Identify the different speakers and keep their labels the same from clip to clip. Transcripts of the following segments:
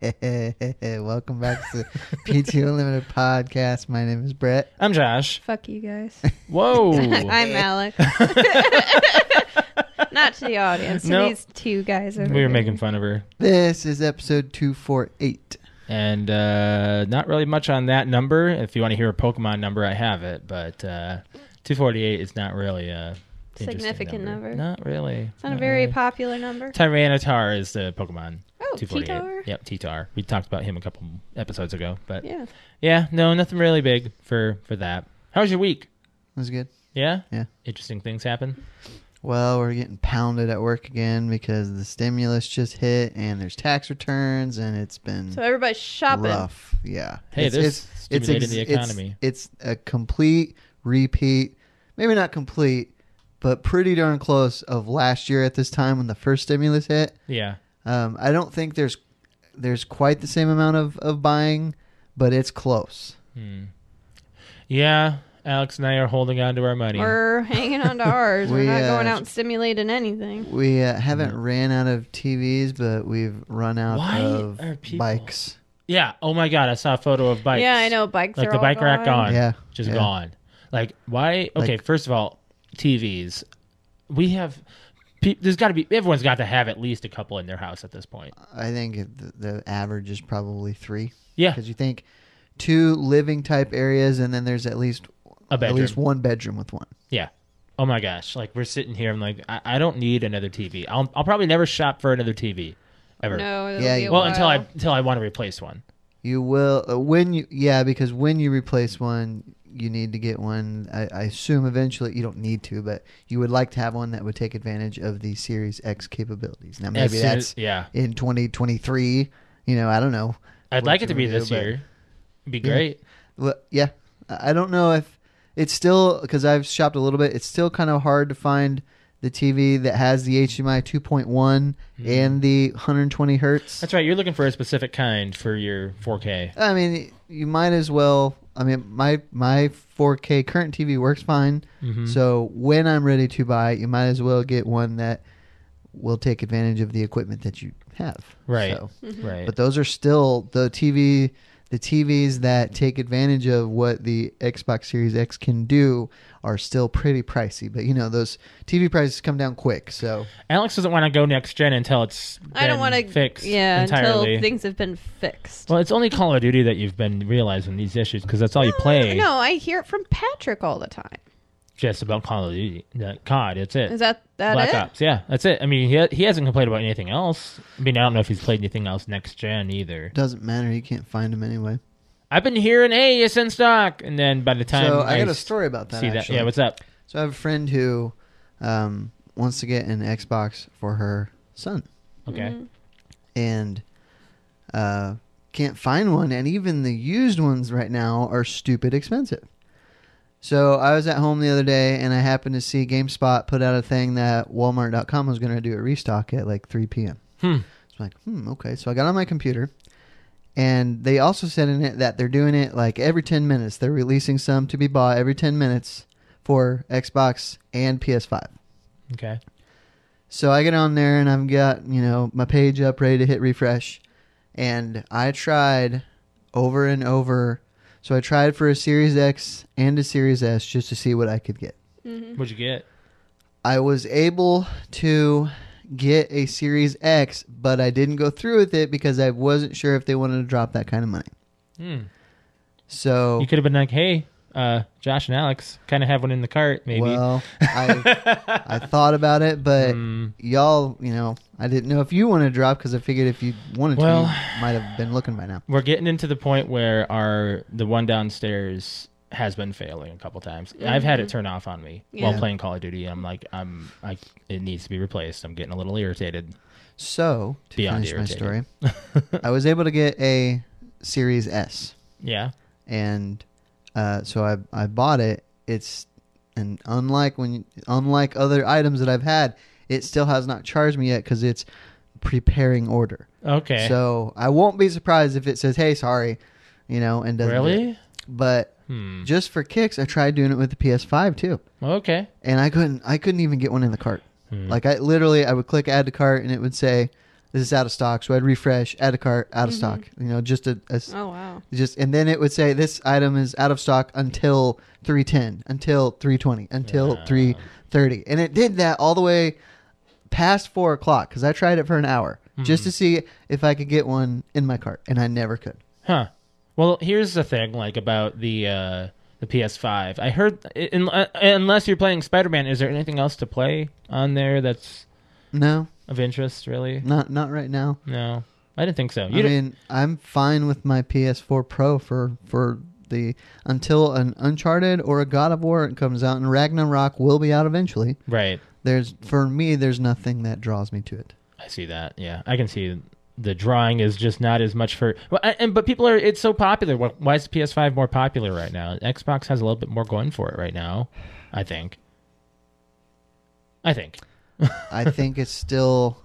Speaker 1: Welcome back to PTO Unlimited podcast. My name is Brett.
Speaker 2: I'm Josh.
Speaker 3: Fuck you guys.
Speaker 2: Whoa.
Speaker 3: I'm Alec. Not to the audience. to
Speaker 2: Nope.
Speaker 3: These two guys over
Speaker 2: we were
Speaker 3: here.
Speaker 2: making fun of her.
Speaker 1: This is episode 248.
Speaker 2: and uh, not really much on that number. If you want to hear a Pokemon number, I have it, but uh, 248 is not really a interesting
Speaker 3: Significant number.
Speaker 2: Not really. Uh,
Speaker 3: It's not a very popular number.
Speaker 2: Tyranitar is the Pokemon.
Speaker 3: Oh,
Speaker 2: 248.
Speaker 3: T-Tower.
Speaker 2: Yep, T-Tar. We talked about him a couple episodes ago, but yeah.
Speaker 3: Yeah.
Speaker 2: no, nothing really big for for that. How was your week?
Speaker 1: That's good.
Speaker 2: Yeah,
Speaker 1: Yeah.
Speaker 2: Interesting things happen.
Speaker 1: Well, we're getting pounded at work again because the stimulus just hit and there's tax returns and it's been
Speaker 3: So everybody's shopping.
Speaker 1: rough. Yeah.
Speaker 2: Hey,
Speaker 1: it's,
Speaker 2: this stimulated
Speaker 1: ex-
Speaker 2: the economy.
Speaker 1: It's, it's a complete repeat, maybe not complete, but pretty darn close of last year at this time when the first stimulus hit.
Speaker 2: Yeah,
Speaker 1: Um, I don't think there's there's quite the same amount of, of buying, but it's close.
Speaker 2: hmm. yeah. Alex and I are holding on to our money.
Speaker 3: We're hanging on to ours. We're
Speaker 1: We,
Speaker 3: not
Speaker 1: uh,
Speaker 3: going out and stimulating anything.
Speaker 1: We uh, haven't ran out of TVs, but we've run out
Speaker 2: Mm-hmm. Why
Speaker 1: of
Speaker 2: are people-
Speaker 1: bikes.
Speaker 2: yeah. Oh my God, I saw a photo of bikes.
Speaker 3: Yeah, I know. Bikes
Speaker 2: like
Speaker 3: are
Speaker 2: the
Speaker 3: all
Speaker 2: bike rack gone,
Speaker 1: Yeah,
Speaker 2: just
Speaker 1: yeah.
Speaker 2: gone. Like why? Okay,
Speaker 1: Like-
Speaker 2: first of all, TVs. We have. Pe- there's got to be. Everyone's got to have at least a couple in their house at this point.
Speaker 1: I think it- the, the average is probably three
Speaker 2: Yeah,
Speaker 1: because you think two living type areas, and then there's at least
Speaker 2: a
Speaker 1: at
Speaker 2: bedroom.
Speaker 1: least one bedroom with one.
Speaker 2: yeah. Oh my gosh! Like we're sitting here. I'm like, I, I don't need another TV. I'll I'll probably never shop for another TV, ever.
Speaker 3: No, it'll
Speaker 1: Yeah,
Speaker 3: be a
Speaker 1: you-
Speaker 2: Well,
Speaker 3: while.
Speaker 2: until I until I want to replace one.
Speaker 1: You will uh, when you yeah because when you replace one, you need to get one. I, I assume eventually you don't need to, but you would like to have one that would take advantage of the Series X capabilities. Now
Speaker 2: As
Speaker 1: maybe
Speaker 2: soon
Speaker 1: that's
Speaker 2: as- yeah.
Speaker 1: in 2023. You know, I don't know.
Speaker 2: I'd
Speaker 1: what
Speaker 2: like
Speaker 1: you
Speaker 2: it to be
Speaker 1: would do,
Speaker 2: this
Speaker 1: but-
Speaker 2: year. It'd be
Speaker 1: Yeah.
Speaker 2: great.
Speaker 1: Well, yeah, I I don't know if it's still because I've shopped a little bit. It's still kind of hard to find the TV that has the HDMI 2.1
Speaker 2: Mm-hmm.
Speaker 1: and the 120 hertz.
Speaker 2: That's right. You're looking for a specific kind for your 4K.
Speaker 1: I mean, you might as well. I mean, my my 4K current TV works fine. Mm-hmm.
Speaker 2: Mm-hmm.
Speaker 1: So when I'm ready to buy, it, you might as well get one that will take advantage of the equipment that you have.
Speaker 2: Right.
Speaker 1: So,
Speaker 3: Mm-hmm.
Speaker 2: Right.
Speaker 1: but those are still the TV the TVs that take advantage of what the Xbox Series X can do are still pretty pricey. But you know, those TV prices come down quick. So
Speaker 2: Alex doesn't want to go next gen until it's
Speaker 3: I don't
Speaker 2: want to
Speaker 3: fix.
Speaker 2: fix
Speaker 3: Yeah,
Speaker 2: entirely.
Speaker 3: until things have been fixed.
Speaker 2: well, it's only Call of Duty that you've been realizing these issues because that's all you play.
Speaker 3: No, I hear it from Patrick all the time.
Speaker 2: Just about Call of Duty, Uh, COD. That's it.
Speaker 3: Is that that
Speaker 2: Black
Speaker 3: it?
Speaker 2: Ops. Yeah, that's it. I mean, he, he hasn't complained about anything else. I mean, I don't know if he's played anything else next gen either.
Speaker 1: it doesn't matter. You can't find them anyway.
Speaker 2: I've been hearing, "Hey, it's in stock," and then by the time
Speaker 1: So I got a
Speaker 2: s-
Speaker 1: story about that.
Speaker 2: See that?
Speaker 1: actually.
Speaker 2: Yeah, what's up?
Speaker 1: So I have a friend who um, wants to get an Xbox for her son
Speaker 3: Mm-hmm.
Speaker 2: Okay.
Speaker 1: and uh, can't find one. And even the used ones right now are stupid expensive. So I was at home the other day and I happened to see GameSpot put out a thing that Walmart.com was going to do a restock at like 3 p.m.
Speaker 2: Hmm.
Speaker 1: So I'm like, hmm, okay. So I got on my computer, and they also said in it that they're doing it like every 10 minutes. They're releasing some to be bought every 10 minutes for Xbox and PS5.
Speaker 2: Okay.
Speaker 1: So I get on there and I've got, you know, my page up ready to hit refresh. And I tried over and over. So I tried for a Series X and a Series S just to see what I could get.
Speaker 3: Mm-hmm.
Speaker 2: What'd you get?
Speaker 1: I was able to get a Series X, but I didn't go through with it because I wasn't sure if they wanted to drop that kind of money.
Speaker 2: Hmm.
Speaker 1: So
Speaker 2: You could have been like, "Hey, uh, Josh and Alex, kind of have one in the cart, maybe."
Speaker 1: well, I I thought about it, but
Speaker 2: Hmm.
Speaker 1: y'all, you know, I didn't know if you wanted to drop because I figured if you wanted to,
Speaker 2: Well-
Speaker 1: you might have been looking by now.
Speaker 2: we're getting into the point where our the one downstairs has been failing a couple times. I've had it turn off on me
Speaker 1: Yeah.
Speaker 2: while playing Call of Duty. I'm like, I'm, I, it needs to be replaced. I'm getting a little irritated.
Speaker 1: So to
Speaker 2: Beyond
Speaker 1: finish
Speaker 2: irritating.
Speaker 1: my story, I was able to get a Series S,
Speaker 2: Yeah.
Speaker 1: and uh, so I I bought it. It's and unlike when unlike other items that I've had, it still has not charged me yet because it's preparing order.
Speaker 2: Okay.
Speaker 1: So I won't be surprised if it says, "Hey, sorry," you know, and doesn't. do it.
Speaker 2: really?
Speaker 1: But
Speaker 2: Hmm.
Speaker 1: just for kicks, I tried doing it with the PS5 too,
Speaker 2: Okay.
Speaker 1: and I couldn't. I couldn't even get one in the cart.
Speaker 2: Hmm.
Speaker 1: Like I literally, I would click add to cart, and it would say, "This is out of stock." So I'd refresh, add to cart, out of stock. You know, just a, a s-
Speaker 3: Oh wow.
Speaker 1: just, and then it would say, "This item is out of stock until three ten, until three twenty, until
Speaker 2: Yeah.
Speaker 1: three thirty, and it did that all the way past four o'clock because I tried it for an hour just to see if I could get one in my cart, and I never could.
Speaker 2: Huh. Well, here's the thing, like about the uh, the PS5. I heard, in, uh, unless you're playing Spider-Man, is there anything else to play on there that's
Speaker 1: No,
Speaker 2: of interest? Really?
Speaker 1: not not right now.
Speaker 2: No, I didn't think so. You
Speaker 1: Mm. I
Speaker 2: didn't-
Speaker 1: mean, I'm fine with my PS4 Pro for for the until an Uncharted or a God of War comes out, and Ragnarok will be out eventually.
Speaker 2: right?
Speaker 1: There's for me, there's nothing that draws me to it.
Speaker 2: I see that. Yeah, I can see the drawing is just not as much for. Well, I- and but people are. It's so popular. Why- Why is the PS5 more popular right now? Xbox has a little bit more going for it right now. I think. I think.
Speaker 1: I think it's still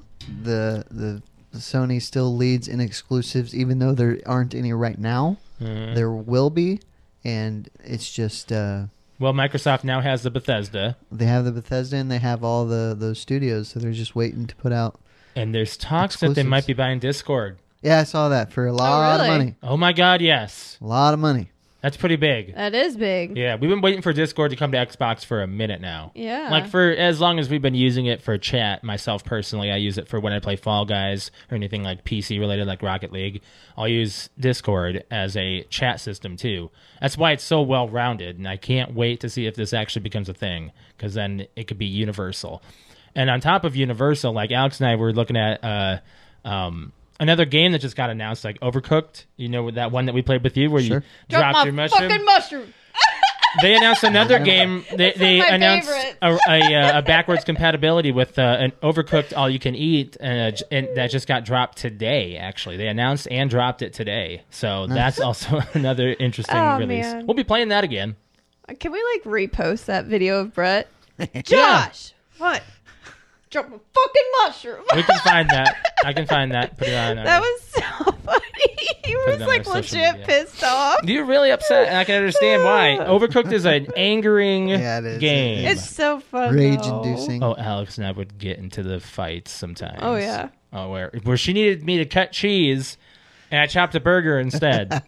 Speaker 1: the the Sony still leads in exclusives, even though there aren't any right now.
Speaker 2: Mm.
Speaker 1: There will be, and it's just uh,
Speaker 2: Well, Microsoft now has the Bethesda.
Speaker 1: they have the Bethesda and they have all the those studios, so they're just waiting to put out.
Speaker 2: And there's talks that they
Speaker 1: Exclusives.
Speaker 2: might be buying Discord.
Speaker 1: Yeah, I saw that for a lot
Speaker 3: really?
Speaker 1: of money.
Speaker 2: Oh my God, yes,
Speaker 1: A lot of money.
Speaker 2: that's pretty big.
Speaker 3: That is big.
Speaker 2: Yeah, we've been waiting for Discord to come to Xbox for a minute now.
Speaker 3: Yeah.
Speaker 2: Like for as long as we've been using it for chat, myself personally, I use it for when I play Fall Guys or anything like PC related, like Rocket League. I'll use Discord as a chat system too. That's why it's so well rounded, and I can't wait to see if this actually becomes a thing because then it could be universal. And on top of universal, like Alex and I were looking at uh, um, another game that just got announced, like Overcooked. You know that one that we played with you, where
Speaker 1: Sure.
Speaker 2: you dropped
Speaker 3: my
Speaker 2: your mushroom
Speaker 3: fucking mushroom.
Speaker 2: they announced another game. They, they
Speaker 3: my
Speaker 2: announced
Speaker 3: favorite.
Speaker 2: a, a, uh, a backwards compatibility with uh, an overcooked all you can eat, uh, j- and that just got dropped today. Actually, they announced and dropped it today, so that's also another interesting
Speaker 3: Oh,
Speaker 2: release.
Speaker 3: man.
Speaker 2: We'll be playing that again.
Speaker 3: Uh, Can we like repost that video of Brett?
Speaker 2: Yeah.
Speaker 3: Josh, what? Drop a fucking mushroom.
Speaker 2: We can find that. I can find that. Put it on. uh,
Speaker 3: that
Speaker 2: That
Speaker 3: was so funny. He was
Speaker 2: on our
Speaker 3: like
Speaker 2: social
Speaker 3: legit
Speaker 2: media.
Speaker 3: pissed off.
Speaker 2: You're really upset, and I can understand why. Overcooked is an angering
Speaker 1: Yeah, it is.
Speaker 2: game.
Speaker 3: It's so funny.
Speaker 1: Rage-inducing.
Speaker 2: Oh, Alex and I would get into the fights sometimes.
Speaker 3: Oh, yeah.
Speaker 2: Oh, where where she needed me to cut cheese, and I chopped a burger instead.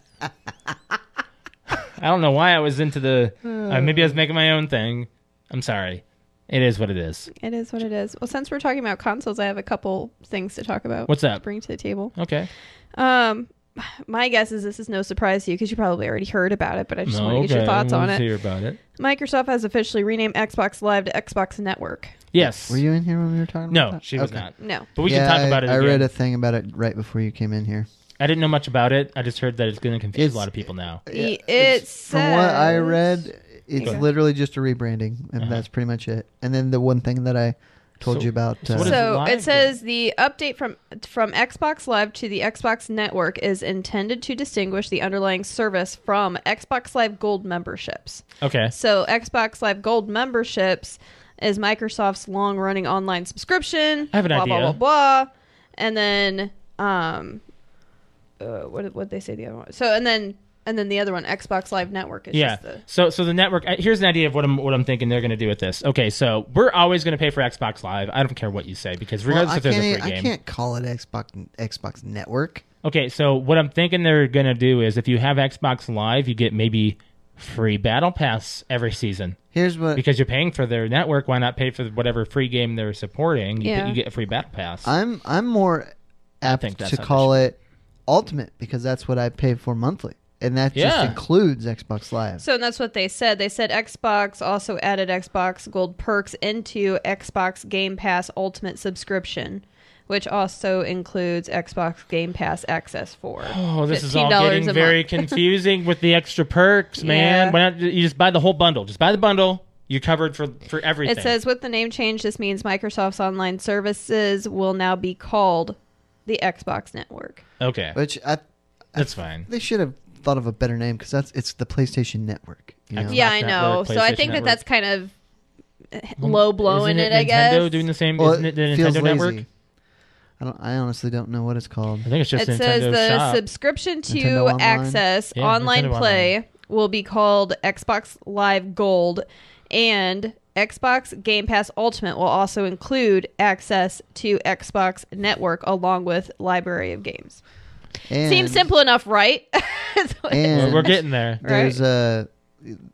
Speaker 2: I don't know why I was into the. Uh, maybe I was making my own thing. I'm sorry. It is what it is.
Speaker 3: It is what it is. Well, since we're talking about consoles, I have a couple things to talk about.
Speaker 2: What's
Speaker 3: to
Speaker 2: up?
Speaker 3: bring to the table?
Speaker 2: Okay.
Speaker 3: Um, my guess is this is no surprise to you because you probably already heard about it, but I just want to get your
Speaker 2: okay.
Speaker 3: thoughts on
Speaker 2: Let's
Speaker 3: it.
Speaker 2: Hear about it.
Speaker 3: Microsoft has officially renamed Xbox Live to Xbox Network.
Speaker 2: Yes.
Speaker 1: Were you in here when we were talking?
Speaker 2: no,
Speaker 1: about that?
Speaker 2: she was
Speaker 1: Okay.
Speaker 2: not.
Speaker 3: No,
Speaker 2: But we
Speaker 1: Yeah,
Speaker 2: can talk
Speaker 1: I-
Speaker 2: about it.
Speaker 1: I
Speaker 2: again.
Speaker 1: read a thing about it right before you came in here.
Speaker 2: I didn't know much about it. I just heard that it's going to confuse
Speaker 1: It's-
Speaker 2: a lot of people now.
Speaker 1: Yeah,
Speaker 3: it it's,
Speaker 1: From what I read, it's
Speaker 2: Okay.
Speaker 1: literally just a rebranding, and
Speaker 2: Uh-huh.
Speaker 1: that's pretty much it. And then the one thing that I told
Speaker 2: So-
Speaker 1: you about.
Speaker 2: so
Speaker 1: uh,
Speaker 2: what is
Speaker 3: so
Speaker 2: live
Speaker 3: it says the update from from Xbox Live to the Xbox Network is intended to distinguish the underlying service from Xbox Live Gold memberships.
Speaker 2: Okay.
Speaker 3: So Xbox Live Gold memberships is Microsoft's long-running online subscription.
Speaker 2: I have an
Speaker 3: blah, Blah
Speaker 2: idea.
Speaker 3: blah blah, and then um, uh, what what they say the other one? So and then and then the other one, Xbox Live Network is
Speaker 2: yeah.
Speaker 3: just the
Speaker 2: So so the network. I- Here's an idea of what I'm what I'm thinking they're going to do with this. Okay, so we're always going to pay for Xbox Live. I don't care what you say because
Speaker 1: well,
Speaker 2: regardless
Speaker 1: I,
Speaker 2: if there's
Speaker 1: can't,
Speaker 2: a
Speaker 1: e-
Speaker 2: free
Speaker 1: I
Speaker 2: game.
Speaker 1: can't call it Xbox Xbox Network.
Speaker 2: Okay, so what I'm thinking they're going to do is if you have Xbox Live, you get maybe free Battle Pass every season
Speaker 1: Here's what
Speaker 2: because you're paying for their network. Why not pay for whatever free game they're supporting? You,
Speaker 3: Yeah.
Speaker 2: you get a free Battle Pass.
Speaker 1: I'm. I'm more apt
Speaker 2: think that's
Speaker 1: to
Speaker 2: how they
Speaker 1: call it Ultimate because that's what I pay for monthly, and that
Speaker 2: Yeah.
Speaker 1: just includes Xbox Live.
Speaker 3: So and that's what they said. They said Xbox also added Xbox Gold perks into Xbox Game Pass Ultimate subscription, which also includes Xbox Game Pass access for.
Speaker 2: Oh, this is all
Speaker 3: $15
Speaker 2: getting
Speaker 3: a
Speaker 2: very
Speaker 3: month.
Speaker 2: confusing with the extra perks, man.
Speaker 3: Yeah.
Speaker 2: Why not you just buy the whole bundle? Just buy the bundle. You're covered for for everything.
Speaker 3: It says with the name change, this means Microsoft's online services will now be called the Xbox Network.
Speaker 2: okay,
Speaker 1: Which I,
Speaker 2: that's fine.
Speaker 1: they should have thought of a better name because that's it's the PlayStation Network. You know?
Speaker 2: Xbox
Speaker 3: yeah, I know.
Speaker 2: Network,
Speaker 3: So I
Speaker 2: PlayStation
Speaker 3: think
Speaker 2: Network.
Speaker 3: that that's kind of low blowing
Speaker 2: Isn't
Speaker 3: it,
Speaker 2: it
Speaker 3: I
Speaker 2: Nintendo
Speaker 3: guess.
Speaker 2: doing the same.
Speaker 1: Well,
Speaker 2: isn't it the
Speaker 1: feels
Speaker 2: Nintendo Network?
Speaker 1: lazy. I don't. I honestly don't know what it's called.
Speaker 2: I think it's just
Speaker 3: it
Speaker 2: Nintendo
Speaker 3: says the
Speaker 2: Shop.
Speaker 3: subscription to
Speaker 1: Nintendo Online?
Speaker 3: access
Speaker 2: Yeah,
Speaker 3: online
Speaker 2: Nintendo
Speaker 3: play will be called Xbox Live Gold and Xbox Game Pass Ultimate will also include access to Xbox Network along with library of games.
Speaker 1: And
Speaker 3: Seems simple enough, right?
Speaker 2: We're-
Speaker 1: And
Speaker 2: we're getting there.
Speaker 1: there's a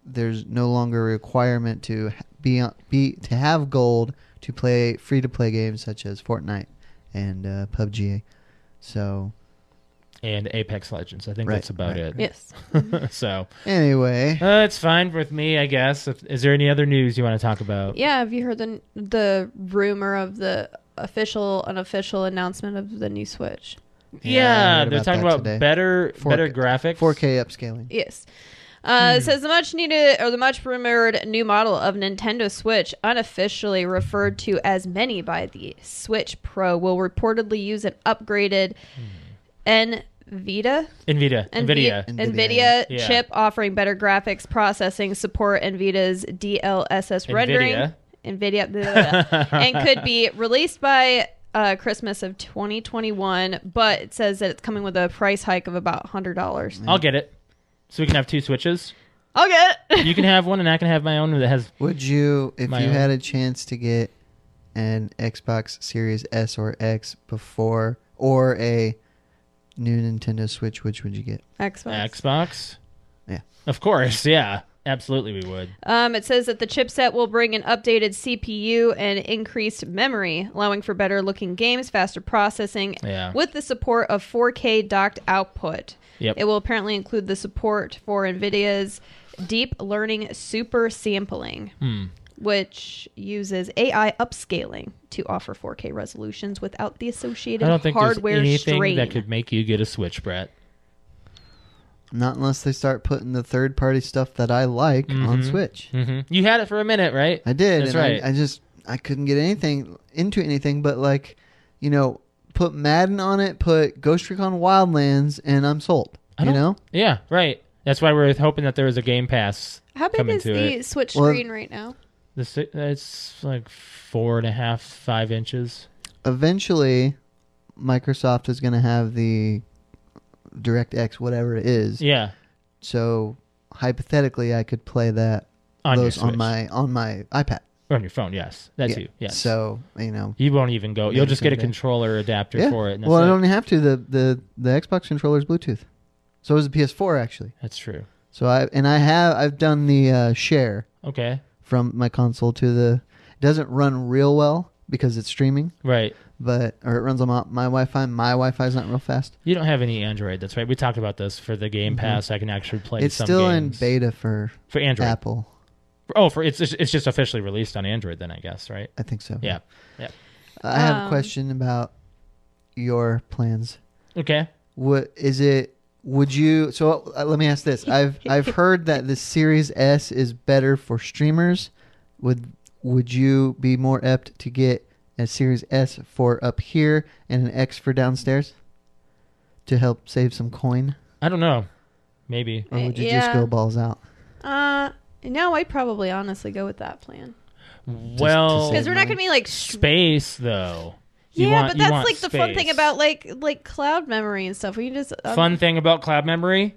Speaker 1: there's no longer a requirement to ha- be on, be to have gold to play free to play games such as Fortnite and uh, PUBG. So
Speaker 2: and Apex Legends. I think
Speaker 1: Right,
Speaker 2: that's about
Speaker 1: right,
Speaker 2: it.
Speaker 3: yes.
Speaker 2: so
Speaker 1: anyway,
Speaker 2: uh, it's fine with me, I guess. If, is there any other news you want to talk about?
Speaker 3: Yeah, have you heard the the rumor of the official unofficial announcement of the new Switch?
Speaker 2: Yeah,
Speaker 1: Yeah, I heard
Speaker 2: they're
Speaker 1: about
Speaker 2: talking
Speaker 1: that
Speaker 2: about
Speaker 1: today.
Speaker 2: better,
Speaker 1: 4K
Speaker 2: better graphics.
Speaker 1: 4K upscaling.
Speaker 3: Yes. Uh, It says the much needed or the much rumored new model of Nintendo Switch, unofficially referred to as many by the Switch Pro, will reportedly use an upgraded NVIDIA
Speaker 2: Nvidia, Nvidia.
Speaker 3: NVIDIA,
Speaker 1: NVIDIA.
Speaker 2: Yeah.
Speaker 3: chip offering better graphics processing support NVIDIA's DLSS rendering. NVIDIA blah, blah, blah, and could be released by uh, Christmas of 2021, but it says that it's coming with a price hike of about hundred dollars.
Speaker 2: I'll get it. So we can have two switches.
Speaker 3: I'll get it.
Speaker 2: You can have one, and I can have my own that has.
Speaker 1: Would you, if
Speaker 2: My
Speaker 1: you
Speaker 2: own.
Speaker 1: had a chance to get an Xbox Series S or X before, or a new Nintendo Switch, which would you get?
Speaker 3: Xbox.
Speaker 2: Xbox?
Speaker 1: Yeah.
Speaker 2: Of course, yeah. Absolutely, we would.
Speaker 3: Um, it says that the chipset will bring an updated CPU and increased memory, allowing for better looking games, faster processing,
Speaker 2: Yeah.
Speaker 3: with the support of 4K docked output.
Speaker 2: Yep.
Speaker 3: It will apparently include the support for NVIDIA's deep learning super sampling,
Speaker 2: Hmm.
Speaker 3: which uses AI upscaling to offer 4K resolutions without the associated
Speaker 2: I don't think there's
Speaker 3: hardware
Speaker 2: anything
Speaker 3: strain.
Speaker 2: that could make you get a Switch, Brett.
Speaker 1: Not unless they start putting the third party stuff that I like on Switch.
Speaker 2: hmm You had it for a minute, right?
Speaker 1: I did.
Speaker 2: That's
Speaker 1: and I-
Speaker 2: right.
Speaker 1: I, just I couldn't get anything into anything, but like, you know, put Madden on it, put Ghost Recon Wildlands, and I'm sold.
Speaker 2: I
Speaker 1: You
Speaker 2: don't-
Speaker 1: know,
Speaker 2: Yeah, right. That's why we're hoping that there is a Game Pass.
Speaker 3: How big
Speaker 2: coming
Speaker 3: is
Speaker 2: to
Speaker 3: the
Speaker 2: it.
Speaker 3: Switch
Speaker 1: Well-
Speaker 3: screen right now?
Speaker 2: The si- it's like four and a half, five inches.
Speaker 1: eventually, Microsoft is going to have the DirectX, whatever it is.
Speaker 2: Yeah,
Speaker 1: So hypothetically, I could play that
Speaker 2: on
Speaker 1: those
Speaker 2: your Switch.
Speaker 1: on my on my iPad.
Speaker 2: Or on your phone. Yes, that's
Speaker 1: Yeah.
Speaker 2: you. Yes.
Speaker 1: So you know,
Speaker 2: you won't even go. You'll
Speaker 1: Maybe
Speaker 2: just get a
Speaker 1: someday.
Speaker 2: controller adapter
Speaker 1: yeah.
Speaker 2: for it. And that's,
Speaker 1: well, I
Speaker 2: it.
Speaker 1: don't have to. The the the Xbox controller is Bluetooth, so is the PS4 actually.
Speaker 2: that's true.
Speaker 1: So I and I have I've done the uh, share
Speaker 2: Okay.
Speaker 1: from my console to the. It doesn't run real well because it's streaming,
Speaker 2: Right.
Speaker 1: but or it runs on my, my Wi-Fi. My Wi-Fi is not real fast.
Speaker 2: You don't have any Android. That's right. We talked about this for the Game Pass. I can actually play.
Speaker 1: Mm-hmm. it's
Speaker 2: some
Speaker 1: still
Speaker 2: games.
Speaker 1: in beta for
Speaker 2: for Android.
Speaker 1: Apple.
Speaker 2: Oh, for it's it's just officially released on Android. Then I guess right.
Speaker 1: I think so.
Speaker 2: Yeah.
Speaker 1: I have a
Speaker 3: Um,
Speaker 1: question about your plans
Speaker 2: Okay.
Speaker 1: What is it? Would you? So uh, let me ask this. I've I've heard that the Series S is better for streamers. Would Would you be more apt to get a Series S for up here and an X for downstairs to help save some coin,
Speaker 2: I don't know. Maybe.
Speaker 1: or would you just
Speaker 3: Yeah.
Speaker 1: go balls out?
Speaker 3: Uh, no, I'd probably honestly go with that plan
Speaker 2: Well,
Speaker 1: Save
Speaker 3: because we're not
Speaker 1: money.
Speaker 3: going to be like sh-
Speaker 2: space though. Oh, You
Speaker 3: yeah,
Speaker 2: want-
Speaker 3: but
Speaker 2: you
Speaker 3: that's
Speaker 2: want
Speaker 3: like the fun thing
Speaker 2: space.
Speaker 3: about like like cloud memory and stuff. We can just um,
Speaker 2: fun thing about cloud memory?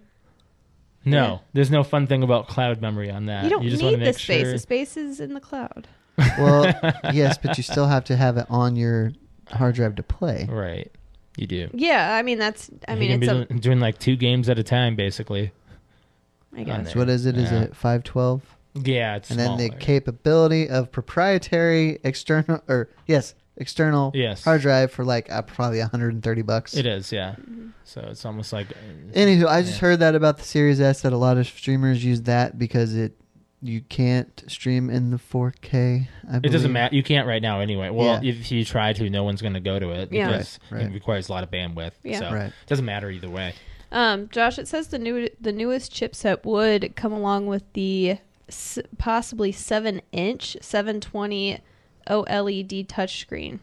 Speaker 2: No,
Speaker 3: Yeah.
Speaker 2: there's no fun thing about cloud memory on that.
Speaker 3: You don't
Speaker 2: just want
Speaker 3: need
Speaker 2: to
Speaker 3: the
Speaker 2: make
Speaker 3: space.
Speaker 2: sure.
Speaker 3: The space is in the cloud.
Speaker 1: Well, yes, but you still have to have it on your hard drive to play.
Speaker 2: Right. You do.
Speaker 3: Yeah, I mean that's. I
Speaker 2: You
Speaker 3: mean
Speaker 2: can
Speaker 3: it's
Speaker 2: be
Speaker 3: a.
Speaker 2: doing, doing like two games at a time, basically.
Speaker 3: I
Speaker 2: on
Speaker 3: guess.
Speaker 2: there.
Speaker 1: So what is it? Is
Speaker 2: Yeah.
Speaker 1: it five twelve?
Speaker 2: Yeah, it's
Speaker 1: and then the
Speaker 2: smaller.
Speaker 1: capability of proprietary external or yes external
Speaker 2: Yes.
Speaker 1: hard drive for like uh, probably 130 bucks
Speaker 2: It is, yeah.
Speaker 3: Mm-hmm.
Speaker 2: So it's almost like
Speaker 1: anywho i just
Speaker 2: Yeah.
Speaker 1: heard that about the series s that a lot of streamers use that because it you can't stream in the 4K. I
Speaker 2: It doesn't
Speaker 1: believe.
Speaker 2: matter. You can't right now anyway. Well,
Speaker 1: Yeah.
Speaker 2: if you try to, no one's going to go to it
Speaker 3: Yeah. Right,
Speaker 2: because
Speaker 1: right.
Speaker 2: it requires a lot of bandwidth.
Speaker 3: Yeah.
Speaker 2: So
Speaker 1: Right.
Speaker 2: it doesn't matter either way.
Speaker 3: Um, Josh, it says the new the newest chipset would come along with the s- possibly seven inch seven twenty OLED touchscreen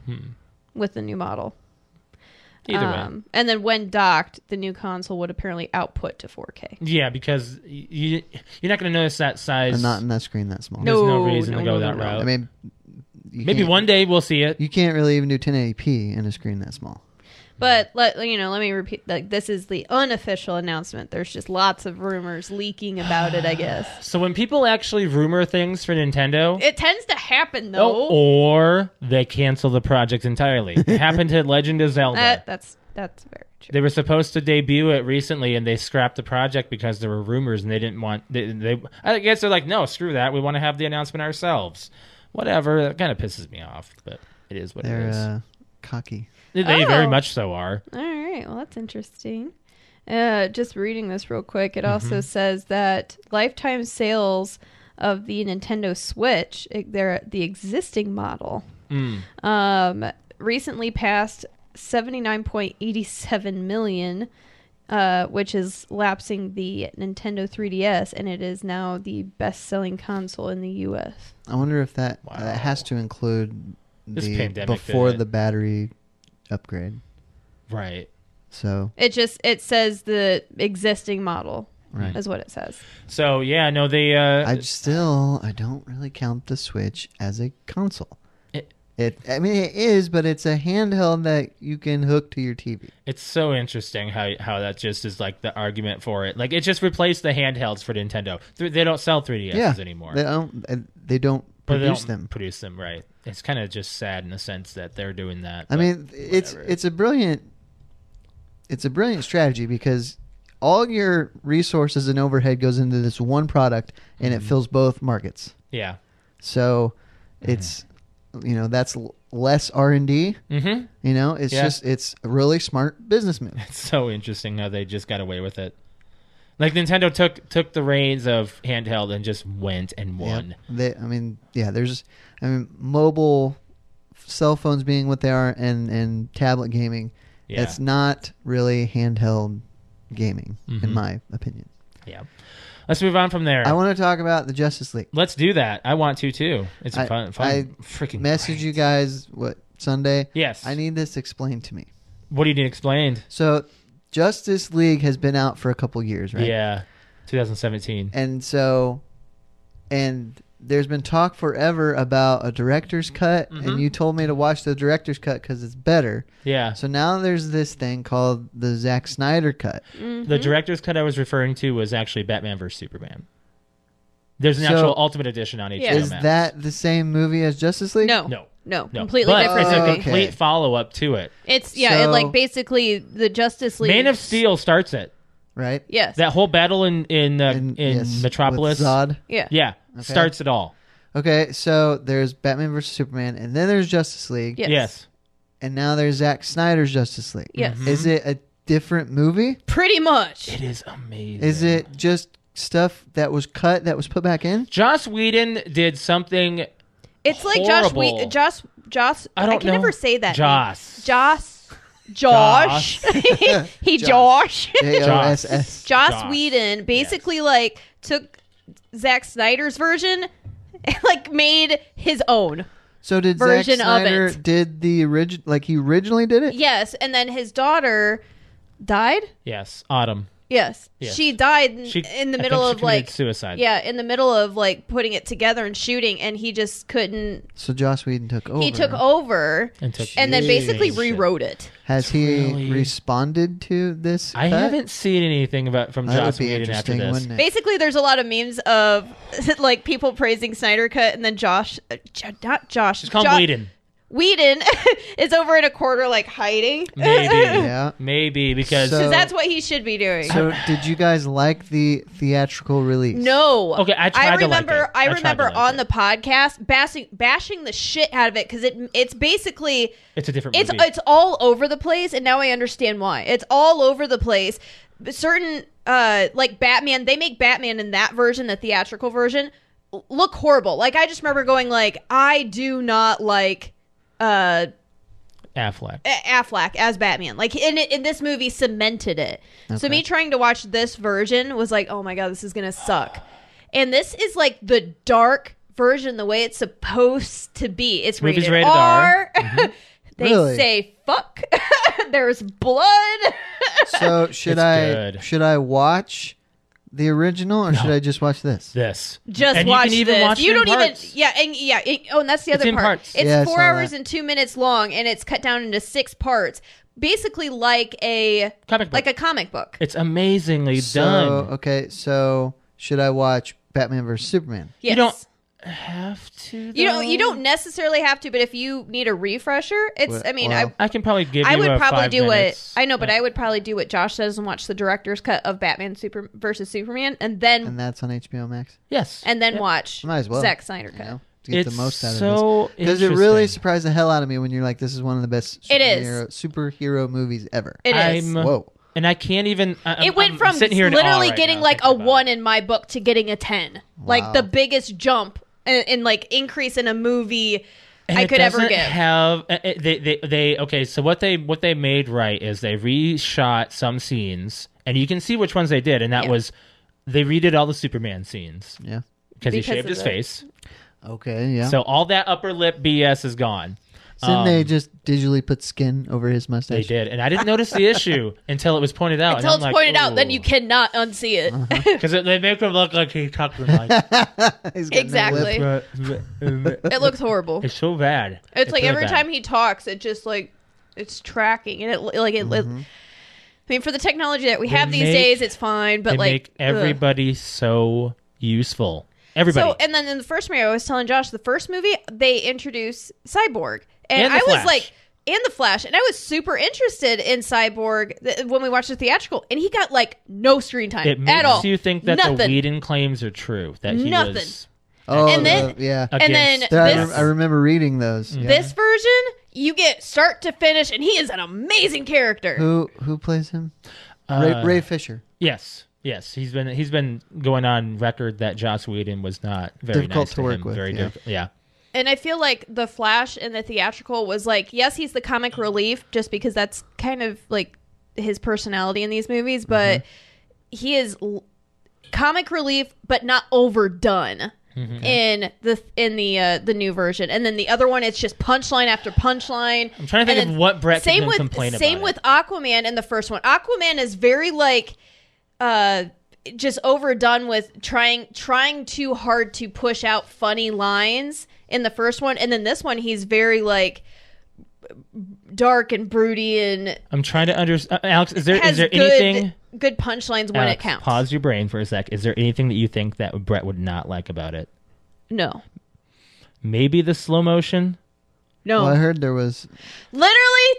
Speaker 3: with the new model.
Speaker 2: Hmm. Either way.
Speaker 3: Um, And then when docked, the new console would apparently output to 4K.
Speaker 2: Yeah, because y- you you're not going to notice that size.
Speaker 1: And not in that screen that small.
Speaker 2: There's no
Speaker 3: No,
Speaker 2: reason to
Speaker 3: no,
Speaker 2: go
Speaker 3: no,
Speaker 2: that
Speaker 3: no, no.
Speaker 2: route.
Speaker 1: I mean, you
Speaker 2: Maybe
Speaker 1: can't-
Speaker 2: one day we'll see it.
Speaker 1: You can't really even do 1080p in a screen that small.
Speaker 3: But let you know, let me repeat. Like this is the unofficial announcement. There's just lots of rumors leaking about it. I guess
Speaker 2: So when people actually rumor things for Nintendo,
Speaker 3: it tends to happen
Speaker 2: oh,
Speaker 3: though.
Speaker 2: or they cancel the project entirely. It happened to Legend of Zelda.
Speaker 3: That, that's that's very true.
Speaker 2: they were supposed to debut it recently, and they scrapped the project because there were rumors, and they didn't want. They, they I guess they're like, no, screw that. We want to have the announcement ourselves. Whatever. That kind of pisses me off, but it is what it
Speaker 1: They're
Speaker 2: is.
Speaker 1: uh, cocky.
Speaker 2: they very
Speaker 3: Oh.
Speaker 2: much so are.
Speaker 3: All right. Well, that's interesting. Uh, just reading this real quick, it also says that lifetime sales of the Nintendo Switch, i- their the existing model,
Speaker 2: Mm.
Speaker 3: um, recently passed seventy nine point eighty seven million, uh, which is lapsing the Nintendo 3DS, and it is now the best selling console in the U.S.
Speaker 1: I wonder if that
Speaker 2: Wow.
Speaker 1: that has to include
Speaker 2: This
Speaker 1: the
Speaker 2: pandemic
Speaker 1: before
Speaker 2: did it.
Speaker 1: the battery upgrade.
Speaker 2: Right.
Speaker 1: So
Speaker 3: It just it says the existing model
Speaker 1: Right.
Speaker 3: is what it says.
Speaker 2: So yeah, no, they. Uh,
Speaker 1: I still I don't really count the Switch as a console.
Speaker 2: It-
Speaker 1: It I mean it is, but it's a handheld that you can hook to your TV.
Speaker 2: It's so interesting how how that just is like the argument for it. Like it just replaced the handhelds for Nintendo. Th- They don't sell 3DSs
Speaker 1: yeah,
Speaker 2: anymore.
Speaker 1: They don't uh, they don't
Speaker 2: Or they
Speaker 1: produce
Speaker 2: don't
Speaker 1: them.
Speaker 2: Produce them, right? It's kind of just sad in the sense that they're doing that.
Speaker 1: I
Speaker 2: but
Speaker 1: mean it's
Speaker 2: whatever.
Speaker 1: it's a brilliant it's a brilliant strategy because all your resources and overhead goes into this one product and
Speaker 2: Mm-hmm.
Speaker 1: it fills both markets.
Speaker 2: yeah.
Speaker 1: So it's you know that's l- less R and D.
Speaker 2: Mm-hmm.
Speaker 1: You know, it's
Speaker 2: Yeah.
Speaker 1: just it's a really smart business move.
Speaker 2: It's so interesting how they just got away with it. Like Nintendo took took the reins of handheld and just went and
Speaker 1: Yeah.
Speaker 2: won.
Speaker 1: They, I mean, yeah. There's, I mean, mobile cell phones being what they are, and and tablet gaming.
Speaker 2: Yeah.
Speaker 1: It's not really handheld gaming, in
Speaker 2: Mm-hmm.
Speaker 1: my opinion.
Speaker 2: Yeah. Let's move on from there.
Speaker 1: I want to talk about the Justice League.
Speaker 2: Let's do that. I want to too. It's a
Speaker 1: I-
Speaker 2: fun, fun
Speaker 1: I
Speaker 2: freaking
Speaker 1: Message you guys what Sunday.
Speaker 2: Yes.
Speaker 1: I need this explained to me.
Speaker 2: What do you need explained? Mm-hmm. Oh, uh,
Speaker 3: uh, uh, look horrible. Like I just remember going like I do not like uh
Speaker 2: Affleck.
Speaker 3: A- Affleck as Batman. Like in in this movie cemented it. So
Speaker 1: Okay.
Speaker 3: me trying to watch this version was like, "Oh my god, this is going to suck." And this is like the dark version the way it's supposed to be. It's
Speaker 2: Movie's
Speaker 3: rated,
Speaker 2: rated
Speaker 3: R.
Speaker 2: R. Mm-hmm.
Speaker 3: they
Speaker 1: Really?
Speaker 3: say fuck. There's blood.
Speaker 1: So should
Speaker 2: It's
Speaker 1: I
Speaker 2: good.
Speaker 1: should I watch the original or should I just watch this?
Speaker 2: This.
Speaker 3: Just
Speaker 2: and
Speaker 3: watch
Speaker 2: you can even
Speaker 3: this.
Speaker 2: watch
Speaker 3: you
Speaker 2: it in
Speaker 3: don't even
Speaker 2: parts.
Speaker 3: yeah and yeah it- oh and that's the
Speaker 2: It's
Speaker 3: other
Speaker 2: in
Speaker 3: part.
Speaker 2: parts.
Speaker 3: It's
Speaker 1: Yeah, I
Speaker 3: four
Speaker 1: saw
Speaker 3: hours
Speaker 1: that.
Speaker 3: and two minutes long and it's cut down into six parts, basically like a
Speaker 2: Comic book.
Speaker 3: like a comic book.
Speaker 2: it's amazingly
Speaker 1: so, uh,
Speaker 2: done.
Speaker 1: Okay, so should I watch Batman vs Superman?
Speaker 3: Yes.
Speaker 2: You don't have to.
Speaker 3: You
Speaker 2: though.
Speaker 3: don't. You don't necessarily have to, but if you need a refresher, it's.
Speaker 1: Well-
Speaker 3: I mean,
Speaker 1: well,
Speaker 3: I.
Speaker 2: I can probably give.
Speaker 3: I
Speaker 2: you
Speaker 3: would
Speaker 2: a
Speaker 3: probably
Speaker 2: five
Speaker 3: do
Speaker 2: minutes.
Speaker 3: what I know, but I would probably do what Josh does and watch the director's cut of Batman Super versus Superman, and then
Speaker 1: And
Speaker 3: and,
Speaker 1: that's on HBO Max.
Speaker 2: Yes.
Speaker 3: then watch
Speaker 1: Might as well.
Speaker 3: Zack Snyder
Speaker 1: You
Speaker 3: cut.
Speaker 1: know, to get
Speaker 2: It's
Speaker 1: the most out of this.
Speaker 2: so
Speaker 1: Because it really
Speaker 2: interesting.
Speaker 1: surprised the hell out of me when you're like, this is one of the best
Speaker 3: It is.
Speaker 1: superhero, superhero movies ever.
Speaker 3: It is.
Speaker 2: I'm-
Speaker 1: Whoa.
Speaker 2: and I can't even. I, I'm-
Speaker 3: it went
Speaker 2: I'm
Speaker 3: from
Speaker 2: sitting here in awe
Speaker 3: literally
Speaker 2: right
Speaker 3: getting
Speaker 2: now
Speaker 3: like a
Speaker 2: thinking about
Speaker 3: one
Speaker 2: it.
Speaker 3: in my book to getting a ten,
Speaker 1: Wow.
Speaker 3: like the biggest jump and, and like increase in a movie
Speaker 2: And
Speaker 3: I
Speaker 2: it
Speaker 3: could ever
Speaker 2: doesn't
Speaker 3: give.
Speaker 2: Have uh, uh, they, they they okay? So what they what they made right is they reshot some scenes, and you can see which ones they did, and that
Speaker 3: Yeah.
Speaker 2: was they redid all the Superman scenes
Speaker 1: Yeah.
Speaker 2: because he
Speaker 3: Because
Speaker 2: shaved
Speaker 3: of
Speaker 2: his
Speaker 3: the-
Speaker 2: face.
Speaker 1: Okay, yeah.
Speaker 2: So all that upper lip BS is gone.
Speaker 1: So then they
Speaker 2: um,
Speaker 1: just digitally put skin over his
Speaker 2: They
Speaker 1: mustache.
Speaker 2: did, and I didn't notice the issue until it was pointed out.
Speaker 3: Until it's pointed out, then you cannot unsee it.
Speaker 2: because they make him look like he tucked him like.
Speaker 1: He's got no
Speaker 3: Exactly.
Speaker 1: lip.
Speaker 3: it looks horrible.
Speaker 2: it's so bad.
Speaker 3: It's like
Speaker 2: really
Speaker 3: every
Speaker 2: bad.
Speaker 3: time he talks, it just like it's tracking and it like it.
Speaker 1: Mm-hmm.
Speaker 3: it- I mean, for the technology that we have these
Speaker 2: make-
Speaker 3: days, it's fine. But
Speaker 2: they
Speaker 3: like
Speaker 2: make
Speaker 3: ugh.
Speaker 2: everybody so useful. Everybody.
Speaker 3: So and then in the first movie, I was telling Josh the first movie they introduce Cyborg, and,
Speaker 2: And the
Speaker 3: I was
Speaker 2: Flash.
Speaker 3: like. And the Flash, and I was super interested in Cyborg th- when we watched the theatrical, and he got like no screen time
Speaker 2: it
Speaker 3: at
Speaker 2: makes
Speaker 3: all.
Speaker 2: you think that
Speaker 3: Nothing.
Speaker 2: the Whedon claims are true. That he
Speaker 3: Nothing.
Speaker 2: was
Speaker 1: Oh,
Speaker 3: And then-
Speaker 1: the- yeah.
Speaker 2: against.
Speaker 3: And then
Speaker 1: There, I,
Speaker 3: this-
Speaker 1: rem- I remember reading
Speaker 2: Mm.
Speaker 1: those. Yeah.
Speaker 3: This version, you get start to finish, and he is an amazing character.
Speaker 1: Who who plays him?
Speaker 2: Uh,
Speaker 1: Ray, Ray Fisher.
Speaker 2: yes, yes, he's been he's been going on record that Joss Whedon was not very
Speaker 1: Difficult
Speaker 2: nice
Speaker 1: to work
Speaker 2: him,
Speaker 1: with,
Speaker 2: Very
Speaker 1: yeah.
Speaker 2: difficult. Yeah.
Speaker 3: And I feel like the Flash in the theatrical was like, yes, he's the comic relief just because that's kind of like his personality in these movies, but he is l- comic relief but not overdone.
Speaker 2: Mm-hmm.
Speaker 3: In the in the uh, the new version, and then the other one, it's just punchline after punchline.
Speaker 2: I'm trying to think
Speaker 3: And
Speaker 2: of
Speaker 3: then
Speaker 2: what Brett
Speaker 3: same
Speaker 2: could
Speaker 3: with
Speaker 2: complain about.
Speaker 3: same
Speaker 2: it.
Speaker 3: with Aquaman in the first one. Aquaman is very like uh just overdone with trying trying too hard to push out funny lines in the first one and then this one he's very like dark and broody and
Speaker 2: I'm trying to understand. Alex, is there
Speaker 3: has
Speaker 2: is there
Speaker 3: good
Speaker 2: anything?
Speaker 3: good punchlines when
Speaker 2: Alex,
Speaker 3: it counts.
Speaker 2: Pause your brain for a sec. Is there anything that you think that Brett would not like about it?
Speaker 3: No.
Speaker 2: Maybe the slow motion.
Speaker 3: No.
Speaker 1: Well, I heard there was.
Speaker 3: Literally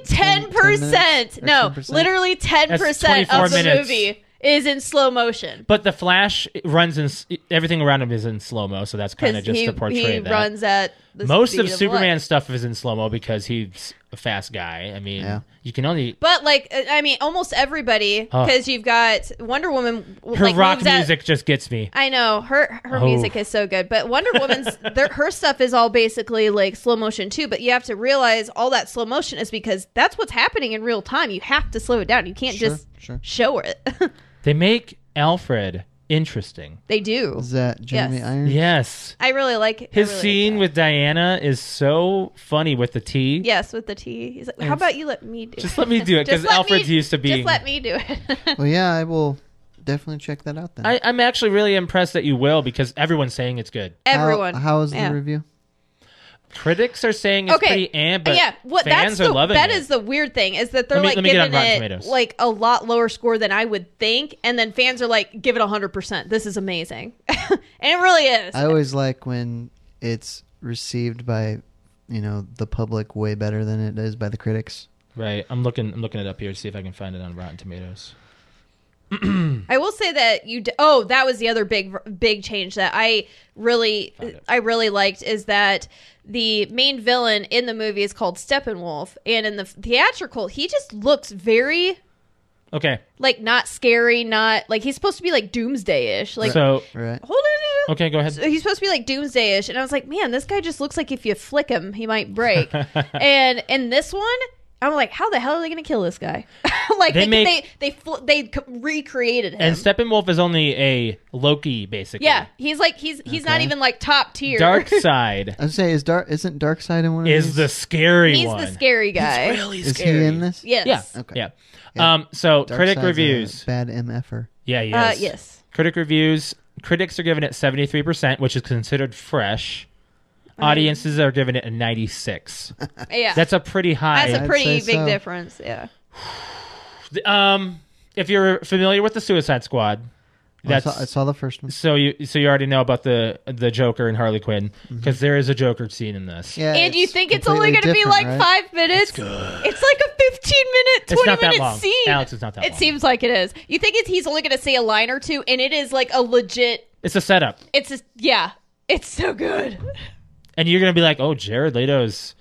Speaker 3: 10%.
Speaker 1: 10 minutes?
Speaker 3: no,
Speaker 1: Or 10%?
Speaker 3: literally 10% of
Speaker 2: 24
Speaker 3: the
Speaker 2: minutes.
Speaker 3: movie is in slow motion.
Speaker 2: But the Flash runs in s- everything around him is in slow mo, so that's kind
Speaker 3: Because
Speaker 2: of just
Speaker 3: he,
Speaker 2: to portray
Speaker 3: he
Speaker 2: that.
Speaker 3: runs at the
Speaker 2: Most
Speaker 3: speed
Speaker 2: of
Speaker 3: light.
Speaker 2: Superman's stuff is in slow mo because he's a fast guy. I mean,
Speaker 1: Yeah.
Speaker 2: you can only
Speaker 3: But like, uh, I mean, almost everybody,
Speaker 2: Oh.
Speaker 3: because you've got Wonder Woman. w-
Speaker 2: her
Speaker 3: like,
Speaker 2: rock
Speaker 3: moves at-
Speaker 2: music just gets me.
Speaker 3: I know her her
Speaker 2: Oh.
Speaker 3: music is so good, but Wonder Woman's their, her stuff is all basically like slow motion too. But you have to realize all that slow motion is because that's what's happening in real time. You have to slow it down. You can't
Speaker 1: Sure,
Speaker 3: just
Speaker 1: sure.
Speaker 3: show it.
Speaker 2: They make Alfred interesting.
Speaker 3: they do.
Speaker 1: Is that Jeremy
Speaker 3: Yes.
Speaker 2: Mm.
Speaker 1: Irons?
Speaker 2: Yes.
Speaker 3: I really like I
Speaker 2: His
Speaker 3: really like
Speaker 2: scene
Speaker 3: that.
Speaker 2: with Diana is so funny with the tea.
Speaker 3: yes with the tea. He's like, how
Speaker 2: And-
Speaker 3: about you let me do?
Speaker 2: Just
Speaker 3: it?
Speaker 2: let me do it because
Speaker 3: Just let me-
Speaker 2: Alfred's used to being.
Speaker 3: Just let me do it.
Speaker 1: Well, yeah, I will definitely check that out then.
Speaker 2: I, I'm actually really impressed that you will because everyone's saying it's good.
Speaker 1: How-
Speaker 3: Everyone.
Speaker 1: how is
Speaker 3: Yeah.
Speaker 1: the review?
Speaker 2: Critics are saying it's pretty and but
Speaker 3: yeah, what
Speaker 2: fans
Speaker 3: that's
Speaker 2: are
Speaker 3: the,
Speaker 2: loving
Speaker 3: That
Speaker 2: it.
Speaker 3: is the weird thing is that they're
Speaker 2: Let me-
Speaker 3: like
Speaker 2: let me get on
Speaker 3: giving
Speaker 2: Rotten
Speaker 3: it
Speaker 2: Tomatoes.
Speaker 3: like a lot lower score than I would think, and then fans are like, "Give it hundred percent. This is amazing," and it really is.
Speaker 1: I always like when it's received by, you know, the public way better than it is by the critics.
Speaker 2: right. I'm looking. I'm looking it up here to see if I can find it on Rotten Tomatoes.
Speaker 3: I will say that you. D- oh, that was the other big big change that I really
Speaker 2: Found it.
Speaker 3: I really liked is that the main villain in the movie is called Steppenwolf, and in the theatrical he just looks very
Speaker 2: Okay.
Speaker 3: Like not scary, not like he's supposed to be like doomsday ish. Like
Speaker 2: so
Speaker 1: Right.
Speaker 3: hold on.
Speaker 2: okay, go ahead.
Speaker 3: So he's supposed to be like doomsday ish, and I was like, man, this guy just looks like if you flick him, he might break. and in this one, I'm like, how the hell are they gonna kill this guy? like
Speaker 2: They
Speaker 3: they
Speaker 2: make-
Speaker 3: they they, fl- they c- recreated him.
Speaker 2: And Steppenwolf is only a Loki, basically.
Speaker 3: yeah, he's like he's he's not even like top tier.
Speaker 2: Dark Side
Speaker 1: I'd say is dark isn't Dark Side in one of
Speaker 2: is
Speaker 1: these?
Speaker 2: the scary
Speaker 3: he's
Speaker 2: one.
Speaker 3: the scary guy.
Speaker 2: Really
Speaker 1: is
Speaker 2: scary.
Speaker 1: he in this?
Speaker 3: yes.
Speaker 2: Yeah.
Speaker 1: Okay.
Speaker 2: Yeah.
Speaker 1: Yeah.
Speaker 2: Um. So
Speaker 1: Dark
Speaker 2: critic
Speaker 1: Side's a
Speaker 2: reviews.
Speaker 1: bad er. mf'er.
Speaker 2: Yeah. He
Speaker 3: Uh,
Speaker 2: is.
Speaker 3: yes.
Speaker 2: Critic reviews. Critics are giving it seventy three percent, which is considered fresh.
Speaker 3: mean-
Speaker 2: Audiences are giving it a ninety six.
Speaker 3: Yeah.
Speaker 2: That's a pretty high.
Speaker 3: That's a
Speaker 1: I'd
Speaker 3: pretty
Speaker 1: say
Speaker 3: big
Speaker 1: so.
Speaker 3: difference. Yeah.
Speaker 2: um. If you're familiar with the Suicide Squad,
Speaker 1: Oh, I
Speaker 2: that's
Speaker 1: saw, I saw the first one.
Speaker 2: so you so you already know about the the Joker and Harley Quinn because is a Joker scene in this.
Speaker 1: Mm-hmm. Yeah,
Speaker 3: and you think it's only going to
Speaker 1: completely
Speaker 3: be like
Speaker 1: different, right?
Speaker 3: five minutes? It's, like a 15 minute, 20
Speaker 2: It's not that
Speaker 3: minute
Speaker 2: long.
Speaker 3: scene.
Speaker 2: Alex, it's not that
Speaker 3: it
Speaker 2: long.
Speaker 3: seems like it is. You think it's, he's only going to say a line or two, and it is like a legit.
Speaker 2: It's a setup,
Speaker 3: It's just, yeah. It's so good.
Speaker 2: and you're gonna be like, "Oh, Jared Leto's,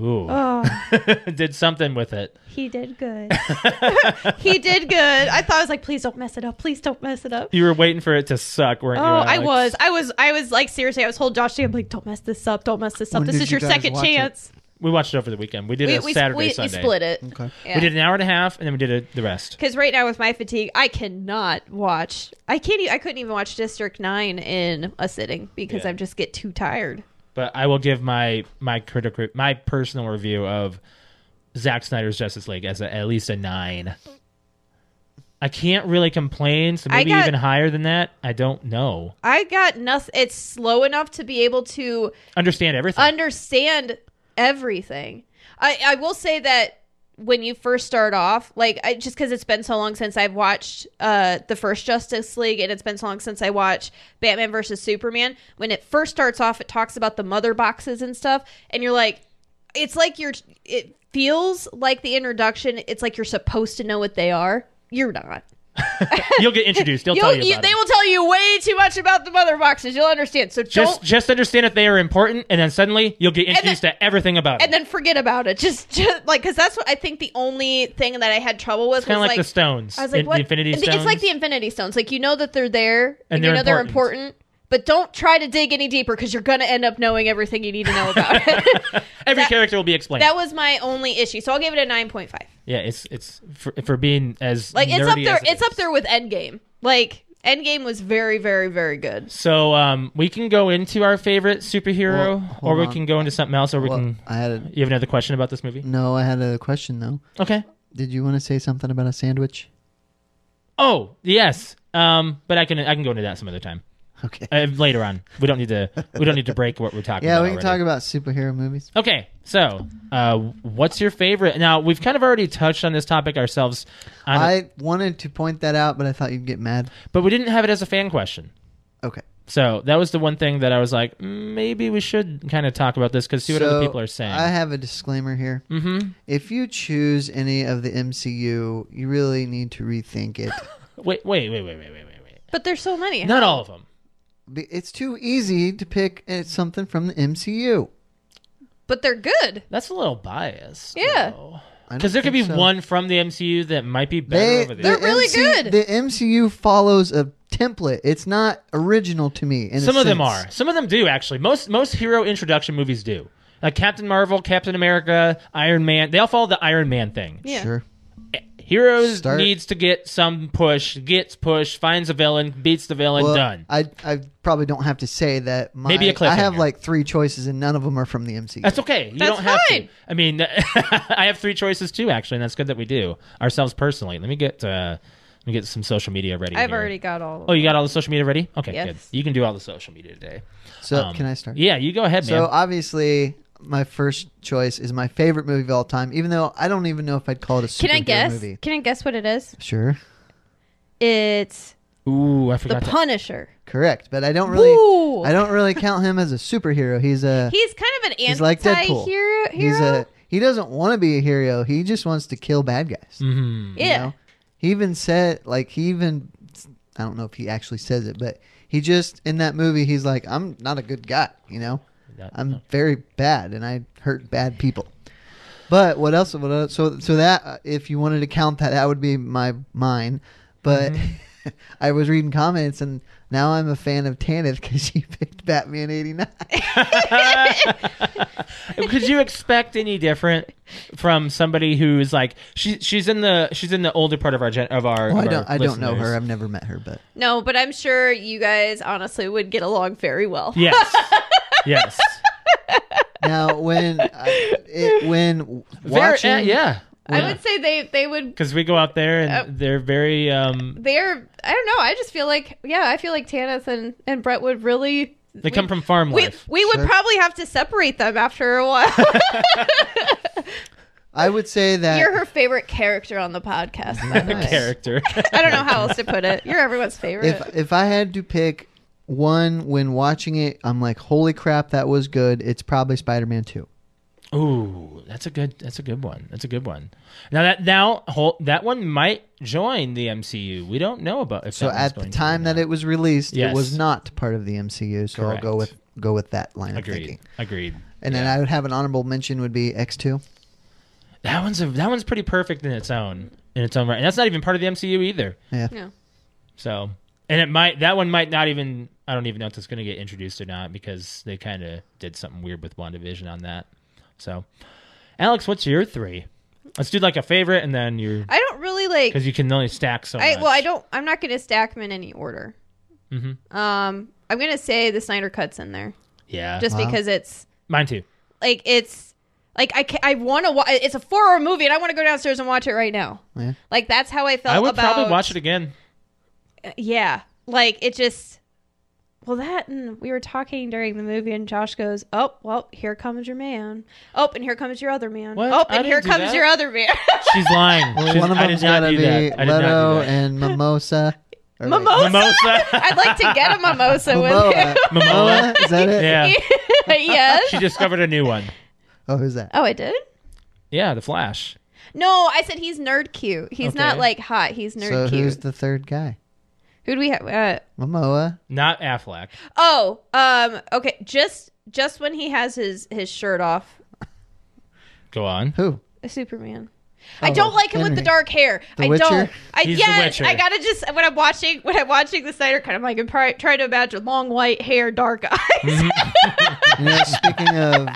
Speaker 2: ooh,
Speaker 3: Oh,
Speaker 2: did something with it."
Speaker 3: he did good. he did good. I thought I was like, please don't mess it up. Please don't mess it up.
Speaker 2: You were waiting for it to suck, weren't
Speaker 3: Oh,
Speaker 2: you?
Speaker 3: I
Speaker 2: Alex?
Speaker 3: was, I was, I was like, seriously, I was holding Josh. I'm like, don't mess this up. Don't mess this up.
Speaker 1: When
Speaker 3: this
Speaker 1: did
Speaker 3: is
Speaker 1: you
Speaker 3: your
Speaker 1: guys
Speaker 3: second
Speaker 1: watch it?
Speaker 3: chance.
Speaker 2: We watched it over the weekend. We did
Speaker 3: We,
Speaker 2: a
Speaker 3: we,
Speaker 2: Saturday,
Speaker 3: we, we
Speaker 2: Sunday.
Speaker 3: split it.
Speaker 1: Okay.
Speaker 3: Yeah.
Speaker 2: We did an hour and a half, and then we did a, the rest.
Speaker 3: Because right now with my fatigue, I cannot watch. I can't. e- I couldn't even watch District Nine in a sitting because
Speaker 2: Yeah.
Speaker 3: I just get too tired.
Speaker 2: But I will give my my critic re- my personal review of Zack Snyder's Justice League as a, at least a nine. I can't really complain, so
Speaker 3: I
Speaker 2: maybe
Speaker 3: got-
Speaker 2: even higher than that. I don't know.
Speaker 3: I got nothing. It's slow enough to be able to
Speaker 2: Understand everything.
Speaker 3: understand everything. I I will say that when you first start off, like I, just because it's been so long since I've watched uh the first Justice League, and it's been so long since I watched Batman versus Superman. When it first starts off, it talks about the mother boxes and stuff, and you're like, it's like you're. It feels like the introduction. It's like you're supposed to know what they are. You're not.
Speaker 2: You'll get introduced. They'll
Speaker 3: You'll-
Speaker 2: tell you
Speaker 3: you-
Speaker 2: about
Speaker 3: they
Speaker 2: it.
Speaker 3: will tell you way too much about the mother boxes. You'll understand. So
Speaker 2: Just
Speaker 3: don't
Speaker 2: just understand if they are important, and then suddenly you'll get introduced to everything about it.
Speaker 3: and then forget about it. Just, just like because that's what I think the only thing that I had trouble with
Speaker 2: It's kind
Speaker 3: was
Speaker 2: of like,
Speaker 3: like,
Speaker 2: the stones.
Speaker 3: I was like,
Speaker 2: in-
Speaker 3: what?
Speaker 2: The Infinity
Speaker 3: it's,
Speaker 2: Stones.
Speaker 3: it's like the Infinity Stones. Like you know that they're there and,
Speaker 2: And
Speaker 3: you
Speaker 2: they're
Speaker 3: know they're
Speaker 2: important.
Speaker 3: important, but don't try to dig any deeper because you're gonna end up knowing everything you need to know about it.
Speaker 2: every
Speaker 3: that-
Speaker 2: character will be explained.
Speaker 3: that was my only issue, so I'll give it a nine point five.
Speaker 2: yeah, it's it's for, for being as
Speaker 3: Like it's up
Speaker 2: nerdy
Speaker 3: there.
Speaker 2: as it
Speaker 3: It's up
Speaker 2: is.
Speaker 3: there with Endgame. Like Endgame was very, very, very good.
Speaker 2: So um, we can go into our favorite superhero,
Speaker 1: Well, hold
Speaker 2: or we
Speaker 1: on.
Speaker 2: can go into something else, or we
Speaker 1: Well,
Speaker 2: can.
Speaker 1: I Mm. had a,
Speaker 2: You have another question about this movie?
Speaker 1: no. I had a question though.
Speaker 2: Okay.
Speaker 1: Did you want to say something about a sandwich?
Speaker 2: Oh yes. Um, but I can I can go into that some other time.
Speaker 1: Okay.
Speaker 2: Uh, later on. We don't need to we don't need to break what we're talking
Speaker 1: yeah,
Speaker 2: about.
Speaker 1: we can talk
Speaker 2: already.
Speaker 1: about superhero movies.
Speaker 2: Okay, so uh, what's your favorite? Now we've kind of already touched on this topic ourselves, on
Speaker 1: I wanted to point that out, but I thought you'd get mad.
Speaker 2: but we didn't have it as a fan question.
Speaker 1: Okay.
Speaker 2: So that was the one thing that I was like, "Mm, maybe we should kind of talk about this because see what
Speaker 1: So,
Speaker 2: other people are saying.
Speaker 1: I have a disclaimer here.
Speaker 2: mm-hmm.
Speaker 1: If you choose any of the MCU, you really need to rethink it.
Speaker 2: Wait, wait, wait, wait, wait, wait, wait, wait.
Speaker 3: But there's so many.
Speaker 2: Not all of them.
Speaker 1: Be- it's too easy to pick uh, something from the MCU.
Speaker 3: But they're good.
Speaker 2: That's a little biased.
Speaker 3: Yeah.
Speaker 1: I don't
Speaker 2: Because there could be
Speaker 1: think so.
Speaker 2: one from the MCU that might be better
Speaker 1: They,
Speaker 2: over the
Speaker 1: the
Speaker 3: They're really good.
Speaker 1: The MCU follows a template. It's not original to me. in a
Speaker 2: Some of them
Speaker 1: sense.
Speaker 2: are. Some of them do actually. Most most hero introduction movies do. Like Captain Marvel, Captain America, Iron Man. They all follow the Iron Man thing.
Speaker 3: Yeah.
Speaker 1: Sure.
Speaker 2: Heroes
Speaker 1: Start-
Speaker 2: needs to get some push, gets push, finds a villain, beats the villain,
Speaker 1: Well,
Speaker 2: done.
Speaker 1: I I probably don't have to say that. My,
Speaker 2: Maybe a
Speaker 1: I have
Speaker 2: cliffhanger.
Speaker 1: like three choices, and none of them are from the MCU.
Speaker 2: That's okay. You
Speaker 3: That's
Speaker 2: don't have to.
Speaker 3: fine.
Speaker 2: I mean, I have three choices too, actually, and that's good that we do ourselves personally. Let me get uh, let me get some social media ready.
Speaker 3: I've
Speaker 2: here.
Speaker 3: already got all. Of
Speaker 2: Oh, you got all the social media ready? Okay,
Speaker 3: Yes.
Speaker 2: good. You can do all the social media today.
Speaker 1: so
Speaker 2: Um,
Speaker 1: can I start?
Speaker 2: Yeah, you go ahead, man.
Speaker 1: So obviously, my first choice is my favorite movie of all time. Even though I don't even know if I'd call it a superhero
Speaker 3: Can I guess?
Speaker 1: movie.
Speaker 3: Can I guess what it is?
Speaker 1: Sure,
Speaker 3: It's
Speaker 2: Ooh, I
Speaker 3: the
Speaker 2: forgot. to-
Speaker 3: Punisher.
Speaker 1: correct, but I don't really.
Speaker 3: Ooh.
Speaker 1: I don't really count him as a superhero. He's a.
Speaker 3: He's kind of an
Speaker 1: he's like
Speaker 3: anti-hero.
Speaker 1: Deadpool.
Speaker 3: Hero?
Speaker 1: He's a. He doesn't want to be a hero. He just wants to kill bad guys.
Speaker 2: Mhm.
Speaker 3: yeah.
Speaker 1: know? He even said, like, he even, I don't know if he actually says it, but he just, in that movie, he's like, I'm not a good guy, you know?
Speaker 2: That-
Speaker 1: I'm very bad and I hurt bad people. But what else? What else so so that uh, if you wanted to count that, that would be my mine. But
Speaker 2: Mm-hmm.
Speaker 1: I was reading comments, and now I'm a fan of Tanith because she picked Batman '89.
Speaker 2: Could you expect any different from somebody who's like she she's in the she's in the older part of our gen, of our?
Speaker 1: Well,
Speaker 2: of
Speaker 1: I
Speaker 2: our
Speaker 1: don't I don't know
Speaker 2: listeners.
Speaker 1: her. I've never met her, but
Speaker 3: No, but I'm sure you guys honestly would get along very well.
Speaker 2: Yes. yes.
Speaker 1: now when I, it, when w- watching
Speaker 2: Very, uh, yeah.
Speaker 3: um, I would say they they would
Speaker 2: Because we go out there and
Speaker 3: Uh,
Speaker 2: they're very um
Speaker 3: they're I don't know, I just feel like yeah, I feel like Tanith and and Brett would really
Speaker 2: they come from farm
Speaker 3: we,
Speaker 2: life.
Speaker 3: we would
Speaker 1: Sure.
Speaker 3: probably have to separate them after a while.
Speaker 1: I would say that
Speaker 3: You're her favorite character on the podcast. by the way.
Speaker 2: Character.
Speaker 3: I don't know how else to put it. You're everyone's favorite.
Speaker 1: if if I had to pick one when watching it, I'm like, holy crap, that was good. It's probably Spider-Man Two.
Speaker 2: Ooh, that's a good that's a good one. That's a good one. Now that now whole, that one might join the MCU. We don't know about if
Speaker 1: So
Speaker 2: that one's
Speaker 1: at the
Speaker 2: going to
Speaker 1: time
Speaker 2: or
Speaker 1: that
Speaker 2: not.
Speaker 1: it was released,
Speaker 2: Yes.
Speaker 1: it was not part of the MCU. So I'll go
Speaker 2: Correct.
Speaker 1: with go with that line of
Speaker 2: agreed
Speaker 1: thinking.
Speaker 2: agreed.
Speaker 1: And
Speaker 2: Yeah.
Speaker 1: then I would have an honorable mention would be X Two.
Speaker 2: that one's a, that one's pretty perfect in its own in its own right. And that's not even part of the MCU either.
Speaker 1: Yeah.
Speaker 3: no.
Speaker 2: So and it might that one might not even I don't even know if it's going to get introduced or not because they kind of did something weird with WandaVision on that. So Alex, what's your three? Let's do like a favorite and then your
Speaker 3: I don't really like
Speaker 2: because you can only stack so
Speaker 3: I
Speaker 2: much.
Speaker 3: well, I don't. I'm not going to stack them in any order.
Speaker 2: Mhm.
Speaker 3: Um, I'm going to say the Snyder cuts in there
Speaker 2: Yeah,
Speaker 3: just
Speaker 1: Wow.
Speaker 3: because it's
Speaker 2: mine too.
Speaker 3: like it's like I ca- I want to watch. It's a four hour movie, and I want to go downstairs and watch it right now.
Speaker 1: Yeah.
Speaker 3: Like that's how I felt.
Speaker 2: I would
Speaker 3: about,
Speaker 2: probably watch it again.
Speaker 3: Yeah, like it just. Well, that and we were talking during the movie, and Josh goes, "Oh, well, here comes your man. Oh, and here comes your other man.
Speaker 2: What? I
Speaker 3: Oh, and
Speaker 2: didn't
Speaker 3: here
Speaker 2: do
Speaker 3: comes
Speaker 2: that.
Speaker 3: your other man.
Speaker 2: She's lying. She's-
Speaker 1: One of
Speaker 2: I
Speaker 1: them's
Speaker 2: did not
Speaker 1: gotta
Speaker 2: do
Speaker 1: be
Speaker 2: that. I did
Speaker 1: Leto
Speaker 2: not do that.
Speaker 1: and Mimosa. Or wait,
Speaker 3: Mimosa.
Speaker 2: Mimosa.
Speaker 3: I'd like to get a mimosa with him.
Speaker 1: Momoa. Momoa. Is that it?
Speaker 2: yeah,
Speaker 3: yes.
Speaker 2: she discovered a new one.
Speaker 1: Oh, who's that?
Speaker 3: Oh, I did.
Speaker 2: Yeah, the Flash.
Speaker 3: No, I said he's nerd cute. He's not
Speaker 2: Okay.
Speaker 3: like hot. He's nerd
Speaker 1: so who's
Speaker 3: cute.
Speaker 1: the third guy?
Speaker 3: Who do we have? Uh,
Speaker 1: Momoa.
Speaker 2: Not Affleck.
Speaker 3: oh, um, okay. Just just when he has his his shirt off,
Speaker 2: Go on.
Speaker 1: Who?
Speaker 3: Superman. I
Speaker 1: Oh,
Speaker 3: don't like him with the
Speaker 1: Henry.
Speaker 3: dark hair.
Speaker 1: The
Speaker 3: I
Speaker 1: Witcher?
Speaker 3: don't. I
Speaker 2: He's the
Speaker 3: yes.
Speaker 2: Witcher.
Speaker 3: I gotta just when I'm watching when I'm watching the Snyder Cut, I'm like I'm try, trying to imagine long white hair, dark eyes.
Speaker 2: Mm-hmm.
Speaker 1: You know, speaking of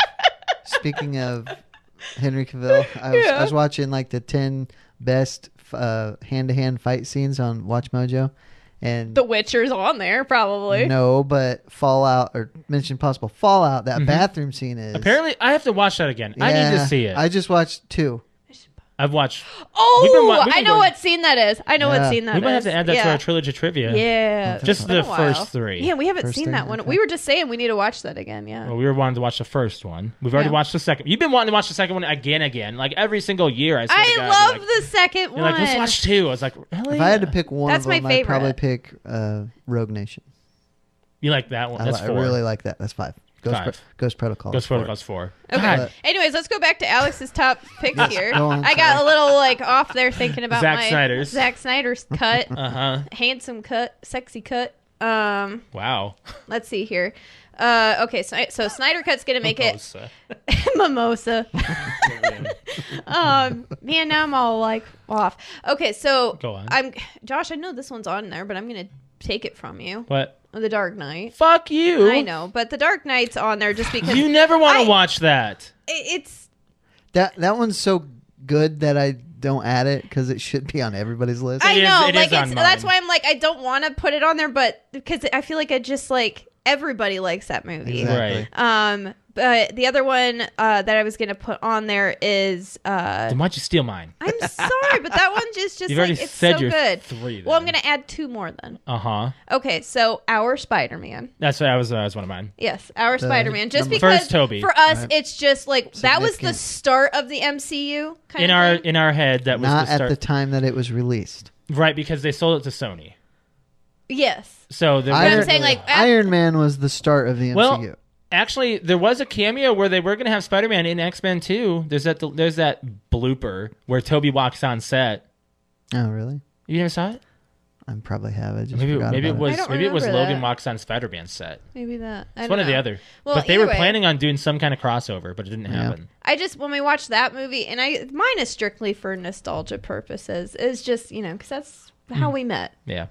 Speaker 1: speaking of Henry Cavill, I was, I was watching like the ten best uh, hand-to-hand fight scenes on Watch Mojo, and
Speaker 3: the Witcher's on there probably.
Speaker 1: no, but Fallout or Mission Possible Fallout that bathroom scene is
Speaker 2: Mm-hmm. Apparently, I have to watch that again. I need to
Speaker 1: Yeah,
Speaker 2: see it.
Speaker 1: I
Speaker 2: I,
Speaker 1: just watched two.
Speaker 2: have watched. We've been
Speaker 3: Oh,
Speaker 2: wa- we've been
Speaker 3: I know
Speaker 2: going-
Speaker 3: what scene that is. I know what
Speaker 1: Yeah.
Speaker 3: scene that
Speaker 2: we
Speaker 3: is.
Speaker 2: might have to add that
Speaker 3: yeah.
Speaker 2: to our trilogy trivia.
Speaker 3: Yeah,
Speaker 2: Just
Speaker 3: it's been
Speaker 2: the
Speaker 3: a while.
Speaker 2: first three.
Speaker 3: Yeah, we haven't
Speaker 1: First
Speaker 3: seen
Speaker 1: three,
Speaker 3: that one.
Speaker 1: okay.
Speaker 3: We were just saying we need to watch that again. Yeah.
Speaker 2: Well, we were wanting to watch the first one. We've already
Speaker 3: Yeah.
Speaker 2: watched the second. You've been wanting to watch the second one again, again, like every single year. I, swear to
Speaker 3: I
Speaker 2: God,
Speaker 3: love
Speaker 2: you're like,
Speaker 3: the second
Speaker 2: You're
Speaker 3: one.
Speaker 2: like, let's watch two. I was like, really?
Speaker 1: If I had to pick one
Speaker 3: That's
Speaker 1: of
Speaker 3: my
Speaker 1: them, I'd probably
Speaker 3: favorite.
Speaker 1: pick uh, Rogue Nation.
Speaker 2: You like that one?
Speaker 1: I,
Speaker 2: That's
Speaker 1: li- I
Speaker 2: four.
Speaker 1: really like that. That's five. Ghost,
Speaker 2: Five.
Speaker 1: Pro- Ghost Protocol.
Speaker 2: Ghost
Speaker 1: Four.
Speaker 2: Protocol's four.
Speaker 3: Okay.
Speaker 2: God,
Speaker 1: But-
Speaker 3: Anyways, let's go back to Alex's top picks here.
Speaker 1: go on,
Speaker 3: I got a little like off there thinking about
Speaker 2: Zack
Speaker 3: my
Speaker 2: Snyder's.
Speaker 3: Zack Snyder's cut,
Speaker 2: Uh huh.
Speaker 3: handsome cut, sexy cut. Um,
Speaker 2: Wow.
Speaker 3: let's see here. Uh, okay, so so Snyder cut's gonna make it
Speaker 2: Mimosa.
Speaker 3: mimosa. um, man, now I'm all like off. Okay, so
Speaker 2: Go on.
Speaker 3: I'm Josh. I know this one's on there, but I'm gonna take it from you.
Speaker 2: What?
Speaker 3: The Dark Knight.
Speaker 2: Fuck you.
Speaker 3: I know, but The Dark Knight's on there just because
Speaker 2: You never want
Speaker 3: I-
Speaker 2: to watch that.
Speaker 3: it- it's
Speaker 1: That that one's so good that I don't add it because it should be on everybody's list.
Speaker 3: I
Speaker 2: is-
Speaker 3: know,
Speaker 2: it is
Speaker 3: like
Speaker 2: on
Speaker 3: it's that's
Speaker 2: mine.
Speaker 3: why I'm like I don't want to put it on there, but because I feel like I just like everybody likes that movie.
Speaker 1: Exactly.
Speaker 2: Right.
Speaker 3: Um, but the other one uh, that I was gonna put on there is uh,
Speaker 2: Then why'd you steal mine?
Speaker 3: I'm sorry, but that one just just
Speaker 2: You've
Speaker 3: like
Speaker 2: already
Speaker 3: it's
Speaker 2: said
Speaker 3: so
Speaker 2: your
Speaker 3: good.
Speaker 2: three,
Speaker 3: Well, I'm
Speaker 2: then.
Speaker 3: gonna add two more then.
Speaker 2: Uh huh.
Speaker 3: Okay, so our Spider Man.
Speaker 2: That's what I was. uh, That was one of mine.
Speaker 3: Yes, our Spider Man. Just
Speaker 1: number-
Speaker 3: because
Speaker 2: First Toby.
Speaker 3: for us, it's just like that was the
Speaker 1: Significant.
Speaker 3: start of the MCU. Kind
Speaker 2: In
Speaker 3: of
Speaker 2: our
Speaker 3: thing.
Speaker 2: in our head, that was
Speaker 1: Not
Speaker 2: the
Speaker 1: at
Speaker 2: start.
Speaker 1: the time that it was released.
Speaker 2: right because they sold it to Sony.
Speaker 3: yes,
Speaker 2: So there
Speaker 3: I'm
Speaker 2: was-
Speaker 3: saying, like, at-
Speaker 1: Iron Man was the start of the MCU.
Speaker 2: well, actually, there was a cameo where they were going to have Spider Man in X Men 2. There's that there's that blooper where Toby walks on set.
Speaker 1: oh, really?
Speaker 2: You never saw it?
Speaker 1: I probably have. I just
Speaker 2: Maybe,
Speaker 1: forgot
Speaker 2: maybe it
Speaker 1: about
Speaker 2: was
Speaker 3: don't
Speaker 2: maybe it was
Speaker 3: remember
Speaker 2: Logan
Speaker 3: that.
Speaker 2: walks on Spider Man set.
Speaker 3: Maybe that.
Speaker 2: It's
Speaker 3: I don't
Speaker 2: one or the
Speaker 3: know.
Speaker 2: other.
Speaker 3: Well,
Speaker 2: but they were
Speaker 3: either way-
Speaker 2: planning on doing some kind of crossover, but it didn't
Speaker 1: Yeah.
Speaker 2: happen.
Speaker 3: I just when we watched that movie, and I mine is strictly for nostalgia purposes. It's just you know because that's
Speaker 2: Hmm.
Speaker 3: how we met.
Speaker 2: Yeah,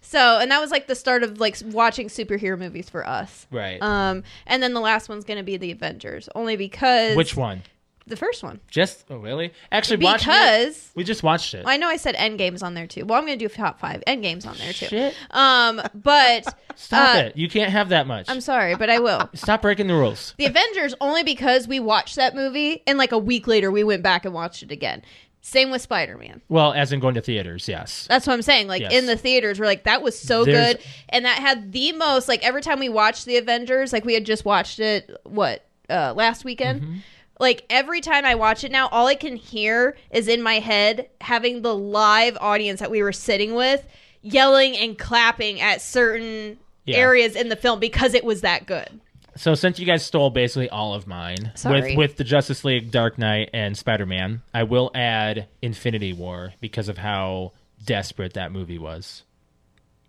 Speaker 3: So and that was like the start of like watching superhero movies for us.
Speaker 2: right.
Speaker 3: Um, and then the last one's gonna be the Avengers, only because
Speaker 2: Which one?
Speaker 3: The first one
Speaker 2: Just oh really? Actually, watching it,
Speaker 3: because.
Speaker 2: we just watched it.
Speaker 3: I know I said Endgame's on there too. Well, I'm gonna do top five. Endgame's on there too.
Speaker 2: Shit.
Speaker 3: Um, but
Speaker 2: Stop
Speaker 3: uh,
Speaker 2: it! You can't have that much.
Speaker 3: I'm sorry, but I will.
Speaker 2: Stop breaking the rules.
Speaker 3: The Avengers only because we watched that movie and like a week later we went back and watched it again. Same with Spider Man.
Speaker 2: Well, as in going to theaters, yes.
Speaker 3: That's what I'm saying. Like
Speaker 2: Yes.
Speaker 3: in the theaters, we're like that was so
Speaker 2: There's-
Speaker 3: good, and that had the most. Like every time we watched the Avengers, like we had just watched it what uh, last weekend.
Speaker 2: Mm-hmm.
Speaker 3: Like every time I watch it now, all I can hear is in my head having the live audience that we were sitting with yelling and clapping at certain
Speaker 2: Yeah.
Speaker 3: areas in the film because it was that good.
Speaker 2: So since you guys stole basically all of mine
Speaker 3: Sorry.
Speaker 2: with with the Justice League, Dark Knight, and Spider Man, I will add Infinity War because of how desperate that movie was.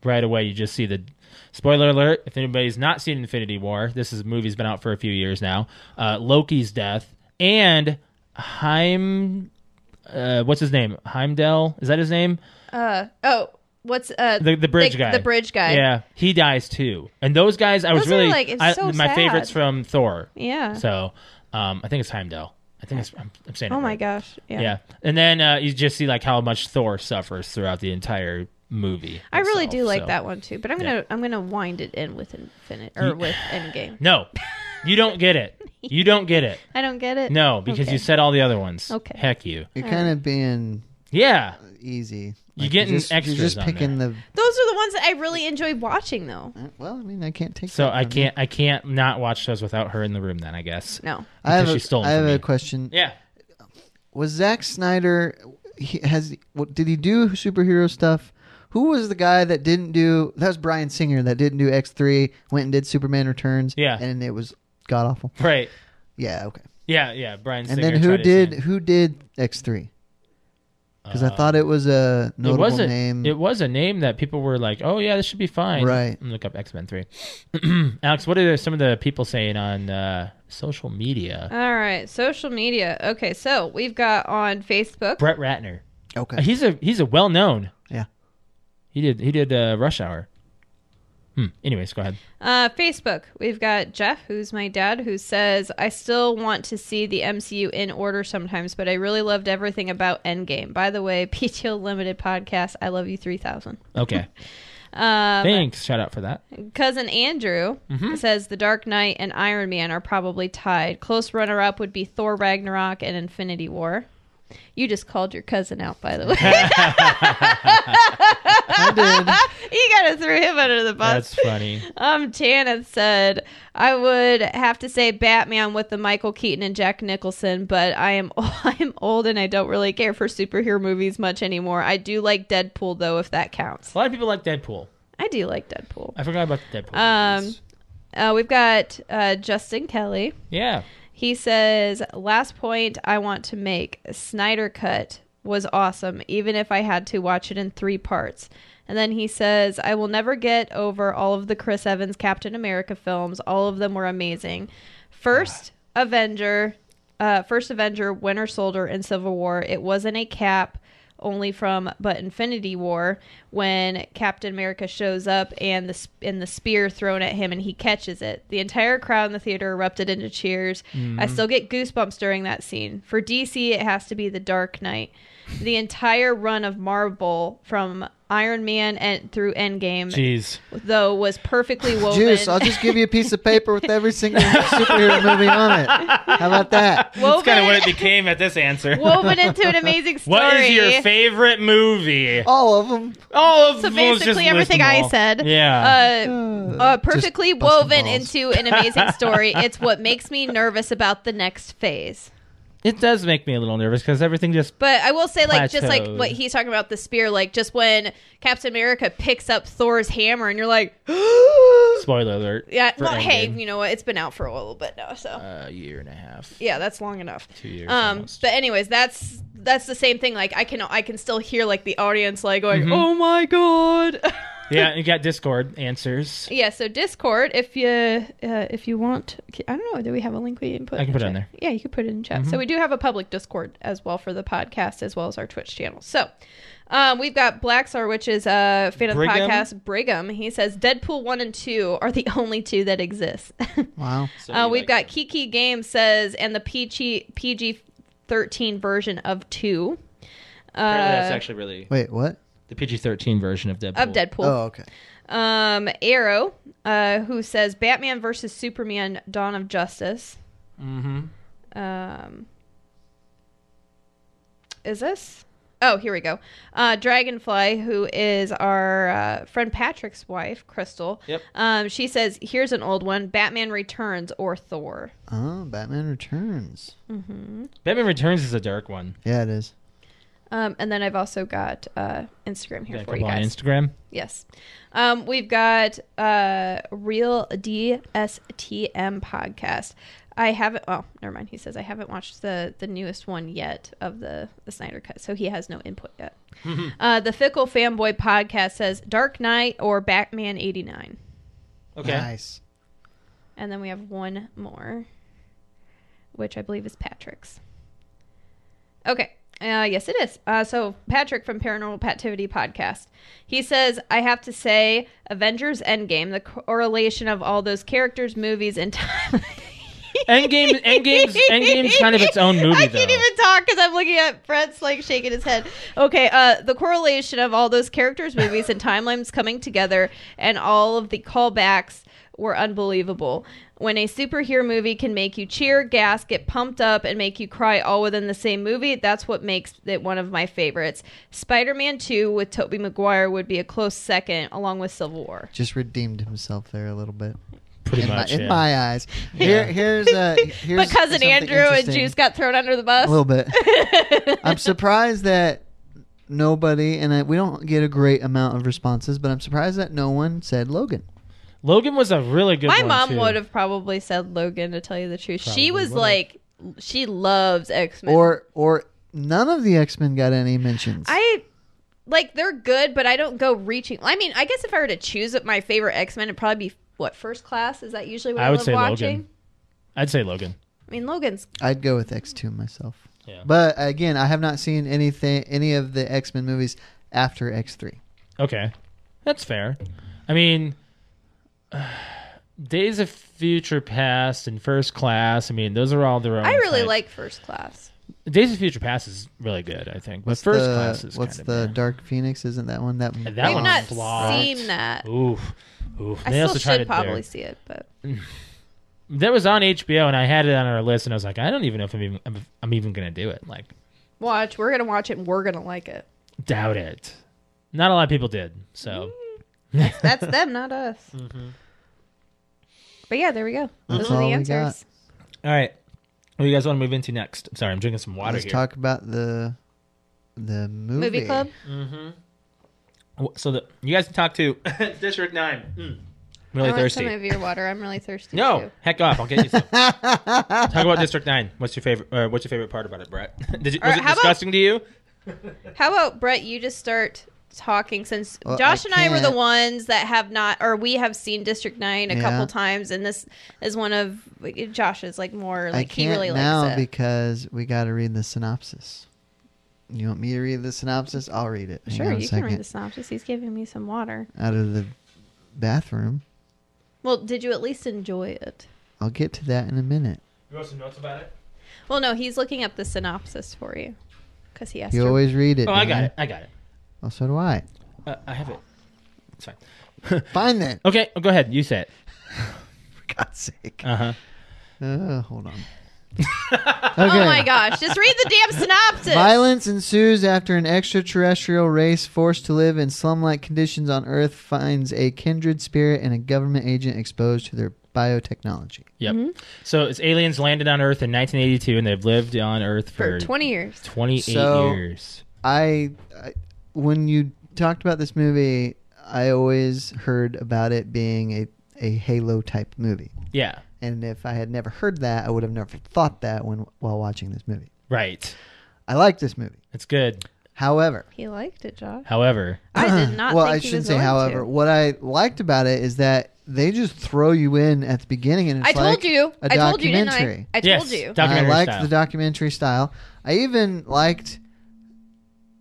Speaker 2: Right away, you just see the spoiler alert. If anybody's not seen Infinity War, this is movie's been out for a few years now. Uh, Loki's death and Heim, uh, what's his name? Heimdall is that his name?
Speaker 3: Uh oh, what's uh
Speaker 2: the, the bridge guy.
Speaker 3: The bridge guy.
Speaker 2: Yeah, he dies too. And those guys, I was
Speaker 3: Those are,
Speaker 2: really
Speaker 3: like, it's
Speaker 2: I-
Speaker 3: so
Speaker 2: my
Speaker 3: sad.
Speaker 2: favorites from Thor.
Speaker 3: Yeah.
Speaker 2: So, um, I think it's Heimdall. I think it's, I'm, I'm saying. it
Speaker 3: oh my
Speaker 2: right.
Speaker 3: gosh. Yeah.
Speaker 2: Yeah. and then uh, you just see like how much Thor suffers throughout the entire movie.
Speaker 3: I really
Speaker 2: itself,
Speaker 3: do like
Speaker 2: so.
Speaker 3: that one too, but I'm gonna I'm gonna wind it in with Infinite or with Endgame.
Speaker 2: No, you don't get it. You don't get it.
Speaker 3: I don't get it.
Speaker 2: No, because
Speaker 3: Okay.
Speaker 2: you said all the other ones.
Speaker 3: Okay.
Speaker 2: Heck you.
Speaker 1: You're kind of being
Speaker 2: Yeah.
Speaker 1: easy.
Speaker 2: You're getting
Speaker 1: just,
Speaker 2: extras
Speaker 1: You're just
Speaker 2: on
Speaker 1: picking
Speaker 3: those are the ones that I really enjoy watching though.
Speaker 1: the. Well, I mean, I can't take.
Speaker 2: So
Speaker 1: that
Speaker 2: I
Speaker 1: from you.
Speaker 2: can't. I can't not watch those without her in the room. Then I guess.
Speaker 3: Mm-hmm. No,
Speaker 1: I have
Speaker 2: because
Speaker 1: a,
Speaker 2: she's stolen
Speaker 1: I have
Speaker 2: from me.
Speaker 1: a question.
Speaker 2: Yeah.
Speaker 1: Was Zack Snyder? He, has what, did he do superhero stuff? Who was the guy that didn't do? That was Brian Singer that didn't do X three. Went and did Superman Returns.
Speaker 2: Yeah.
Speaker 1: and it was god awful.
Speaker 2: Right.
Speaker 1: Yeah, okay.
Speaker 2: Yeah. Yeah. Brian.
Speaker 1: And
Speaker 2: Singer
Speaker 1: then who
Speaker 2: tried to sing.
Speaker 1: did who did X three? Because I thought it was a notable
Speaker 2: Uh, it was a,
Speaker 1: name.
Speaker 2: It was a name that people were like, "Oh yeah, this should be fine."
Speaker 1: Right.
Speaker 2: Look up X Men Three. Alex, what are some of the people saying on uh, social media?
Speaker 3: all right, social media. Okay, so we've got on Facebook.
Speaker 2: Brett Ratner.
Speaker 1: okay,
Speaker 2: Uh, He's a he's a well known.
Speaker 1: Yeah.
Speaker 2: He did he did uh, Rush Hour. Hmm. Anyways, go ahead.
Speaker 3: Uh, Facebook, we've got Jeff, who's my dad, who says, I still want to see the MCU in order sometimes, but I really loved everything about Endgame. By the way, PTO Limited Podcast, I love you 3000.
Speaker 2: Okay.
Speaker 3: Um,
Speaker 2: Thanks. Shout out for that.
Speaker 3: Cousin Andrew says The Dark Knight and Iron Man are probably tied. Close runner up would be Thor Ragnarok and Infinity War. You just called your cousin out, by the way.
Speaker 1: I did.
Speaker 3: you got to throw him under the
Speaker 2: That's
Speaker 3: bus.
Speaker 2: funny.
Speaker 3: Um, Tanith said, I would have to say Batman with the Michael Keaton and Jack Nicholson, but I am I am old and I don't really care for superhero movies much anymore. I do like Deadpool though, if that counts.
Speaker 2: A lot of people like Deadpool.
Speaker 3: I do like Deadpool.
Speaker 2: I forgot about the Deadpool.
Speaker 3: Um,
Speaker 2: movies.
Speaker 3: Uh, we've got uh, Justin Kelly.
Speaker 2: yeah.
Speaker 3: He says, Last point I want to make Snyder Cut was awesome, even if I had to watch it in three parts. And then he says, I will never get over all of the Chris Evans Captain America films. All of them were amazing. First Avenger, uh, First Avenger, Winter Soldier, and Civil War. It wasn't a cap only from but Infinity War when Captain America shows up and the sp- and the spear thrown at him and he catches it. The entire crowd in the theater erupted into cheers.
Speaker 2: Mm-hmm.
Speaker 3: I still get goosebumps during that scene. For DC, it has to be The Dark Knight. The entire run of Marvel from Iron Man and through Endgame
Speaker 2: Jeez.
Speaker 3: though was perfectly woven.
Speaker 1: Juice, I'll just give you a piece of paper with every single superhero movie on it. How about that?
Speaker 3: woven,
Speaker 2: That's kind of what it became at this answer.
Speaker 3: woven into an amazing story.
Speaker 2: What is your favorite movie?
Speaker 1: All of them.
Speaker 2: All Oh, of
Speaker 3: So
Speaker 2: we'll just
Speaker 3: basically,
Speaker 2: list
Speaker 3: everything
Speaker 2: them
Speaker 3: I
Speaker 2: all.
Speaker 3: said.
Speaker 2: Yeah.
Speaker 3: Uh, uh, perfectly
Speaker 1: busting
Speaker 3: woven
Speaker 1: balls.
Speaker 3: into an amazing story. it's what makes me nervous about the next phase.
Speaker 2: It does make me a little nervous because everything just
Speaker 3: But I will say, like, just like
Speaker 2: Plateaued.
Speaker 3: what he's talking about the spear, like just when Captain America picks up Thor's hammer, and you're like, yeah,
Speaker 2: spoiler alert. for
Speaker 3: well, hey,
Speaker 2: Endgame.
Speaker 3: you know what? It's been out for a little bit now, so
Speaker 2: a year and a half,
Speaker 3: yeah, that's long enough.
Speaker 2: two years.
Speaker 3: Um,
Speaker 2: almost.
Speaker 3: but anyways, that's that's the same thing. Like I can I can still hear like the audience like going,
Speaker 2: Mm-hmm.
Speaker 3: "Oh my god."
Speaker 2: yeah, you got Discord answers.
Speaker 3: yeah. So Discord, if you uh, if you want, I don't know. Do we have a link we can put?
Speaker 2: I
Speaker 3: in
Speaker 2: can
Speaker 3: the
Speaker 2: put it Mm-hmm. on
Speaker 3: chat? Yeah, you can put it in chat. So we do have a public Discord as well for the podcast as well as our Twitch channel. So. Um, we've got Blackstar, which is a fan of the
Speaker 2: Brigham.
Speaker 3: podcast, Brigham. He says Deadpool 1 and 2 are the only two that exist.
Speaker 1: Wow.
Speaker 3: uh, we've got Kiki Game says, and the PG, PG 13 version of 2. Uh,
Speaker 2: that's actually really
Speaker 1: Wait, what?
Speaker 2: the PG thirteen version of Deadpool.
Speaker 3: of Deadpool.
Speaker 1: Oh, okay.
Speaker 3: Um, Arrow, uh, who says Batman versus Superman: Dawn of Justice.
Speaker 2: Mm-hmm.
Speaker 3: Um, is this? Oh, here we go. Uh, Dragonfly, who is our uh, friend Patrick's wife, Crystal.
Speaker 2: Yep.
Speaker 3: Um, she says, "Here's an old one: Batman Returns or Thor."
Speaker 1: Oh, Batman Returns.
Speaker 2: Batman Returns is a dark one.
Speaker 1: Yeah, it is.
Speaker 3: Um, and then I've also got uh, Instagram here
Speaker 2: Got a
Speaker 3: for you
Speaker 2: couple on
Speaker 3: guys.
Speaker 2: Instagram.
Speaker 3: Yes. Um, we've got uh, Real DSTM podcast. I haven't. Oh, never mind. He says I haven't watched the the newest one yet of the the Snyder cut, so he has no input yet.
Speaker 2: Mm-hmm.
Speaker 3: uh, the Fickle Fanboy podcast says Dark Knight or Batman '89,
Speaker 2: Okay.
Speaker 1: Nice.
Speaker 3: and then we have one more, which I believe is Patrick's. Okay. Uh, yes, it is. Uh, so Patrick from Paranormal Pativity podcast, he says, "I have to say, Avengers Endgame, the correlation of all those characters, movies, and time."
Speaker 2: Endgame. Endgame's Endgame's kind of its own movie
Speaker 3: I
Speaker 2: though.
Speaker 3: can't even talk because I'm looking at Brett's like shaking his head. Okay, uh, the correlation of all those characters, movies, and timelines coming together, and all of the callbacks were unbelievable. When a superhero movie can make you cheer, gas, get pumped up, and make you cry all within the same movie, that's what makes it one of my favorites. Spider-Man 2 with Tobey Maguire would be a close second, along with Civil War.
Speaker 1: Just redeemed himself there a little bit.
Speaker 2: Pretty
Speaker 1: in,
Speaker 2: much.
Speaker 1: my, in
Speaker 2: yeah.
Speaker 1: my eyes. Here, here's uh, here's
Speaker 3: But cousin
Speaker 1: something
Speaker 3: Andrew and
Speaker 1: interesting.
Speaker 3: Juice got thrown under the bus.
Speaker 1: a little bit. I'm surprised that nobody and I, we don't get a great amount of responses, but I'm surprised that no one said Logan.
Speaker 2: Logan was a really good
Speaker 3: My
Speaker 2: one.
Speaker 3: mom
Speaker 2: too.
Speaker 3: would have probably said Logan to tell you the truth. she
Speaker 2: Probably
Speaker 3: was
Speaker 2: would've.
Speaker 3: like, she loves X Men.
Speaker 1: Or or none of the X Men got any mentions.
Speaker 3: I like they're good, but I don't go reaching. I mean, I guess if I were to choose up my favorite X Men, it'd probably be what first class is that usually what I,
Speaker 2: I would
Speaker 3: love
Speaker 2: say
Speaker 3: watching.
Speaker 2: Logan. I'd say Logan.
Speaker 3: I mean, Logan's
Speaker 1: I'd go with X two myself.
Speaker 2: Yeah.
Speaker 1: But again, I have not seen anything any of the X Men movies after X three.
Speaker 2: Okay, that's fair. I mean, Days of Future Past and First Class. I mean, those are all their own.
Speaker 3: I really
Speaker 2: type.
Speaker 3: like first class.
Speaker 2: Days of Future Past is really good. I think, but First
Speaker 1: the,
Speaker 2: Class is
Speaker 1: what's
Speaker 2: kind of
Speaker 1: the
Speaker 2: meh.
Speaker 1: Dark Phoenix? Isn't that one that
Speaker 2: And
Speaker 3: I've
Speaker 2: that one's
Speaker 3: not
Speaker 2: flawed.
Speaker 3: seen that.
Speaker 2: Oof. Oof.
Speaker 3: I
Speaker 2: They also
Speaker 3: still
Speaker 2: tried
Speaker 3: should
Speaker 2: it there.
Speaker 3: probably see it, but
Speaker 2: That was on HBO, and I had it on our list, and I was like, I don't even know if I'm even, I'm, I'm even gonna do it. Like,
Speaker 3: watch. We're gonna watch it, and we're gonna like it.
Speaker 2: doubt it. Not a lot of people did. So
Speaker 3: Mm. That's them, not us.
Speaker 2: Mm-hmm.
Speaker 3: But yeah, there we go. Those
Speaker 1: That's
Speaker 3: are the
Speaker 1: all we
Speaker 3: answers.
Speaker 2: All right. What do you guys want to move into next? Sorry, I'm drinking some water
Speaker 1: Let's
Speaker 2: here.
Speaker 1: talk about the the movie.
Speaker 3: Movie club.
Speaker 2: Wh- So the you guys talk to District Nine. Mm. Really
Speaker 3: I want
Speaker 2: thirsty.
Speaker 3: some of your water. I'm really thirsty.
Speaker 2: no,
Speaker 3: too.
Speaker 2: heck off. I'll get you some. talk about District Nine. What's your favorite? Or what's your favorite part about it, Brett? Did you,
Speaker 3: All
Speaker 2: was
Speaker 3: right,
Speaker 2: it
Speaker 3: how about-
Speaker 2: disgusting to you?
Speaker 3: How about Brett? You just start talking since
Speaker 1: Well,
Speaker 3: Josh
Speaker 1: I
Speaker 3: and I were the
Speaker 1: can't.
Speaker 3: ones that have not, or we have seen District Nine a
Speaker 1: Yeah.
Speaker 3: couple times, and this is one of like, Josh's like more
Speaker 1: I
Speaker 3: like he
Speaker 1: can't
Speaker 3: really
Speaker 1: now
Speaker 3: likes it.
Speaker 1: because we got to read the synopsis. You want me to read the synopsis? I'll read it. Hang
Speaker 3: Sure,
Speaker 1: on a
Speaker 3: you
Speaker 1: second.
Speaker 3: can read the synopsis. He's giving me some water.
Speaker 1: Out of the bathroom.
Speaker 3: Well, did you at least enjoy it?
Speaker 1: I'll get to that in a minute.
Speaker 2: You want some notes about it?
Speaker 3: Well, no, he's looking up the synopsis for you because he asked.
Speaker 1: You
Speaker 3: your-
Speaker 1: always read it.
Speaker 2: Oh, I got
Speaker 1: man.
Speaker 2: it. I got it.
Speaker 1: Well, so do I.
Speaker 2: Uh, I have it. It's fine.
Speaker 1: Fine then.
Speaker 2: Okay, go ahead. You say it.
Speaker 1: For God's sake.
Speaker 2: Uh huh.
Speaker 1: Uh, hold on.
Speaker 3: Oh my gosh! Just read the damn synopsis.
Speaker 1: Violence ensues after an extraterrestrial race forced to live in slum-like conditions on Earth finds a kindred spirit and a government agent exposed to their biotechnology.
Speaker 2: Yep. So it's aliens landed on Earth in 1982, and they've lived on Earth for,
Speaker 3: for twenty years.
Speaker 2: 28
Speaker 1: So-
Speaker 2: years.
Speaker 1: I, I when you talked about this movie, I always heard about it being a, a Halo type movie.
Speaker 2: Yeah.
Speaker 1: And if I had never heard that, I would have never thought that when while watching this movie.
Speaker 2: Right.
Speaker 1: I like this movie.
Speaker 2: It's good.
Speaker 1: However,
Speaker 3: He liked it, Josh.
Speaker 2: However,
Speaker 3: I did not.
Speaker 1: well,
Speaker 3: think
Speaker 1: I
Speaker 3: he
Speaker 1: shouldn't
Speaker 3: was
Speaker 1: say
Speaker 3: going
Speaker 1: however.
Speaker 3: to.
Speaker 1: What I liked about it is that they just throw you in at the beginning, and it's
Speaker 3: I told
Speaker 1: like
Speaker 3: you.
Speaker 1: a
Speaker 3: I told you, didn't I?
Speaker 1: documentary.
Speaker 3: I
Speaker 2: yes,
Speaker 3: told you.
Speaker 2: documentary
Speaker 1: I liked
Speaker 2: style.
Speaker 1: the documentary style. I even liked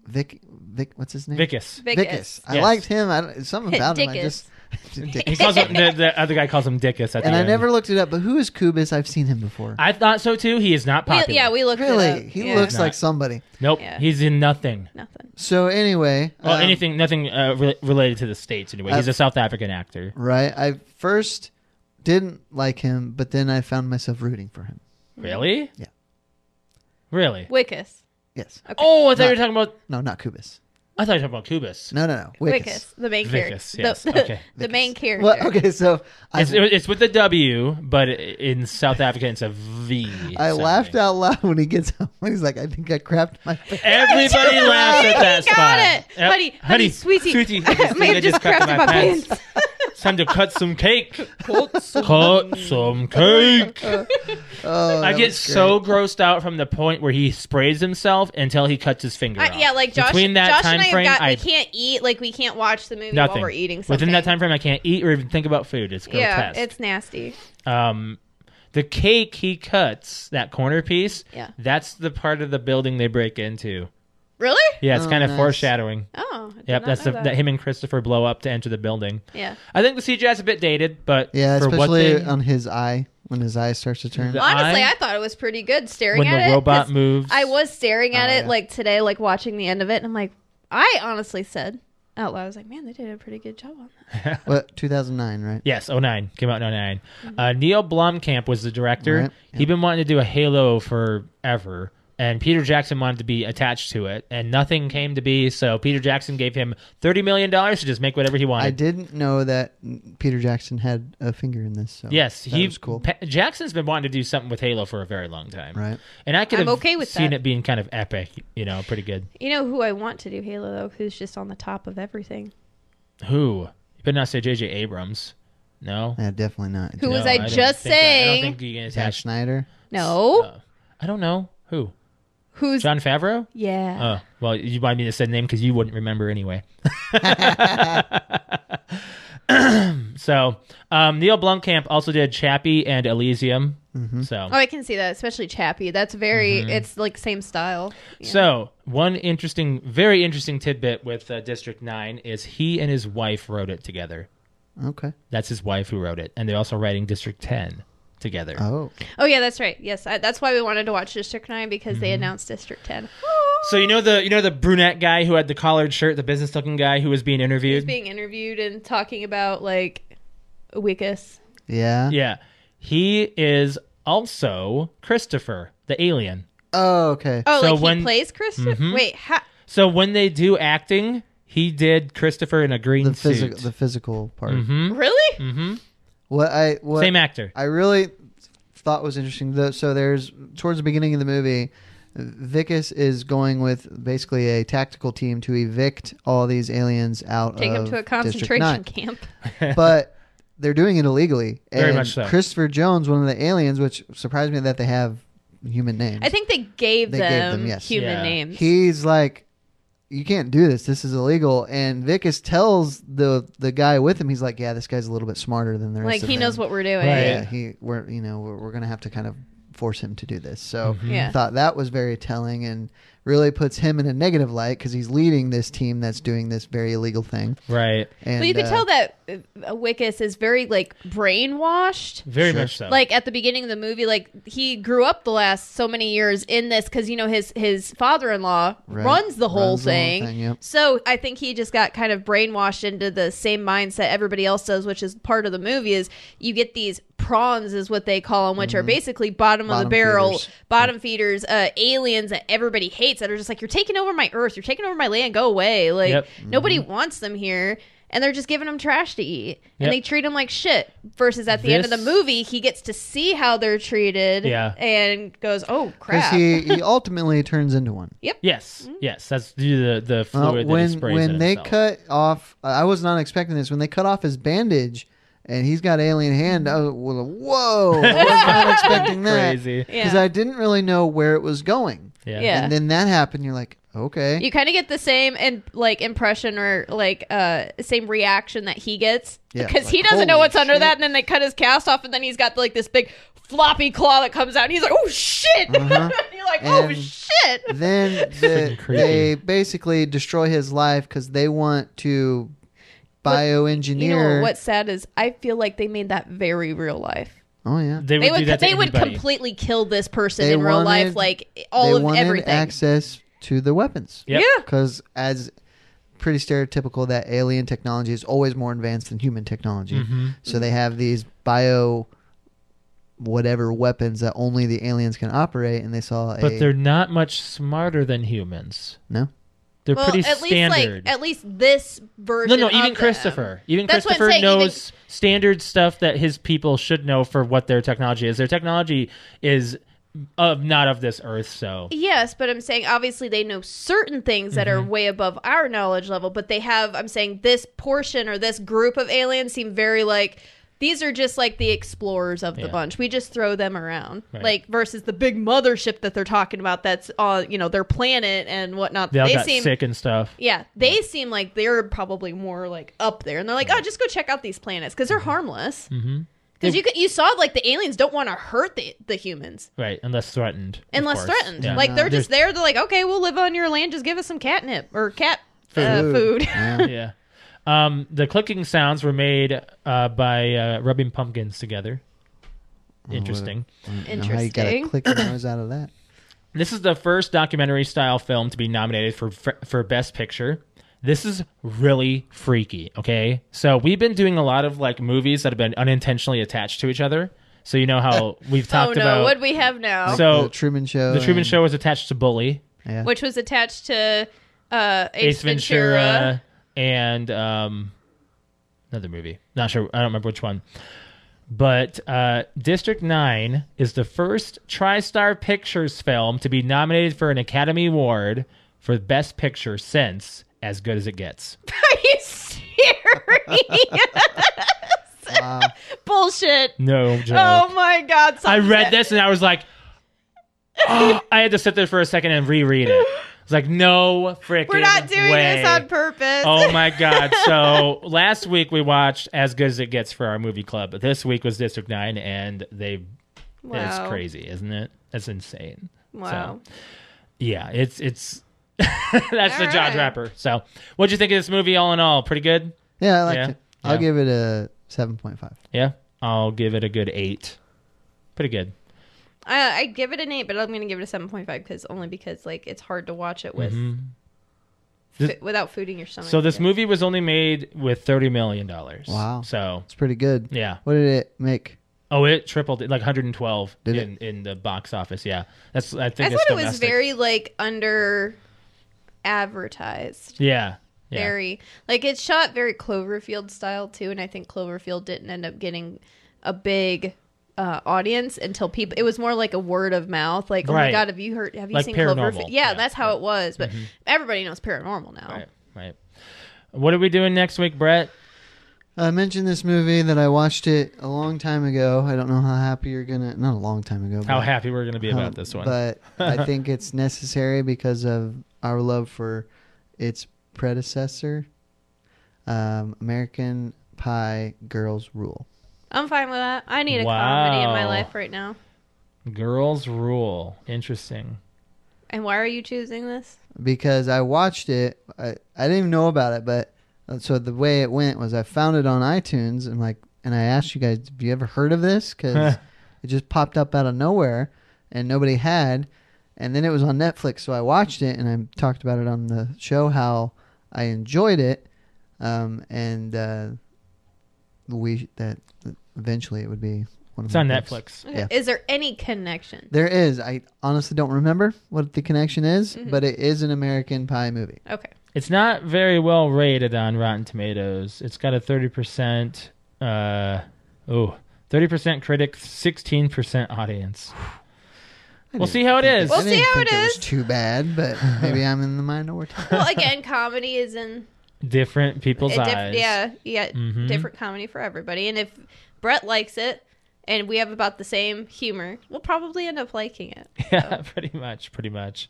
Speaker 1: Vic. Vic, what's his name?
Speaker 2: Vicus.
Speaker 3: Vicus.
Speaker 1: I
Speaker 2: Yes.
Speaker 1: liked him. I don't, something about him. I
Speaker 3: Dickus.
Speaker 1: just
Speaker 2: He calls him, the, the other guy calls him Dickus. At the
Speaker 1: and I
Speaker 2: end.
Speaker 1: never looked it up. But who is Kubis? I've seen him before.
Speaker 2: I thought so too. He is not
Speaker 3: We-
Speaker 2: popular.
Speaker 3: yeah, we looked. it up.
Speaker 1: really, he
Speaker 3: Yeah.
Speaker 1: looks
Speaker 2: Not.
Speaker 1: like somebody.
Speaker 2: Nope.
Speaker 3: Yeah.
Speaker 2: He's in nothing.
Speaker 3: nothing.
Speaker 1: So anyway,
Speaker 2: Well,
Speaker 1: um, Uh,
Speaker 2: anything, nothing uh, re- related to the states anyway. He's
Speaker 1: I-
Speaker 2: a South African actor.
Speaker 1: Right. I first didn't like him, but then I found myself rooting for him.
Speaker 2: Really?
Speaker 1: Yeah.
Speaker 2: Really?
Speaker 3: Wickus.
Speaker 1: Yes.
Speaker 2: Oh, I thought you were
Speaker 1: Not-
Speaker 2: talking about.
Speaker 1: No, not Kubis.
Speaker 2: I thought you were talking about Kubis.
Speaker 1: No, no, no. Wickus.
Speaker 3: Wickus, the main
Speaker 2: Vicus,
Speaker 3: character.
Speaker 2: yes,
Speaker 3: The, the,
Speaker 2: okay.
Speaker 3: the main character.
Speaker 1: Well, okay, so I,
Speaker 2: It's, it's with the W, but in South Africa, it's a V.
Speaker 1: I
Speaker 2: something.
Speaker 1: laughed out loud when he gets home. He's like, I think I crapped my pants.
Speaker 2: Everybody laughed at that
Speaker 3: He
Speaker 2: spot.
Speaker 3: got it.
Speaker 2: Yep.
Speaker 3: Honey, honey, sweetie.
Speaker 2: sweetie. I just,
Speaker 3: Ma'am
Speaker 2: think I just
Speaker 3: just
Speaker 2: crapped
Speaker 3: crapped
Speaker 2: my,
Speaker 3: my
Speaker 2: pants. It's time to cut some cake. Cut some, cake.
Speaker 1: Oh,
Speaker 2: I
Speaker 1: that
Speaker 2: get
Speaker 1: was
Speaker 2: so grossed out from the point where he sprays himself until he cuts his finger.
Speaker 3: I,
Speaker 2: off.
Speaker 3: yeah, like Josh.
Speaker 2: Between that
Speaker 3: Josh
Speaker 2: time
Speaker 3: and I have
Speaker 2: frame,
Speaker 3: got.
Speaker 2: I
Speaker 3: we can't eat. Like we can't watch the movie
Speaker 2: nothing
Speaker 3: while we're eating. Something.
Speaker 2: Within that time frame, I can't eat or even think about food. It's
Speaker 3: Yeah,
Speaker 2: grotesque.
Speaker 3: it's nasty.
Speaker 2: um, the cake he cuts, that corner piece,
Speaker 3: Yeah.
Speaker 2: that's the part of the building they break into.
Speaker 3: Really?
Speaker 2: Yeah, it's
Speaker 1: Oh,
Speaker 2: kind of
Speaker 1: nice.
Speaker 2: foreshadowing.
Speaker 3: Oh. I did
Speaker 2: Yep,
Speaker 3: not
Speaker 2: that's
Speaker 3: know
Speaker 2: the,
Speaker 3: that.
Speaker 2: that. him and Christopher blow up to enter the building.
Speaker 3: Yeah.
Speaker 2: I think the CGI's a bit dated, but
Speaker 1: great. Yeah,
Speaker 2: for what
Speaker 1: especially um,
Speaker 2: they-
Speaker 1: on his eye when his eye starts to turn.
Speaker 2: The
Speaker 3: Honestly,
Speaker 2: eye-
Speaker 3: I thought it was pretty good staring
Speaker 2: when
Speaker 3: at
Speaker 2: the
Speaker 3: it.
Speaker 2: robot
Speaker 3: 'cause
Speaker 2: moves,
Speaker 3: I was staring at
Speaker 1: Oh,
Speaker 3: it
Speaker 1: yeah.
Speaker 3: like today, like watching the end of it, and I'm like, I honestly said out loud, I was like, man, they did a pretty good job on that.
Speaker 1: What 2009, right?
Speaker 2: Yes, 09. Came out in 9 Uh,
Speaker 3: Mm-hmm.
Speaker 2: Neil Blomkamp was the director.
Speaker 1: Right, yeah.
Speaker 2: He'd been wanting to do a Halo forever, and Peter Jackson wanted to be attached to it, and nothing came to be, so Peter Jackson gave him $30 million to just make whatever he wanted.
Speaker 1: I didn't know that Peter Jackson had a finger in this. So
Speaker 2: Yes,
Speaker 1: that
Speaker 2: he
Speaker 1: was cool.
Speaker 2: Pa- Jackson's been wanting to do something with Halo for a very long time.
Speaker 1: right.
Speaker 2: And I could
Speaker 3: I'm
Speaker 2: have
Speaker 3: okay with
Speaker 2: seen
Speaker 3: that.
Speaker 2: it being kind of epic, you know, pretty good.
Speaker 3: You know who I want to do Halo though? Who's just on the top of everything?
Speaker 2: Who? You better not say J.J. Abrams. No.
Speaker 1: Yeah, definitely not.
Speaker 3: Who
Speaker 2: No,
Speaker 3: was I
Speaker 2: don't
Speaker 3: just
Speaker 2: think that- I
Speaker 3: saying?
Speaker 2: don't think you can
Speaker 1: Zack
Speaker 2: attach.
Speaker 1: Snyder?
Speaker 3: No,
Speaker 2: Uh, I don't know. Who?
Speaker 3: who's
Speaker 2: John Favreau?
Speaker 3: yeah?
Speaker 2: Oh, well, you might need to say the name because you wouldn't remember anyway. so, um, Neil Blomkamp also did Chappie and Elysium. So,
Speaker 3: oh, I can see that, especially Chappie. That's very. It's like same style. Yeah.
Speaker 2: Mm-hmm. so one interesting, very interesting tidbit with uh, District Nine is he and his wife wrote it together.
Speaker 1: Okay.
Speaker 2: That's his wife who wrote it, and they're also writing District Ten together.
Speaker 1: Oh.
Speaker 3: oh yeah, that's right. Yes, I, that's why we wanted to watch District Nine because
Speaker 2: Mm-hmm.
Speaker 3: they announced District Ten.
Speaker 2: So you know the you know the brunette guy who had the collared shirt, the business looking guy who was being interviewed.
Speaker 3: He's being interviewed and talking about like Wickus.
Speaker 1: Yeah.
Speaker 2: yeah, he is also Christopher the alien.
Speaker 1: Oh, okay.
Speaker 3: Oh,
Speaker 2: So when-
Speaker 3: like
Speaker 2: Mm-hmm.
Speaker 3: he plays Christopher. Wait, ha-
Speaker 2: So when they do acting, he did Christopher in a green
Speaker 1: the
Speaker 2: suit. Mm-hmm.
Speaker 1: physical the physical part.
Speaker 3: really?
Speaker 2: Mm.
Speaker 1: What I what
Speaker 2: Same actor.
Speaker 1: I really thought was interesting. Though, so there's towards the beginning of the movie, Vicus is going with basically a tactical team to evict all these aliens out
Speaker 3: Take him
Speaker 1: of
Speaker 3: to a
Speaker 1: District
Speaker 3: concentration
Speaker 1: 9.
Speaker 3: camp.
Speaker 1: but they're doing it illegally.
Speaker 2: Very
Speaker 1: And
Speaker 2: much so.
Speaker 1: Christopher Jones, one of the aliens, which surprised me that they have human names.
Speaker 3: I think they gave
Speaker 1: They gave
Speaker 3: them,
Speaker 1: them, yes.
Speaker 3: human
Speaker 2: Yeah.
Speaker 3: names.
Speaker 1: he's like you can't do this this is illegal and Vicus tells the the guy with him he's like yeah this guy's a little bit smarter than the rest
Speaker 3: like
Speaker 1: of
Speaker 3: he knows
Speaker 1: them."
Speaker 3: what we're doing.
Speaker 2: Right.
Speaker 1: yeah he we're you know we're, we're gonna have to kind of force him to do this so
Speaker 2: Mm-hmm.
Speaker 3: Yeah.
Speaker 1: i thought that was very telling and really puts him in a negative light because he's leading this team that's doing this very illegal thing
Speaker 2: Right.
Speaker 1: and
Speaker 3: Well, you can
Speaker 1: uh,
Speaker 3: tell that uh, Wickus is very like brainwashed.
Speaker 2: Very
Speaker 1: Sure.
Speaker 2: much so.
Speaker 3: Like at the beginning of the movie, like he grew up the last so many years in this because you know his his father in law
Speaker 1: Right.
Speaker 3: runs the whole
Speaker 1: Runs the whole
Speaker 3: thing.
Speaker 1: thing, yep.
Speaker 3: So I think he just got kind of brainwashed into the same mindset everybody else does, which is part of the movie. Is you get these prawns is what they call them, which are basically bottom, of
Speaker 1: Mm-hmm. Bottom
Speaker 3: the barrel
Speaker 1: feeders.
Speaker 3: bottom feeders, uh, aliens that everybody hates that are just like you're taking over my earth, you're taking over my land, go away. Like
Speaker 2: Yep.
Speaker 3: nobody
Speaker 1: Mm-hmm.
Speaker 3: wants them here, and they're just giving them trash to eat,
Speaker 2: Yep.
Speaker 3: and they treat them like shit. Versus at the end of the
Speaker 2: This-
Speaker 3: movie, he gets to see how they're treated,
Speaker 2: Yeah.
Speaker 3: and goes, oh
Speaker 1: because
Speaker 3: crap.
Speaker 1: he, he ultimately turns into one
Speaker 2: yes.
Speaker 3: hmm?
Speaker 2: Yes. That's due to the the
Speaker 1: Uh,
Speaker 2: fluid that he
Speaker 1: when
Speaker 2: sprays
Speaker 1: when
Speaker 2: in
Speaker 1: they
Speaker 2: himself.
Speaker 1: cut off i was not expecting this when they cut off his bandage and he's got alien hand I was,
Speaker 3: Mm-hmm.
Speaker 1: whoa i was not expecting that
Speaker 2: Crazy.
Speaker 3: Yeah.
Speaker 1: because I didn't really know where it was going.
Speaker 2: Yeah.
Speaker 3: Yeah.
Speaker 1: And then that happened. You're like, okay.
Speaker 3: You kind of get the same and like impression or like uh same reaction that he gets
Speaker 1: Yeah,
Speaker 3: because he
Speaker 1: like,
Speaker 3: doesn't know
Speaker 1: holy
Speaker 3: what's under
Speaker 1: shit.
Speaker 3: that, and then they cut his cast off, and then he's got like this big floppy claw that comes out, and he's like, "Oh shit!"
Speaker 1: Uh-huh.
Speaker 3: You're like, "Oh
Speaker 1: And-
Speaker 3: shit!"
Speaker 1: then the,
Speaker 2: Freaking creepy.
Speaker 1: they basically destroy his life because they want to bioengineer.
Speaker 3: You know what's sad is I feel like they made that very real life.
Speaker 1: oh yeah,
Speaker 2: They would,
Speaker 3: They
Speaker 2: do
Speaker 3: would
Speaker 2: that to
Speaker 3: they would
Speaker 2: everybody.
Speaker 3: completely kill this person
Speaker 1: They
Speaker 3: in real life,
Speaker 1: wanted-
Speaker 3: like all
Speaker 1: they
Speaker 3: of
Speaker 1: wanted
Speaker 3: everything.
Speaker 1: access to the weapons
Speaker 2: Yep.
Speaker 3: Yeah.
Speaker 1: because as pretty stereotypical that alien technology is always more advanced than human technology.
Speaker 2: Mm-hmm.
Speaker 1: So they have these bio whatever weapons that only the aliens can operate, and they saw
Speaker 2: But
Speaker 1: a
Speaker 2: they're not much smarter than humans.
Speaker 1: no.
Speaker 2: They're
Speaker 3: Well,
Speaker 2: pretty
Speaker 3: at least
Speaker 2: standard.
Speaker 3: like at least this
Speaker 2: no,
Speaker 3: version.
Speaker 2: no,
Speaker 3: of
Speaker 2: even
Speaker 3: them.
Speaker 2: Christopher. Even
Speaker 3: That's what I'm
Speaker 2: Christopher
Speaker 3: saying, even-
Speaker 2: knows standard stuff that his people should know for what their technology is. Their technology is of not of this earth, so
Speaker 3: Yes, but I'm saying obviously they know certain things that are
Speaker 2: Mm-hmm.
Speaker 3: way above our knowledge level, but they have, I'm saying this portion or this group of aliens seem very like these are just like the explorers of the
Speaker 2: Yeah.
Speaker 3: bunch. We just throw them around.
Speaker 2: Right.
Speaker 3: Like versus the big mothership that they're talking about that's on, you know, their planet and whatnot.
Speaker 2: they all got
Speaker 3: seem
Speaker 2: sick and stuff.
Speaker 3: Yeah, they seem like they're probably more like up there, and they're like, "Oh, just go check out these planets because they're harmless."
Speaker 2: Mm-hmm.
Speaker 3: Because you could, you saw like the aliens don't want to hurt the, the humans
Speaker 2: Right, unless threatened. of
Speaker 3: unless
Speaker 2: course.
Speaker 3: threatened.
Speaker 2: Yeah.
Speaker 3: Like they're
Speaker 2: There's-
Speaker 3: just there. They're like, okay, we'll live on your land. Just give us some catnip or cat uh,
Speaker 1: Food.
Speaker 3: food.
Speaker 1: Yeah.
Speaker 2: yeah. Um, the clicking sounds were made uh, by uh, rubbing pumpkins together. Interesting.
Speaker 1: I don't know how you got a
Speaker 3: Interesting.
Speaker 1: click noise out of that?
Speaker 2: This is the first documentary style film to be nominated for for best picture. This is really freaky, okay? So we've been doing a lot of like movies that have been unintentionally attached to each other. So you know how we've
Speaker 3: Oh no,
Speaker 2: talked about
Speaker 3: what do we have now,
Speaker 2: So-
Speaker 1: the Truman Show.
Speaker 2: the Truman
Speaker 1: and-
Speaker 2: Show was attached to Bully,
Speaker 1: Yeah.
Speaker 3: which was attached to uh, Ace,
Speaker 2: Ace
Speaker 3: Ventura.
Speaker 2: Ventura, and um, another movie. Not sure. I don't remember which one. But uh, District 9 is the first TriStar Pictures film to be nominated for an Academy Award for Best Picture since As Good as It Gets.
Speaker 3: Are you serious?
Speaker 1: Wow.
Speaker 3: Bullshit.
Speaker 2: No joke.
Speaker 3: Oh my god!
Speaker 2: I read
Speaker 3: this.
Speaker 2: this and I was like, oh, I had to sit there for a second and reread it. It's like, no freaking
Speaker 3: We're not doing
Speaker 2: way.
Speaker 3: this on purpose.
Speaker 2: Oh my god! So last week we watched As Good as It Gets for our movie club, but this week was District Nine, and they it's
Speaker 3: Wow.
Speaker 2: crazy, isn't it? That's insane.
Speaker 3: Wow.
Speaker 2: Yeah, it's it's that's the jaw
Speaker 3: right.
Speaker 2: dropper. So, what'd you think of this movie? All in all, pretty good.
Speaker 1: Yeah, I liked
Speaker 2: Yeah.
Speaker 1: it. I'll
Speaker 2: Yeah.
Speaker 1: give it a seven point five.
Speaker 2: Yeah, I'll give it a good eight. Pretty good.
Speaker 3: I, I give it an eight, but I'm gonna give it a seven point five because only because like it's hard to watch it with
Speaker 2: This-
Speaker 3: fi- without food in your stomach.
Speaker 2: Mm-hmm. So this movie was only made with thirty million dollars.
Speaker 1: Wow.
Speaker 2: So
Speaker 1: It's pretty good.
Speaker 2: yeah.
Speaker 1: What did it make?
Speaker 2: Oh, it tripled it, like 112
Speaker 1: Did
Speaker 2: in, in the box office. Yeah, that's I think
Speaker 3: I
Speaker 2: it's
Speaker 3: thought it was
Speaker 2: domestic.
Speaker 3: very like under advertised.
Speaker 2: yeah. Yeah.
Speaker 3: Very like it's shot very Cloverfield style too, and I think Cloverfield didn't end up getting a big uh, audience until people. It was more like a word of mouth. Like, oh my
Speaker 2: Right.
Speaker 3: god, have you heard? Have you
Speaker 2: Like
Speaker 3: seen
Speaker 2: Paranormal.
Speaker 3: Cloverfield? Yeah,
Speaker 2: Yeah, Mm-hmm.
Speaker 3: that's how it was. But everybody knows Paranormal now.
Speaker 2: Right, right. What are we doing next week, Brett?
Speaker 1: I mentioned this movie that I watched it a long time ago. I don't know how happy you're gonna. Not a long time ago.
Speaker 2: How
Speaker 1: but-
Speaker 2: happy we're going to be
Speaker 1: how-
Speaker 2: about this one.
Speaker 1: But I think it's necessary because of our love for its predecessor, um, American Pie Girls Rule.
Speaker 3: I'm fine with that. I need a comedy in my
Speaker 2: Wow.
Speaker 3: life right now.
Speaker 2: Girls rule. Interesting.
Speaker 3: And why are you choosing this?
Speaker 1: because I watched it. I, I didn't even know about it, but uh, so the way it went was I found it on iTunes and like, and I asked you guys, have you ever heard of this? Because it just popped up out of nowhere and nobody had. And then it was on Netflix, so I watched it and I talked about it on the show how I enjoyed it. Um, and uh, we that eventually it would be one of
Speaker 2: It's
Speaker 1: my
Speaker 2: on
Speaker 1: picks.
Speaker 2: Netflix.
Speaker 3: Okay.
Speaker 1: Yeah.
Speaker 3: Is there any connection?
Speaker 1: There is. I honestly don't remember what the connection is, but it is an American Pie movie.
Speaker 3: Okay.
Speaker 2: It's not very well rated on Rotten Tomatoes. It's got a 30% uh oh, 30% critic, 16% audience.
Speaker 1: I
Speaker 2: We'll
Speaker 1: didn't
Speaker 2: see how it
Speaker 1: think
Speaker 2: is.
Speaker 3: We'll
Speaker 1: I didn't
Speaker 3: see how
Speaker 1: think
Speaker 3: it
Speaker 1: was
Speaker 3: is.
Speaker 1: too bad, but maybe I'm in the minority.
Speaker 3: Well, again, comedy is in
Speaker 2: Different
Speaker 3: a
Speaker 2: people's
Speaker 3: diff-
Speaker 2: eyes.
Speaker 3: yeah, yeah,
Speaker 2: Mhm.
Speaker 3: different comedy for everybody. And if Brett likes it, and we have about the same humor, we'll probably end up liking it.
Speaker 2: Yeah, pretty much, pretty much.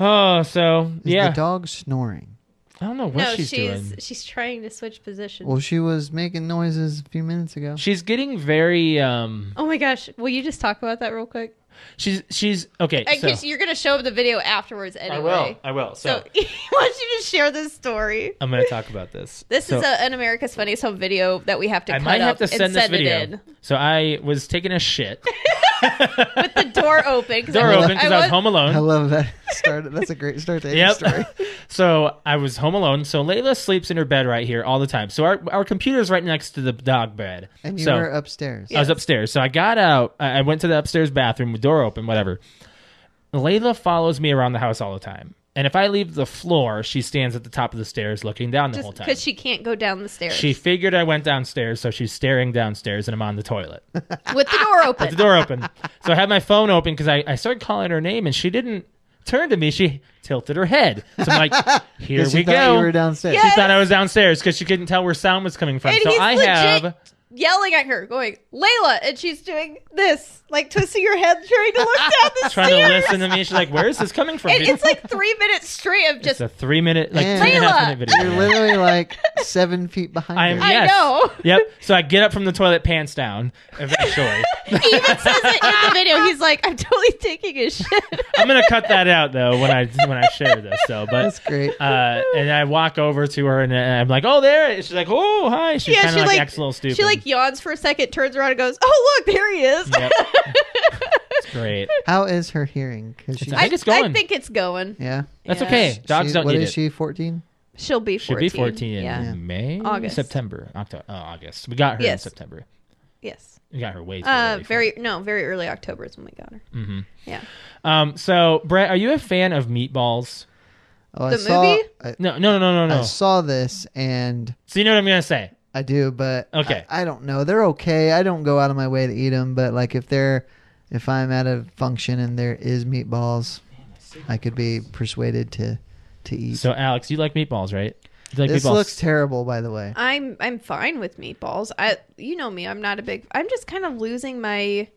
Speaker 2: Oh, so
Speaker 1: Is
Speaker 2: yeah,
Speaker 1: the dog snoring?
Speaker 2: I don't know what
Speaker 3: no,
Speaker 2: she's,
Speaker 3: she's she's,
Speaker 2: doing.
Speaker 3: trying to switch positions.
Speaker 1: Well, she was making noises a few minutes ago.
Speaker 2: She's getting very um.
Speaker 3: oh my gosh, will you just talk about that real quick?
Speaker 2: She's she's okay. So,
Speaker 3: Because you're gonna show up the video afterwards
Speaker 2: I
Speaker 3: anyway.
Speaker 2: will. I will. So,
Speaker 3: So, why don't you just share this story?
Speaker 2: I'm going to talk about this.
Speaker 3: This
Speaker 2: So-
Speaker 3: is a, an America's Funniest Home video that we have to
Speaker 2: I
Speaker 3: cut
Speaker 2: might have
Speaker 3: up
Speaker 2: to send
Speaker 3: and
Speaker 2: this
Speaker 3: send it
Speaker 2: video.
Speaker 3: in
Speaker 2: So I was taking a shit.
Speaker 3: with the door open. 'cause
Speaker 2: Door
Speaker 3: I was-
Speaker 2: open because I was home alone.
Speaker 1: I love that. Start. That's a great start to any
Speaker 2: Yep.
Speaker 1: story.
Speaker 2: So I was home alone. So Layla sleeps in her bed right here all the time. So our, our computer's right next to the dog bed.
Speaker 1: And you
Speaker 2: so uh,
Speaker 1: were upstairs.
Speaker 2: I was upstairs. So I got out. I I went to the upstairs bathroom with door open, whatever. Layla follows me around the house all the time. And if I leave the floor, she stands at the top of the stairs looking down the whole
Speaker 3: Just
Speaker 2: time.
Speaker 3: because she can't go down the stairs
Speaker 2: she figured I went downstairs, so she's staring downstairs and I'm on the toilet.
Speaker 3: with the door open.
Speaker 2: the door open. So I had my phone open because I, I started calling her name and she didn't turn to me. She tilted her head. So I'm like, here
Speaker 1: 'Cause she
Speaker 2: we
Speaker 1: thought
Speaker 2: go.
Speaker 1: you were downstairs.
Speaker 3: Yeah.
Speaker 2: She thought I was downstairs because she couldn't tell where sound was coming from.
Speaker 3: and
Speaker 2: so
Speaker 3: he's
Speaker 2: I
Speaker 3: legit
Speaker 2: have.
Speaker 3: yelling at her, going Layla, and she's doing this, like twisting her head, trying to look down the
Speaker 2: Trying to
Speaker 3: stairs.
Speaker 2: listen to me. She's like, where is this coming from?
Speaker 3: And
Speaker 2: dude?"
Speaker 3: it's like three minutes straight of
Speaker 2: It's
Speaker 3: just
Speaker 2: a three minute, like
Speaker 1: And-
Speaker 2: two and a half
Speaker 3: Layla!
Speaker 2: minute video.
Speaker 1: You're literally like seven feet behind
Speaker 2: I'm,
Speaker 1: her.
Speaker 3: I
Speaker 2: yes.
Speaker 3: know.
Speaker 2: Yep. So I get up from the toilet, pants down, eventually.
Speaker 3: he even says it in the video. He's like, I'm totally taking a shit.
Speaker 2: I'm gonna cut that out though when I when I share this. So, but
Speaker 1: That's great.
Speaker 2: Uh, and I walk over to her and, and I'm like, "Oh, there!" it is." She's like, "Oh, hi." She kind of like, acts a little stupid.
Speaker 3: She like yawns for a second, turns around and goes, "Oh look, there he is."
Speaker 2: Yep. it's great.
Speaker 1: How is her hearing? Because she.
Speaker 2: I think it's going.
Speaker 3: I think it's going.
Speaker 1: yeah.
Speaker 2: That's
Speaker 3: Yeah.
Speaker 2: okay. Dogs
Speaker 1: she,
Speaker 2: don't
Speaker 1: what
Speaker 2: need
Speaker 1: is
Speaker 2: it.
Speaker 1: she? Fourteen.
Speaker 3: She'll be
Speaker 2: She'll
Speaker 3: 14.
Speaker 2: be 14 in
Speaker 3: Yeah.
Speaker 2: May,
Speaker 3: August.
Speaker 2: September, October, oh, August. We got her
Speaker 3: Yes.
Speaker 2: in September.
Speaker 3: Yes.
Speaker 2: We got her way too
Speaker 3: Uh,
Speaker 2: early for-
Speaker 3: very no, very early October is when we got her.
Speaker 2: Mm.
Speaker 3: Mm-hmm. Yeah.
Speaker 2: Um, so Brett, are you a fan of meatballs?
Speaker 1: Oh, I
Speaker 3: The
Speaker 1: saw,
Speaker 3: movie?
Speaker 1: I,
Speaker 2: No, no, no, no,
Speaker 1: I
Speaker 2: no.
Speaker 1: saw this and
Speaker 2: So you know what I'm gonna say?
Speaker 1: I do, but
Speaker 2: Okay.
Speaker 1: I, I don't know. They're okay. I don't go out of my way to eat them, but like if they're, if I'm at a function and there is meatballs, I could be persuaded to, to eat.
Speaker 2: So Alex, you like meatballs, right? You like
Speaker 1: this
Speaker 2: meatballs?
Speaker 1: looks terrible, by the way.
Speaker 3: I'm I'm fine with meatballs. I you know me, I'm not a big I'm just kind of losing my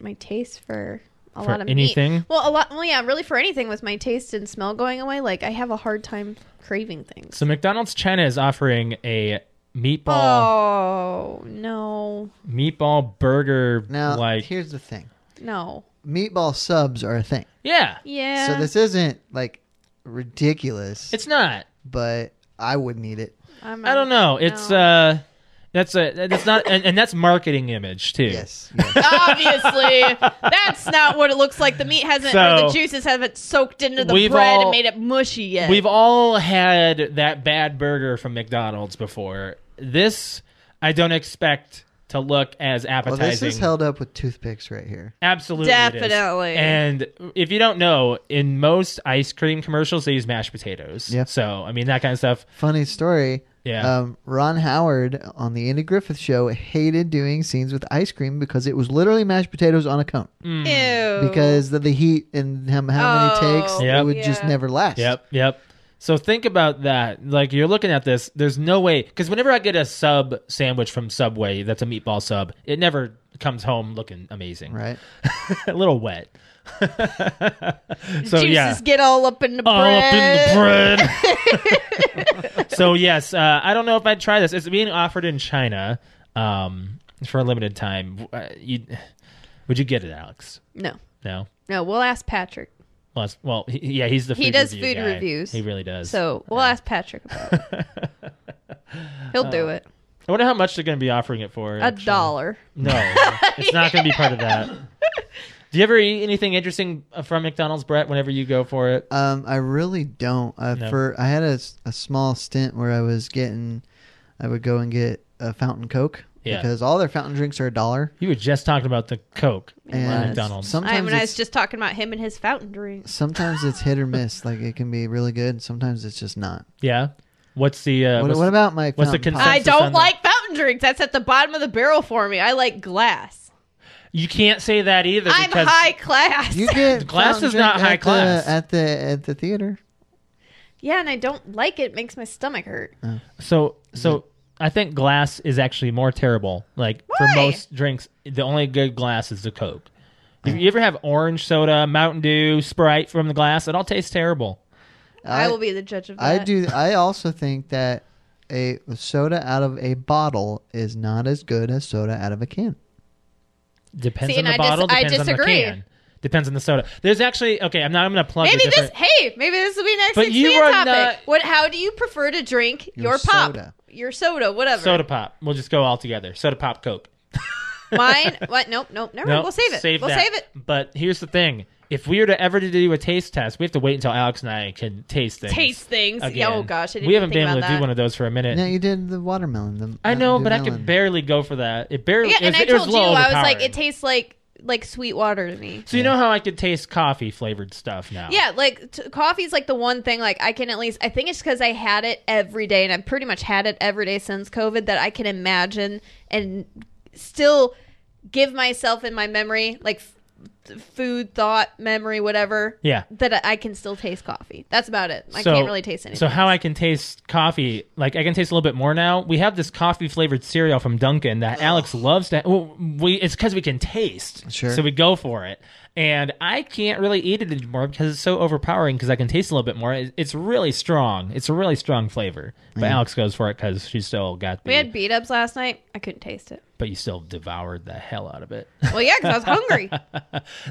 Speaker 3: my taste for a
Speaker 2: For
Speaker 3: lot of
Speaker 2: anything?
Speaker 3: Meat. Well, a lot well yeah, really for anything with my taste and smell going away, like I have a hard time craving things.
Speaker 2: so McDonald's China is offering a meatball
Speaker 3: Oh, no.
Speaker 2: meatball burger
Speaker 1: Now,
Speaker 2: like
Speaker 1: here's the thing:
Speaker 3: No.
Speaker 1: meatball subs are a thing.
Speaker 2: yeah.
Speaker 3: Yeah.
Speaker 1: So this isn't like ridiculous,
Speaker 2: It's not.
Speaker 1: but I wouldn't eat it.
Speaker 3: I'm,
Speaker 2: I don't know.
Speaker 1: Oh,
Speaker 2: It's
Speaker 3: no.
Speaker 2: uh that's a that's not and, and that's marketing image too.
Speaker 1: Yes. yes.
Speaker 3: Obviously, that's not what it looks like. The meat hasn't, or
Speaker 2: So-
Speaker 3: the juices haven't soaked into the
Speaker 2: We've
Speaker 3: bread
Speaker 2: all-
Speaker 3: and made it mushy yet.
Speaker 2: We've all had that bad burger from McDonald's before. This I don't expect to look as
Speaker 1: well,
Speaker 2: appetizing.
Speaker 1: this is held up with toothpicks right here.
Speaker 2: Absolutely. it is.
Speaker 3: Definitely.
Speaker 2: And if you don't know, in most ice cream commercials they use mashed potatoes.
Speaker 1: Yeah.
Speaker 2: So I mean that kind of stuff.
Speaker 1: Funny story.
Speaker 2: Yeah.
Speaker 1: Um, Ron Howard on the Andy Griffith Show hated doing scenes with ice cream because it was literally mashed potatoes on a cone
Speaker 2: Mm.
Speaker 3: Ew.
Speaker 1: because of the heat and how, how many
Speaker 3: Oh,
Speaker 1: takes
Speaker 2: Yep.
Speaker 1: it would just
Speaker 3: yeah.
Speaker 1: never last.
Speaker 2: Yep, yep. So think about that. Like you're looking at this, there's no way because whenever I get a sub sandwich from Subway, that's a meatball sub. It never comes home looking amazing.
Speaker 1: Right.
Speaker 2: a little wet. so
Speaker 3: juices
Speaker 2: yeah,
Speaker 3: get all up in the
Speaker 2: all
Speaker 3: bread.
Speaker 2: up in the bread. so yes, uh, I don't know if I'd try this. It's being offered in China um, for a limited time. Uh, you would you get it, Alex?
Speaker 3: No,
Speaker 2: No.
Speaker 3: no. We'll ask Patrick.
Speaker 2: Well, it's- well, he, yeah, he's the food
Speaker 3: He does
Speaker 2: review
Speaker 3: food
Speaker 2: guy.
Speaker 3: reviews.
Speaker 2: He really does.
Speaker 3: So we'll ask Patrick about it. He'll do it.
Speaker 2: I wonder how much they're going to be offering it for.
Speaker 3: A
Speaker 2: actually.
Speaker 3: dollar.
Speaker 2: No, it's not going to be part of that. Do you ever eat anything interesting uh, from McDonald's, Brett? Whenever you go for it,
Speaker 1: Um, I really don't. Uh,
Speaker 2: No.
Speaker 1: For I had a, s- a small stint where I was getting, I would go and get a fountain coke
Speaker 2: Yeah.
Speaker 1: because all their fountain drinks are a dollar.
Speaker 2: you were just talking about the Coke at
Speaker 1: And
Speaker 2: McDonald's.
Speaker 3: I
Speaker 1: sometimes
Speaker 3: mean, I was
Speaker 1: it's,
Speaker 3: just talking about him and his fountain drinks.
Speaker 1: sometimes it's hit or miss. Like it can be really good. Sometimes it's just not.
Speaker 2: yeah. What's the uh,
Speaker 1: What,
Speaker 2: what's,
Speaker 1: what about my?
Speaker 2: what's the
Speaker 1: fountain
Speaker 2: consensus?
Speaker 1: pop?
Speaker 3: I
Speaker 2: Consensus on
Speaker 3: don't
Speaker 2: that.
Speaker 3: like fountain drinks. That's at the bottom of the barrel for me. I like glass.
Speaker 2: You can't say that either.
Speaker 3: I'm
Speaker 2: because
Speaker 3: high class.
Speaker 1: You get
Speaker 2: Glass
Speaker 1: fountain
Speaker 2: is not
Speaker 1: drink
Speaker 2: high
Speaker 1: at the-
Speaker 2: class.
Speaker 1: at the at the theater. Uh,
Speaker 3: yeah, and I don't like it. Makes my stomach hurt.
Speaker 2: So so I think glass is actually more terrible. Like
Speaker 3: Why?
Speaker 2: for most drinks, the only good glass is the Coke. If you ever have orange soda, Mountain Dew, Sprite from the glass, it all tastes terrible.
Speaker 3: I, will be the judge of
Speaker 1: I
Speaker 3: that.
Speaker 1: do. I also think that a soda out of a bottle is not as good as soda out of a can.
Speaker 2: Depends
Speaker 3: See,
Speaker 2: on the
Speaker 3: and I dis-
Speaker 2: bottle.
Speaker 3: I
Speaker 2: depends on
Speaker 3: disagree.
Speaker 2: the can. Depends on the soda. There's actually okay. I'm not. I'm gonna plug. a
Speaker 3: Maybe this.
Speaker 2: different-
Speaker 3: Hey, maybe this will be next
Speaker 2: But
Speaker 3: week's
Speaker 2: you
Speaker 3: main
Speaker 2: are
Speaker 3: topic.
Speaker 2: not-
Speaker 3: What? How do you prefer to drink your,
Speaker 1: Your
Speaker 3: pop?
Speaker 1: soda.
Speaker 3: Your soda, whatever.
Speaker 2: soda pop. We'll just go all together. Soda pop Coke.
Speaker 3: Mine. What? Nope. Nope. Never.
Speaker 2: No,
Speaker 3: mind. We'll save it. we'll
Speaker 2: that.
Speaker 3: save it.
Speaker 2: But here's the thing: if we were to ever to do a taste test, we have to wait until Alex and I can taste things.
Speaker 3: Taste things. Yeah,
Speaker 2: again.
Speaker 3: oh gosh, I didn't
Speaker 2: we haven't
Speaker 3: even
Speaker 2: been
Speaker 3: think
Speaker 2: able to
Speaker 3: about
Speaker 2: do
Speaker 3: that.
Speaker 2: one of those for a minute.
Speaker 1: No, you did the watermelon. The
Speaker 2: I know,
Speaker 1: Mountain Dew
Speaker 2: but I
Speaker 1: melon.
Speaker 2: could barely go for that. It barely.
Speaker 3: Yeah,
Speaker 2: it
Speaker 3: and
Speaker 2: was-
Speaker 3: I
Speaker 2: it was
Speaker 3: told you,
Speaker 2: low
Speaker 3: I was like,
Speaker 2: overpowered.
Speaker 3: it tastes like like sweet water to me.
Speaker 2: So you know how I could taste coffee flavored stuff now.
Speaker 3: Yeah, like t- coffee's like the one thing like I can at least I think it's because I had it every day and I've pretty much had it every day since COVID that I can imagine and still give myself in my memory like f- food thought memory whatever
Speaker 2: Yeah.
Speaker 3: that I- I can still taste coffee. That's about it. I
Speaker 2: So-
Speaker 3: can't really taste anything.
Speaker 2: So how I can taste coffee? Like I can taste a little bit more now. We have this coffee flavored cereal from Dunkin' that Alex loves. To well, we it's because we can taste.
Speaker 1: Sure.
Speaker 2: So we go for it, and I can't really eat it anymore because it's so overpowering. Because I can taste a little bit more. It- It's really strong. It's a really strong flavor. But Alex goes for it because she still got the.
Speaker 3: we had beat ups last night. I couldn't taste it.
Speaker 2: but you still devoured the hell out of it.
Speaker 3: Well, yeah, because I was hungry.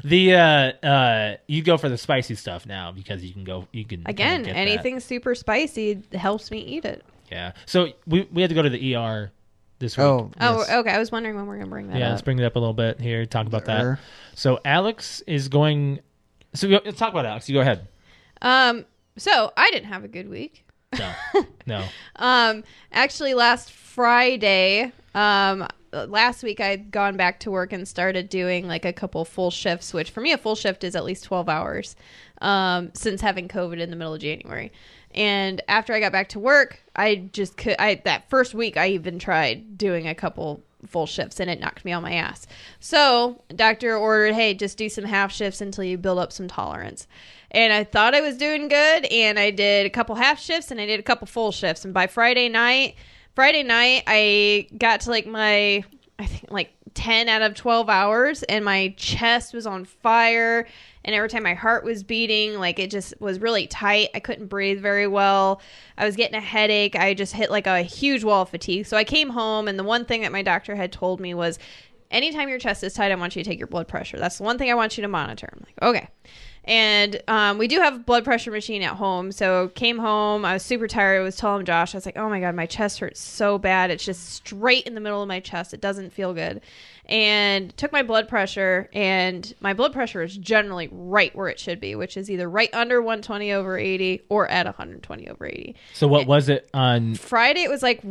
Speaker 2: the uh, uh, you go for the spicy stuff now because you can go. You can
Speaker 3: Again,
Speaker 2: get that.
Speaker 3: anything super spicy helps me eat it.
Speaker 2: Yeah. So we we had to go to the ER this week.
Speaker 1: Oh,
Speaker 3: Oh,
Speaker 1: yes.
Speaker 3: okay. I was wondering when we are gonna bring that
Speaker 2: Yeah,
Speaker 3: up.
Speaker 2: let's bring it up a little bit here. Talk about that.
Speaker 1: Sure.
Speaker 2: So Alex is going. So we- let's talk about Alex. You go ahead.
Speaker 3: Um, so I didn't have a good week.
Speaker 2: No, no.
Speaker 3: Um, actually, last Friday, um, last week I'd gone back to work and started doing like a couple full shifts, which for me a full shift is at least twelve hours. Um, since having COVID in the middle of January, and after I got back to work, I just could. I that first week I even tried doing a couple full shifts and it knocked me on my ass. So, doctor ordered, "Hey, just do some half shifts until you build up some tolerance." And I thought I was doing good and I did a couple half shifts and I did a couple full shifts and by Friday night, Friday night I got to like my I think like 10 out of 12 hours and my chest was on fire and every time my heart was beating like it just was really tight i couldn't breathe very well i was getting a headache i just hit like a huge wall of fatigue so i came home and the one thing that my doctor had told me was anytime your chest is tight i want you to take your blood pressure that's the one thing i want you to monitor i'm like okay and um, we do have a blood pressure machine at home so came home i was super tired i was telling josh i was like oh my god my chest hurts so bad it's just straight in the middle of my chest it doesn't feel good and took my blood pressure and my blood pressure is generally right where it should be which is either right under 120 over 80 or at 120 over 80
Speaker 2: So what was it on?
Speaker 3: friday it was like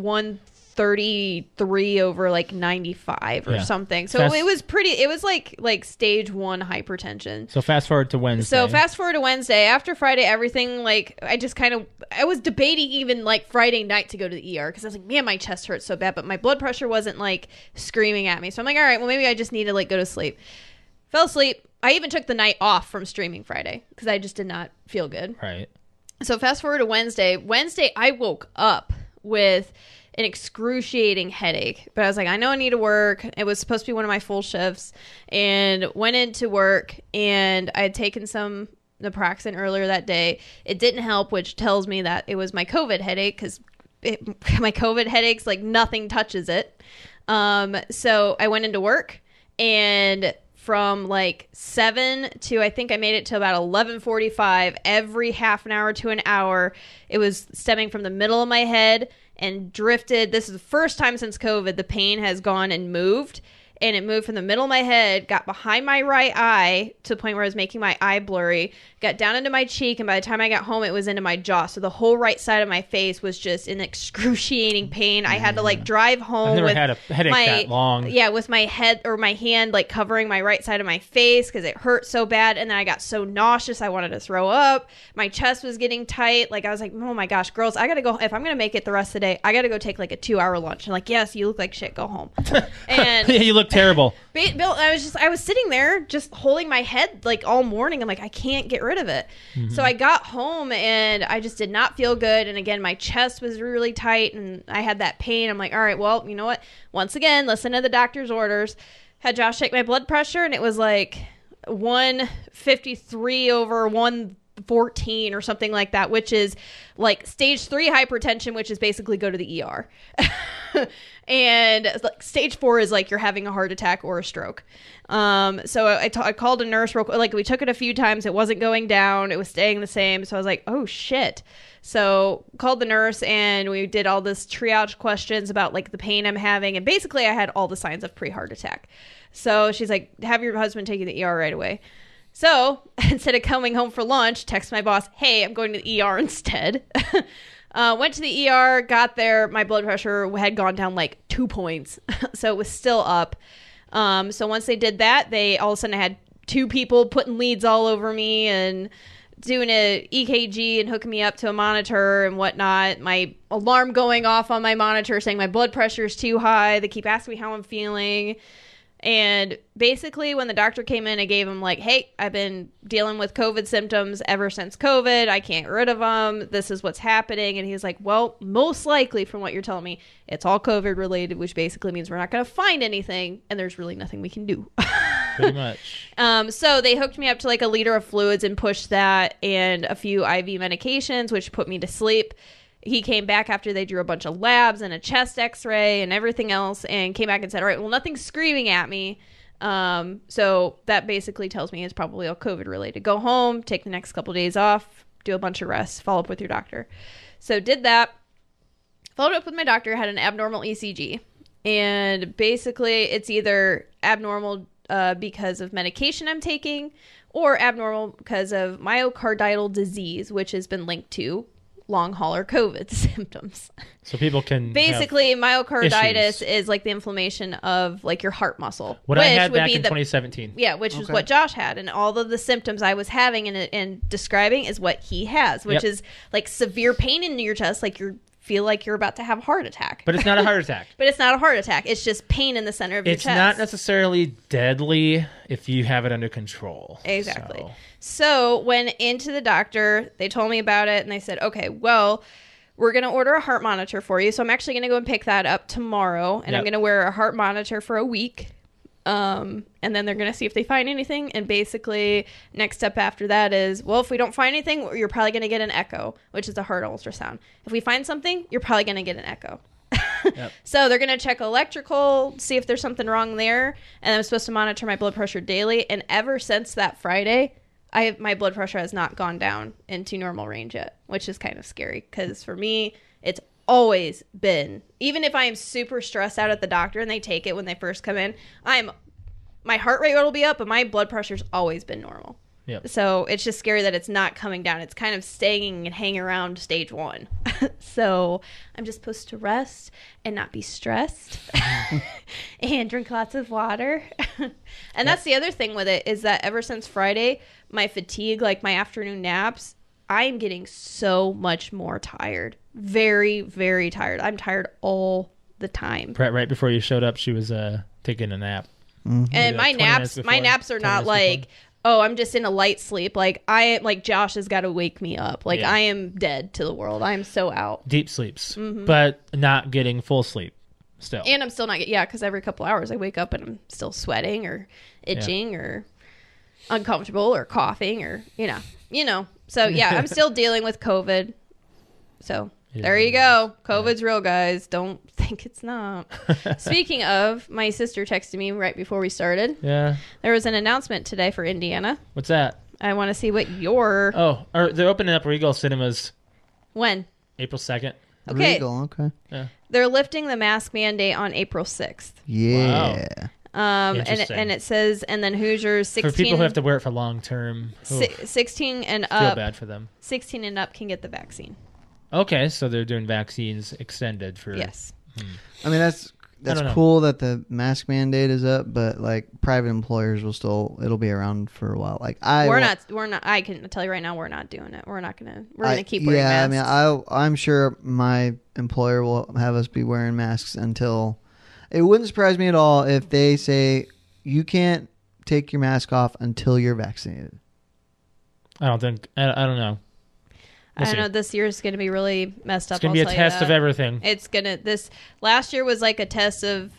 Speaker 3: 133 over like 95 or
Speaker 2: Yeah.
Speaker 3: something so
Speaker 2: That's-
Speaker 3: it was pretty it was like like stage one hypertension
Speaker 2: So fast forward to Wednesday.
Speaker 3: so fast forward to Wednesday. After Friday, everything like I just kind of I was debating even like Friday night to go to the ER because I was like, man, my chest hurts so bad, but my blood pressure wasn't like screaming at me. So I'm like, all right, well maybe I just need to like go to sleep. Fell asleep. I even took the night off from streaming Friday because I just did not feel good.
Speaker 2: Right.
Speaker 3: So fast forward to Wednesday. Wednesday, I woke up with an excruciating headache, but I was like, I know I need to work. It was supposed to be one of my full shifts, and went into work, and I had taken some naproxen earlier that day. It didn't help, which tells me that it was my COVID headache because my COVID headaches like nothing touches it. Um, so I went into work and from like seven to I think I made it to about eleven forty five every half an hour to an hour. It was stemming from the middle of my head and drifted. This is the first time since COVID the pain has gone and moved. And it moved from the middle of my head, got behind my right eye to the point where I was making my eye blurry, got down into my cheek, and by the time I got home, it was into my jaw. So the whole right side of my face was just in excruciating pain. I had to like drive home.
Speaker 2: Mm. I've never
Speaker 3: with
Speaker 2: had a headache
Speaker 3: my-
Speaker 2: that long.
Speaker 3: Yeah, with my head or my hand like covering my right side of my face because it hurt so bad, and then I got so nauseous I wanted to throw up. My chest was getting tight. Like I was like, oh my gosh, girls, I gotta go. If I'm gonna make it the rest of the day, I gotta go take like a two hour lunch. And like, yes, you look like shit. Go home. And
Speaker 2: yeah, you look terrible.
Speaker 3: Ba- Bill, I was just I was sitting there just holding my head like all morning. I'm like I can't get rid of it. So I got home and I just did not feel good. And again, my chest was really tight and I had that pain. I'm like, all right, well, you know what? Once again, listen to the doctor's orders. Had Josh check my blood pressure and it was like 153 over 114 or something like that, which is like stage three hypertension, which is basically go to the ER. and like stage four is like you're having a heart attack or a stroke. Um, so I ta- I called a nurse real quick. Like we took it a few times. It wasn't going down. It was staying the same. So I was like, oh shit. So called the nurse and we did all this triage questions about like the pain I'm having. And basically I had all the signs of pre-heart attack. So she's like, have your husband take you to the ER right away. So instead of coming home for lunch, text my boss, hey, I'm going to the ER instead. uh, went to the ER, got there. My blood pressure had gone down like two points. so it was still up. Um, so once they did that, they all of a sudden I had two people putting leads all over me and doing a EKG and hooking me up to a monitor and whatnot. My alarm going off on my monitor saying my blood pressure is too high. They keep asking me how I'm feeling. And basically, when the doctor came in, I gave him like, "Hey, I've been dealing with COVID symptoms ever since COVID. I can't get rid of them. This is what's happening." And he's like, "Well, most likely, from what you're telling me, it's all COVID related, which basically means we're not going to find anything, and there's really nothing we can do."
Speaker 2: Pretty much.
Speaker 3: Um, so they hooked me up to like a liter of fluids and pushed that and a few IV medications, which put me to sleep. He came back after they drew a bunch of labs and a chest x ray and everything else and came back and said, All right, well, nothing's screaming at me. Um, so that basically tells me it's probably all COVID related. Go home, take the next couple days off, do a bunch of rest, follow up with your doctor. So did that followed up with my doctor had an abnormal ecg and basically it's either abnormal uh, because of medication i'm taking or abnormal because of myocardial disease which has been linked to long hauler covid symptoms
Speaker 2: So people can have-
Speaker 3: basically myocarditis
Speaker 2: issues.
Speaker 3: is like the inflammation of like your heart muscle
Speaker 2: what I had back in
Speaker 3: the
Speaker 2: 2017.
Speaker 3: yeah, which is
Speaker 1: Okay.
Speaker 3: what Josh had, and all of the symptoms I was having and, and describing is what he has, which
Speaker 2: Yep.
Speaker 3: is like severe pain in your chest, like you feel like you're about to have a heart attack.
Speaker 2: But it's not a heart attack.
Speaker 3: But it's not a heart attack. It's just pain in the center of
Speaker 2: it's
Speaker 3: your
Speaker 2: not
Speaker 3: chest.
Speaker 2: necessarily deadly if you have it under control.
Speaker 3: Exactly.
Speaker 2: So-
Speaker 3: So went into the doctor. They told me about it, and they said, "Okay, well, we're gonna order a heart monitor for you." So I'm actually gonna go and pick that up tomorrow, and I'm
Speaker 2: Yep.
Speaker 3: gonna wear a heart monitor for a week. Um, and then they're gonna see if they find anything. And basically, next step after that is, well, if we don't find anything, you're probably gonna get an echo, which is a heart ultrasound. If we find something, you're probably gonna get an echo.
Speaker 2: Yep.
Speaker 3: So they're gonna check electrical, see if there's something wrong there, and I'm supposed to monitor my blood pressure daily. And ever since that Friday, I have, my blood pressure has not gone down into normal range yet, which is kind of scary because for me, it's always been even if I am super stressed out at the doctor and they take it when they first come in, I'm my heart rate will be up, but my blood pressure's always been normal.
Speaker 2: Yep.
Speaker 3: So it's just scary that it's not coming down. It's kind of staying and hanging around stage one. so I'm just supposed to rest and not be stressed and drink lots of water. and that's the other thing with it is that ever since Friday, my fatigue, like my afternoon naps, I am getting so much more tired. Very, very tired. I'm tired all the time.
Speaker 2: Right, right before you showed up, she was uh, taking a nap.
Speaker 3: and
Speaker 2: like
Speaker 3: my
Speaker 2: 20 minutes
Speaker 3: naps my
Speaker 2: before,
Speaker 3: naps are
Speaker 2: 20
Speaker 3: not
Speaker 2: minutes before.
Speaker 3: like oh i'm just in a light sleep like i like josh has got to wake me up like
Speaker 2: Yeah.
Speaker 3: i am dead to the world i am so out
Speaker 2: Deep sleeps, but not getting full sleep still.
Speaker 3: and i'm still not Mm-hmm. yeah because every couple hours i wake up and i'm still sweating or itching or uncomfortable or coughing or you know you know so yeah i'm still dealing with covid so
Speaker 2: It is
Speaker 3: there
Speaker 2: what
Speaker 3: you
Speaker 2: it
Speaker 3: go. COVID's real, guys. Don't think it's not. Speaking of, my sister texted me right before we started.
Speaker 2: yeah.
Speaker 3: There was an announcement today for Indiana.
Speaker 2: What's that?
Speaker 3: I want to see what your
Speaker 2: Oh, or they're opening up Regal Cinemas
Speaker 3: when.
Speaker 2: April 2nd.
Speaker 3: oh, Okay.
Speaker 1: Regal, okay.
Speaker 3: They're lifting the mask mandate on April 6th.
Speaker 1: Yeah.
Speaker 3: Um, and, it,
Speaker 2: Interesting.
Speaker 3: and it says, and then Hoosiers
Speaker 2: For
Speaker 3: 16,
Speaker 2: people who have to wear it for long term, oof,
Speaker 3: si- 16 and
Speaker 2: feel
Speaker 3: up,
Speaker 2: bad for them.
Speaker 3: 16 and up can get the vaccine.
Speaker 2: Okay, so they're doing vaccines extended for.
Speaker 3: Yes.
Speaker 1: I mean that's that's
Speaker 2: don't know.
Speaker 1: cool that the mask mandate is up, but like private employers will still it'll be around for a while. Like I
Speaker 3: we're
Speaker 1: will-
Speaker 3: not, we're not, I can tell you right now, we're not doing it. We're not going to, we're
Speaker 1: I-
Speaker 3: going to keep wearing
Speaker 1: yeah,
Speaker 3: masks.
Speaker 1: I mean I I'm sure my employer will have us be wearing masks until It wouldn't surprise me at all if they say you can't take your mask off until you're vaccinated.
Speaker 2: I don't think. I, I don't know.
Speaker 3: I
Speaker 2: We'll
Speaker 3: don't
Speaker 2: see.
Speaker 3: know. This year's going to be really messed up.
Speaker 2: It's gonna
Speaker 3: I'll
Speaker 2: be a
Speaker 3: tell you
Speaker 2: test of
Speaker 3: that.
Speaker 2: everything.
Speaker 3: It's gonna. This last year was like a test of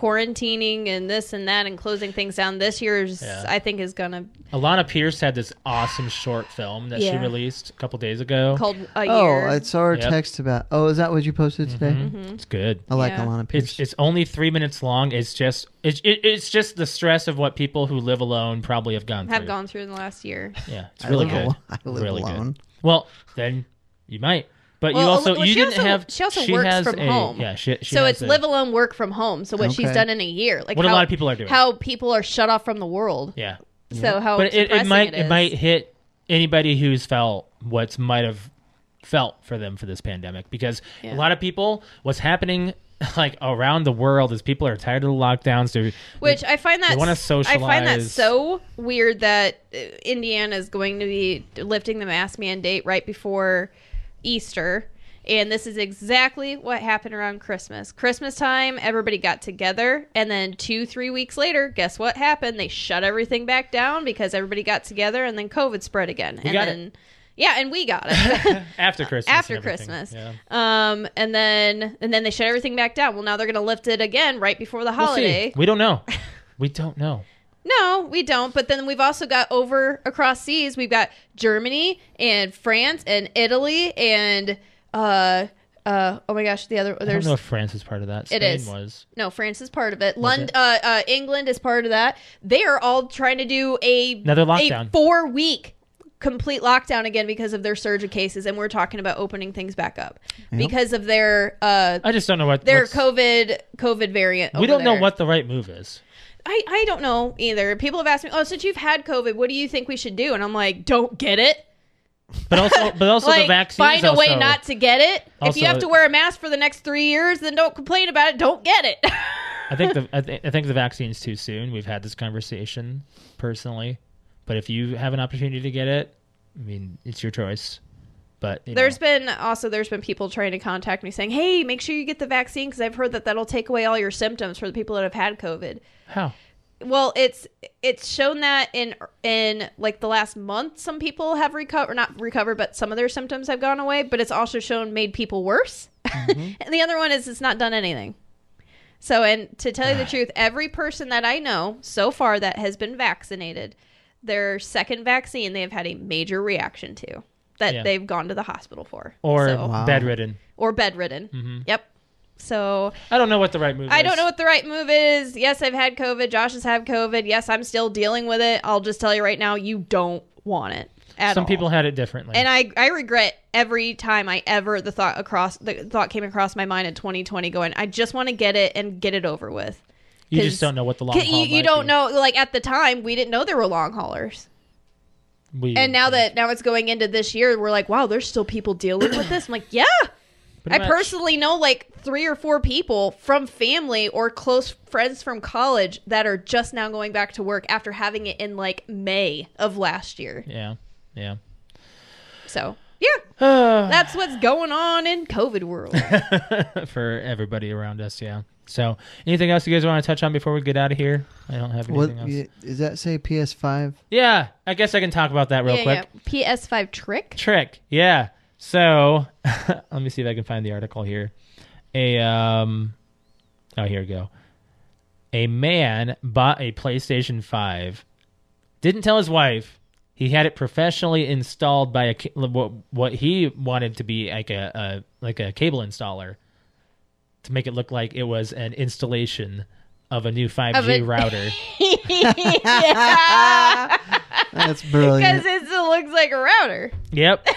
Speaker 3: quarantining and this and that and closing things down. This year's,
Speaker 2: Yeah.
Speaker 3: I think, is gonna
Speaker 2: Alana Pierce had this awesome short film that she
Speaker 3: Yeah.
Speaker 2: released a couple days ago.
Speaker 3: called a year. Mm-hmm.
Speaker 1: Oh, I saw her
Speaker 2: Yep.
Speaker 1: text about. Oh, is that what you posted today?
Speaker 2: It's good.
Speaker 1: I like
Speaker 3: Yeah.
Speaker 1: Alana Pierce.
Speaker 2: It's it's only three minutes long. It's just it's it, it's just the stress of what people who live alone probably have gone
Speaker 3: have
Speaker 2: through.
Speaker 3: gone through in the last year.
Speaker 2: Yeah, it's
Speaker 1: I
Speaker 2: really
Speaker 1: live
Speaker 2: good.
Speaker 1: al- I live
Speaker 2: really good.
Speaker 1: alone.
Speaker 2: Well, then you might, but you
Speaker 3: Well,
Speaker 2: also
Speaker 3: well,
Speaker 2: you
Speaker 3: she
Speaker 2: didn't
Speaker 3: also-
Speaker 2: have.
Speaker 3: she also works
Speaker 2: has
Speaker 3: from
Speaker 2: a,
Speaker 3: home.
Speaker 2: Yeah, she, she
Speaker 3: so
Speaker 2: has
Speaker 3: it's
Speaker 2: a-
Speaker 3: live alone, work from home. So what she's
Speaker 1: Okay.
Speaker 3: done in a year, like
Speaker 2: What a
Speaker 3: how,
Speaker 2: lot of people are doing.
Speaker 3: how people are shut off from the world.
Speaker 2: Yeah,
Speaker 3: So how
Speaker 2: but it, it
Speaker 3: depressing
Speaker 2: might
Speaker 3: it
Speaker 2: it,
Speaker 3: is.
Speaker 2: might hit anybody who's felt what's might have felt for them for this pandemic because
Speaker 3: Yeah.
Speaker 2: a lot of people what's happening like around the world is people are tired of the lockdowns. They're,
Speaker 3: Which I find that
Speaker 2: They wanna
Speaker 3: I find that
Speaker 2: socialize.
Speaker 3: so weird that uh, Indiana is going to be lifting the mask mandate right before Easter. And this is exactly what happened around Christmas. Christmas time, everybody got together, and then two, three weeks later, guess what happened? They shut everything back down because everybody got together, and then COVID spread again. and
Speaker 2: got it.
Speaker 3: then, yeah, and we got it.
Speaker 2: after Christmas. and
Speaker 3: after
Speaker 2: everything.
Speaker 3: Christmas.
Speaker 2: Yeah.
Speaker 3: Um, and then and then they shut everything back down. Well, now they're going to lift it again right before the
Speaker 2: We'll see.
Speaker 3: holiday.
Speaker 2: We don't know. We don't know.
Speaker 3: No, we don't. But then we've also got over across seas. We've got Germany and France and Italy and uh uh oh my gosh, the other
Speaker 2: I don't
Speaker 3: there's
Speaker 2: know if France is part of that. Spain
Speaker 3: It is.
Speaker 2: was.
Speaker 3: no France is part of it.
Speaker 2: Was
Speaker 3: London,
Speaker 2: it?
Speaker 3: uh, uh, England is part of that. They are all trying to do a
Speaker 2: Another lockdown.
Speaker 3: a four week complete lockdown again because of their surge of cases, and we're talking about opening things back up because of their uh
Speaker 2: I just don't know what
Speaker 3: their
Speaker 2: what's-
Speaker 3: COVID COVID variant.
Speaker 2: We
Speaker 3: over
Speaker 2: don't know
Speaker 3: there.
Speaker 2: what the right move is.
Speaker 3: I, I don't know either. People have asked me, oh, since you've had COVID, what do you think we should do? And I'm like, don't get it.
Speaker 2: But also, but also
Speaker 3: like,
Speaker 2: the vaccines.
Speaker 3: find a way
Speaker 2: also-
Speaker 3: not to get it. if you
Speaker 2: also-
Speaker 3: have to wear a mask for the next three years, then don't complain about it. Don't get it.
Speaker 2: I think the I, th- I think the vaccine's too soon. We've had this conversation personally, but if you have an opportunity to get it, I mean, it's your choice. But you
Speaker 3: there's
Speaker 2: know,
Speaker 3: been also there's been people trying to contact me saying, hey, make sure you get the vaccine because I've heard that that'll take away all your symptoms for the people that have had COVID.
Speaker 2: how
Speaker 3: well it's it's shown that in in like the last month some people have recovered not recovered but some of their symptoms have gone away but it's also shown made people worse
Speaker 2: Mm-hmm.
Speaker 3: and the other one is it's not done anything so and to tell you the truth every person that i know so far that has been vaccinated their second vaccine they have had a major reaction to that
Speaker 2: Yeah.
Speaker 3: they've gone to the hospital for
Speaker 2: or Mm-hmm.
Speaker 3: So-
Speaker 1: Wow.
Speaker 2: bedridden.
Speaker 3: or bedridden yep so
Speaker 2: I don't know what the right move.
Speaker 3: I
Speaker 2: is.
Speaker 3: don't know what the right move is. Yes, I've had COVID. Josh has had COVID. Yes, I'm still dealing with it. I'll just tell you right now, you don't want it at
Speaker 2: Some
Speaker 3: all.
Speaker 2: people had it differently.
Speaker 3: and I, I regret every time I ever the thought across the thought came across my mind in 2020 going I just want to get it and get it over with.
Speaker 2: you
Speaker 3: 'cause-
Speaker 2: just don't know what the long.
Speaker 3: You,
Speaker 2: haul
Speaker 3: you
Speaker 2: might
Speaker 3: don't
Speaker 2: be.
Speaker 3: know like at the time we didn't know there were long haulers.
Speaker 2: We,
Speaker 3: And now that now it's going into this year we're like wow there's still people dealing with this. I'm like yeah.
Speaker 2: Pretty
Speaker 3: I
Speaker 2: much.
Speaker 3: personally know like three or four people from family or close friends from college that are just now going back to work after having it in like May of last year.
Speaker 2: Yeah, yeah.
Speaker 3: So, yeah, that's what's going on in COVID world.
Speaker 2: for everybody around us. Yeah. So, anything else you guys want to touch on before we get out of here? I don't have
Speaker 1: What
Speaker 2: anything else. Yeah.
Speaker 1: y- does that say? PS5.
Speaker 2: I guess I can talk about that real
Speaker 3: yeah,
Speaker 2: quick.
Speaker 3: yeah. PS5 trick.
Speaker 2: Trick, yeah. So, let me see if I can find the article here. A um, oh here we go. A man bought a PlayStation Five. Didn't tell his wife. He had it professionally installed by a ca- what what he wanted to be like a, a like a cable installer to make it look like it was an installation of a new 5G
Speaker 3: a-
Speaker 2: router.
Speaker 1: That's
Speaker 3: Because
Speaker 1: brilliant.
Speaker 3: it still looks like a router.
Speaker 2: Yep.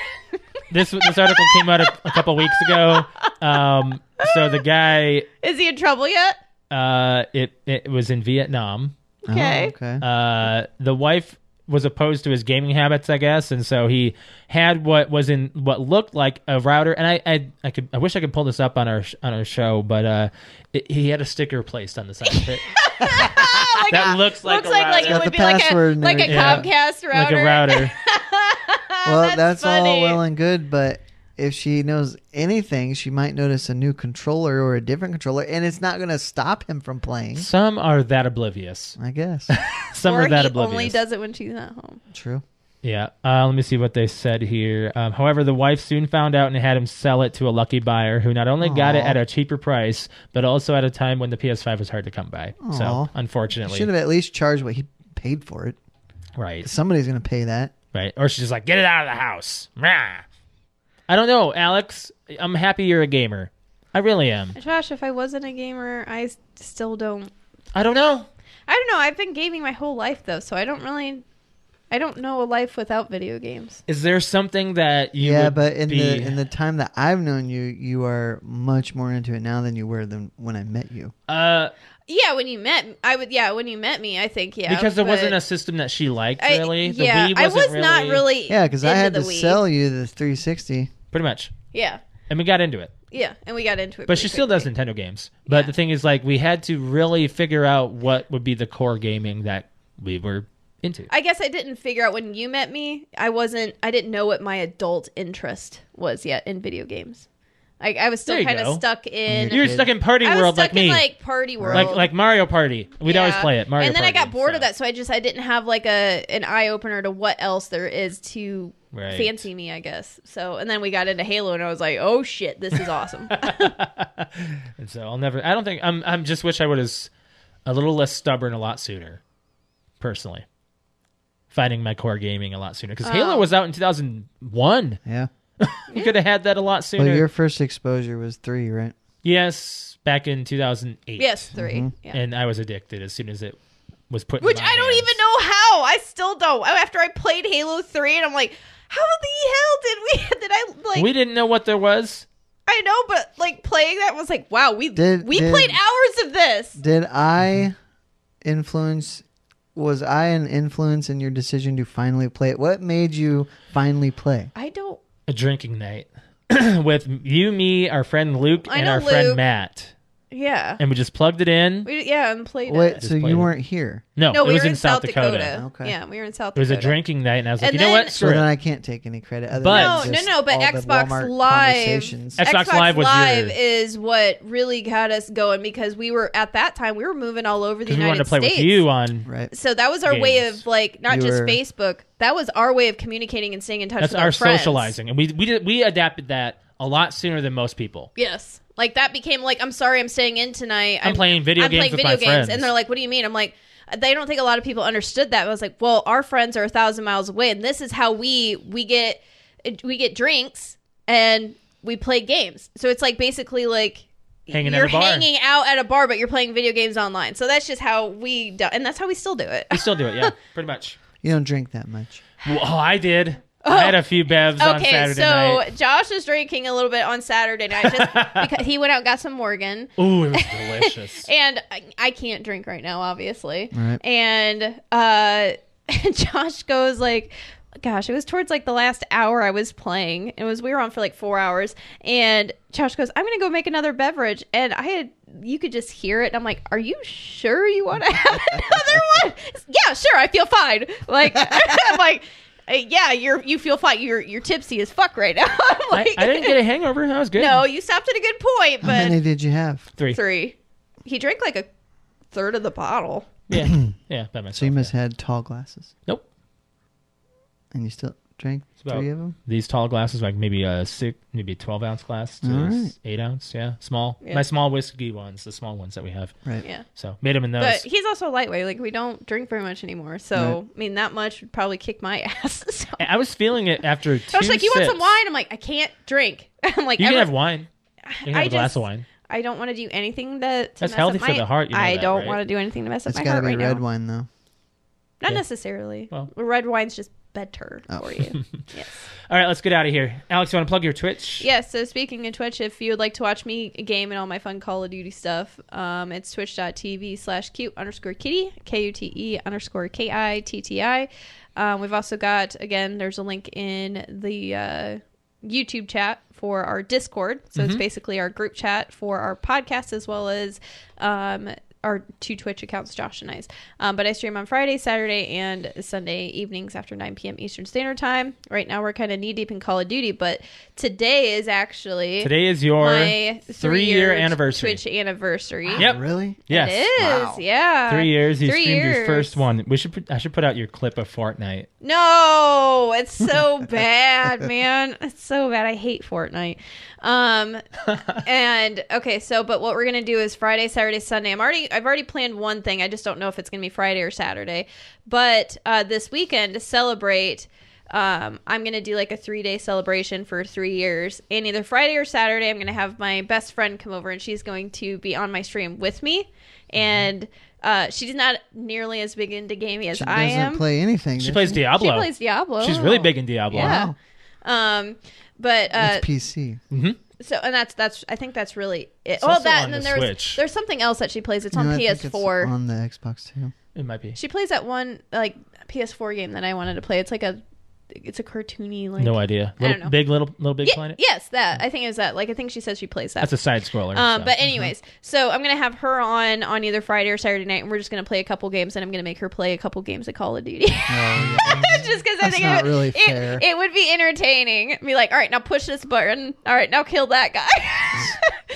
Speaker 2: this this article came out a, a couple weeks ago. Um, so the guy,
Speaker 3: Is he in trouble yet?
Speaker 2: uh, it it was in Vietnam.
Speaker 3: Okay.
Speaker 1: Oh, okay.
Speaker 2: Uh, the wife was opposed to his gaming habits, I guess, and so he had what was in what looked like a router. And I I, I could I wish I could pull this up on our sh- on our show, but uh, it, he had a sticker placed on the side of it
Speaker 3: like
Speaker 2: that looks like
Speaker 3: looks
Speaker 2: a
Speaker 3: like, like
Speaker 2: router.
Speaker 3: it
Speaker 1: Got
Speaker 3: would
Speaker 1: the
Speaker 3: be like a,
Speaker 1: password and
Speaker 3: like a
Speaker 1: everything.
Speaker 2: Yeah.
Speaker 3: Comcast router.
Speaker 2: like a router.
Speaker 1: well,
Speaker 3: Ah, that's
Speaker 1: that's, all
Speaker 3: funny.
Speaker 1: well and good, but if she knows anything, she might notice a new controller or a different controller, and it's not going to stop him from playing.
Speaker 2: Some are that oblivious.
Speaker 1: I guess.
Speaker 2: Some
Speaker 3: or
Speaker 2: are that
Speaker 3: he
Speaker 2: oblivious.
Speaker 3: only does it when she's not home.
Speaker 1: True.
Speaker 2: Yeah. Uh, let me see what they said here. Um, however, the wife soon found out and had him sell it to a lucky buyer who not only got it
Speaker 1: Aw.
Speaker 2: at a cheaper price, but also at a time when the PS5 was hard to come by.
Speaker 1: Aw.
Speaker 2: So,
Speaker 1: Should
Speaker 2: unfortunately.
Speaker 1: have at least charged what he paid for it.
Speaker 2: Right.
Speaker 1: Somebody's going to pay that.
Speaker 2: Right. Or she's just like, get it out of the house. Rah. I don't know, Alex. I'm happy you're a gamer. I really am.
Speaker 3: Josh, if I wasn't a gamer, I s- still don't.
Speaker 2: I don't know.
Speaker 3: I don't know. I've been gaming my whole life though, so I don't really. I don't know a life without video games.
Speaker 2: Is there something that you.
Speaker 1: yeah,
Speaker 2: would
Speaker 1: but in
Speaker 2: be...
Speaker 1: the in the time that I've known you, you are much more into it now than you were than when I met you.
Speaker 2: Uh,
Speaker 3: Yeah, when you met, I would. Yeah, when you met me, I think yeah.
Speaker 2: because there
Speaker 3: but
Speaker 2: wasn't a system that she liked,
Speaker 3: I-
Speaker 2: really. The
Speaker 3: yeah,
Speaker 2: Wii
Speaker 3: I
Speaker 2: wasn't
Speaker 3: was not really.
Speaker 1: Yeah, because I
Speaker 3: into
Speaker 1: had
Speaker 3: the
Speaker 1: to
Speaker 3: Wii.
Speaker 1: sell you the 360.
Speaker 2: Pretty much.
Speaker 3: Yeah,
Speaker 2: And we got into it.
Speaker 3: yeah, and we got into it.
Speaker 2: But
Speaker 3: pretty
Speaker 2: she still does
Speaker 3: quickly.
Speaker 2: Nintendo games. But
Speaker 3: Yeah.
Speaker 2: the thing is, like, we had to really figure out what would be the core gaming that we were into.
Speaker 3: I guess I didn't figure out when you met me. I wasn't. I didn't know what my adult interest was yet in video games. Like I was
Speaker 2: There
Speaker 3: still
Speaker 2: you
Speaker 3: kind
Speaker 2: go.
Speaker 3: of stuck in.
Speaker 2: You're stuck in Party
Speaker 3: I was
Speaker 2: World
Speaker 3: stuck
Speaker 2: like me,
Speaker 3: in like party world,
Speaker 2: like like Mario Party. We'd always
Speaker 3: Yeah.
Speaker 2: play it. Mario
Speaker 3: and then
Speaker 2: Party,
Speaker 3: I got bored
Speaker 2: so.
Speaker 3: of that, so I just I didn't have like a an eye opener to what else there is to
Speaker 2: Right.
Speaker 3: fancy me, I guess. So and then we got into Halo, and I was like, oh shit, this is awesome.
Speaker 2: And so I'll never. I don't think. I'm. I'm just wish I would have a little less stubborn a lot sooner, personally. Finding my core gaming a lot sooner because Halo
Speaker 3: Oh.
Speaker 2: was out in 2001.
Speaker 1: Yeah.
Speaker 2: You could have had that a lot
Speaker 1: But
Speaker 2: sooner.
Speaker 1: your first exposure was three, right?
Speaker 2: Yes, back in 2008.
Speaker 3: yes, 3
Speaker 1: Mm-hmm.
Speaker 3: Yeah.
Speaker 2: and I was addicted as soon as it was put. in
Speaker 3: Which
Speaker 2: my
Speaker 3: I don't
Speaker 2: hands.
Speaker 3: even know how. I still don't. Oh, After I played Halo Three, and I'm like, how the hell did we? Did I like?
Speaker 2: we didn't know what there was.
Speaker 3: I know, but like playing that was like, wow, we
Speaker 1: Did-
Speaker 3: we
Speaker 1: did-
Speaker 3: played hours of this.
Speaker 1: Did I
Speaker 2: Mm-hmm.
Speaker 1: influence? Was I an influence in your decision to finally play it? What made you finally play?
Speaker 3: I don't.
Speaker 2: A drinking night with you, me, our friend Luke,
Speaker 3: I
Speaker 2: and
Speaker 3: know
Speaker 2: our friend
Speaker 3: Luke.
Speaker 2: Matt,
Speaker 3: Yeah.
Speaker 2: and we just plugged it in.
Speaker 3: We yeah, and played it.
Speaker 1: What? So
Speaker 2: played
Speaker 1: you
Speaker 2: it.
Speaker 1: weren't here.
Speaker 2: No,
Speaker 3: No,
Speaker 2: it
Speaker 3: we
Speaker 2: was
Speaker 3: were
Speaker 2: in South Dakota.
Speaker 1: Okay.
Speaker 3: Yeah, we were in South
Speaker 2: It was
Speaker 3: Dakota.
Speaker 2: a drinking night, and I was like,
Speaker 3: And
Speaker 2: you know
Speaker 3: then-
Speaker 2: what?
Speaker 1: So
Speaker 2: Screw
Speaker 1: then
Speaker 2: it.
Speaker 1: I can't take any credit. Other
Speaker 2: But-
Speaker 1: than
Speaker 3: No,
Speaker 1: just
Speaker 3: no, no, but
Speaker 1: all the
Speaker 3: Xbox
Speaker 1: Walmart
Speaker 3: Live-
Speaker 1: conversations.
Speaker 2: X- Xbox
Speaker 3: Xbox,
Speaker 2: Live
Speaker 3: Live,
Speaker 2: was your-
Speaker 3: is what really got us going because we were at that time we were moving all over the
Speaker 2: Because we wanted
Speaker 3: United
Speaker 2: to play
Speaker 3: States.
Speaker 2: with you on.
Speaker 1: right.
Speaker 3: So that was our way
Speaker 2: Games.
Speaker 3: of like not
Speaker 1: You
Speaker 3: just
Speaker 1: were-
Speaker 3: Facebook. That was our way of communicating and staying in touch.
Speaker 2: That's
Speaker 3: with
Speaker 2: our
Speaker 3: friends.
Speaker 2: socializing, and we we did, we adapted that a lot sooner than most people.
Speaker 3: Yes, like that became like I'm sorry I'm staying in tonight.
Speaker 2: I'm playing video
Speaker 3: I'm
Speaker 2: games
Speaker 3: playing
Speaker 2: with
Speaker 3: video
Speaker 2: my
Speaker 3: games,
Speaker 2: friends.
Speaker 3: and they're like, "What do you mean?" I'm like, "They don't think a lot of people understood that." I was like, "Well, our friends are a thousand miles away, and this is how we we get we get drinks and we play games." So it's like basically like
Speaker 2: Hanging at
Speaker 3: you're
Speaker 2: a bar.
Speaker 3: hanging out at a bar, but you're playing video games online. So that's just how we do, and that's how we still do it.
Speaker 2: we still do it, yeah, pretty much.
Speaker 1: You don't drink that much.
Speaker 2: Well, oh, I did. I had a few bevs on
Speaker 3: Okay,
Speaker 2: Saturday
Speaker 3: so
Speaker 2: night.
Speaker 3: Josh was drinking a little bit on Saturday night just because he went out and got some Morgan.
Speaker 2: Ooh, it was delicious.
Speaker 3: and I- I can't drink right now, obviously.
Speaker 1: Right.
Speaker 3: And uh, Josh goes like, "Gosh, it was towards like the last hour I was playing. It was we were on for like four hours." And Josh goes, "I'm gonna go make another beverage," and I had you could just hear it. And I'm like, "Are you sure you want to have another one?" yeah, sure. I feel fine. Like I'm like. "Uh, Yeah, you're you feel fine. You're you're tipsy as fuck right now. I'm
Speaker 2: I,
Speaker 3: like,
Speaker 2: I didn't get a hangover. I was good.
Speaker 3: no, you stopped at a good point,
Speaker 1: How
Speaker 3: but
Speaker 1: many did you have?
Speaker 2: three.
Speaker 3: three. He drank like a third of the bottle.
Speaker 2: Yeah, yeah, by myself.
Speaker 1: So you must have had tall glasses,
Speaker 2: Nope.
Speaker 1: and you still drank
Speaker 2: about-
Speaker 1: three of them.
Speaker 2: these tall glasses, like maybe a six, maybe a twelve ounce glass to
Speaker 1: All
Speaker 2: s-
Speaker 1: right.
Speaker 2: eight ounce. Yeah, small.
Speaker 3: Yeah.
Speaker 2: My small whiskey ones, the small ones that we have.
Speaker 1: Right.
Speaker 3: Yeah.
Speaker 2: So made them in those.
Speaker 3: But he's also lightweight. Like we don't drink very much anymore. So I mean that much would probably kick my ass. So
Speaker 2: And I was feeling it after two.
Speaker 3: I was like, You want some
Speaker 2: sips.
Speaker 3: wine? I'm like, I can't drink. I'm like,
Speaker 2: You can
Speaker 3: every-
Speaker 2: have wine. You can have
Speaker 3: I
Speaker 2: a glass
Speaker 3: just-
Speaker 2: of wine.
Speaker 3: I don't want to do anything that to
Speaker 2: That's
Speaker 3: mess
Speaker 2: healthy
Speaker 3: up
Speaker 2: for
Speaker 3: my-
Speaker 2: the heart, you know
Speaker 3: I
Speaker 2: that,
Speaker 3: don't
Speaker 2: right?
Speaker 3: want to do anything to mess up
Speaker 1: It's
Speaker 3: my
Speaker 1: got to
Speaker 3: heart
Speaker 1: be
Speaker 3: right
Speaker 1: red
Speaker 3: now.
Speaker 1: wine though.
Speaker 2: Yeah.
Speaker 3: Not necessarily.
Speaker 2: Well.
Speaker 3: Red wine's just better
Speaker 1: Oh.
Speaker 3: for you. yes.
Speaker 2: All right, let's get out of here. Alex, you want to plug your Twitch?
Speaker 3: Yes. So speaking of Twitch, if you would like to watch me game and all my fun Call of Duty stuff, um, it's twitch.tv slash cute underscore kitty, K U T E underscore K I T T I. Um, we've also got, again, there's a link in the uh, YouTube chat for our Discord. So it's basically our group chat for our podcast as well as um, our two Twitch accounts, Josh and I's. Um, but I stream on Friday, Saturday, and Sunday evenings after 9 p.m. Eastern Standard Time. Right now, we're kind of knee deep in Call of Duty, but today is actually
Speaker 2: Today is your
Speaker 3: my
Speaker 2: three-year anniversary.
Speaker 3: Twitch anniversary.
Speaker 2: Yep.
Speaker 1: Really?
Speaker 2: yes.
Speaker 3: It is,
Speaker 1: Wow.
Speaker 3: yeah.
Speaker 2: Three years. You
Speaker 3: Three
Speaker 2: streamed your
Speaker 3: years.
Speaker 2: first one. We should. put- I should put out your clip of Fortnite.
Speaker 3: No, it's so bad, man. It's so bad. I hate Fortnite. Um and okay, so but what we're gonna do is Friday, Saturday, Sunday. I'm already I've already planned one thing. I just don't know if it's gonna be Friday or Saturday. But uh, this weekend to celebrate, um, I'm gonna do like a three day celebration for three years. And either Friday or Saturday, I'm gonna have my best friend come over, and she's going to be on my stream with me.
Speaker 1: Mm-hmm.
Speaker 3: And uh, she's not nearly as big into gaming as
Speaker 1: She
Speaker 3: I
Speaker 1: doesn't
Speaker 3: am.
Speaker 1: play anything.
Speaker 2: She
Speaker 1: does
Speaker 2: plays Diablo.
Speaker 3: She plays Diablo.
Speaker 2: She's really big in Diablo.
Speaker 3: Yeah. Um, but uh,
Speaker 1: That's PC.
Speaker 2: Mm-hmm.
Speaker 3: so and that's that's I think that's really it.
Speaker 2: It's
Speaker 3: well,
Speaker 2: also
Speaker 3: that
Speaker 2: on
Speaker 3: and then
Speaker 2: the
Speaker 3: there's
Speaker 2: Switch.
Speaker 3: there's something else that she plays. It's
Speaker 1: No, I
Speaker 3: on
Speaker 1: think it's
Speaker 3: PS4.
Speaker 1: on the Xbox too.
Speaker 2: It might be.
Speaker 3: She plays that one like PS4 game that I wanted to play. It's like a it's a cartoony like
Speaker 2: No idea.
Speaker 3: I don't
Speaker 2: Little,
Speaker 3: know.
Speaker 2: Big little little big
Speaker 3: Ye-
Speaker 2: planet.
Speaker 3: yes, that I think it was that. Like I think she says she plays that.
Speaker 2: That's a side scroller.
Speaker 3: Um, But
Speaker 1: Mm-hmm.
Speaker 3: anyways, so I'm gonna have her on on either Friday or Saturday night, and we're just gonna play a couple games, and I'm gonna make her play a couple games of Call of Duty. just because I
Speaker 1: Oh, That's
Speaker 3: think
Speaker 1: not
Speaker 3: it, would-
Speaker 1: really
Speaker 3: it,
Speaker 1: fair.
Speaker 3: it would be entertaining. Be like, all right, now push this button. All right, now kill that guy.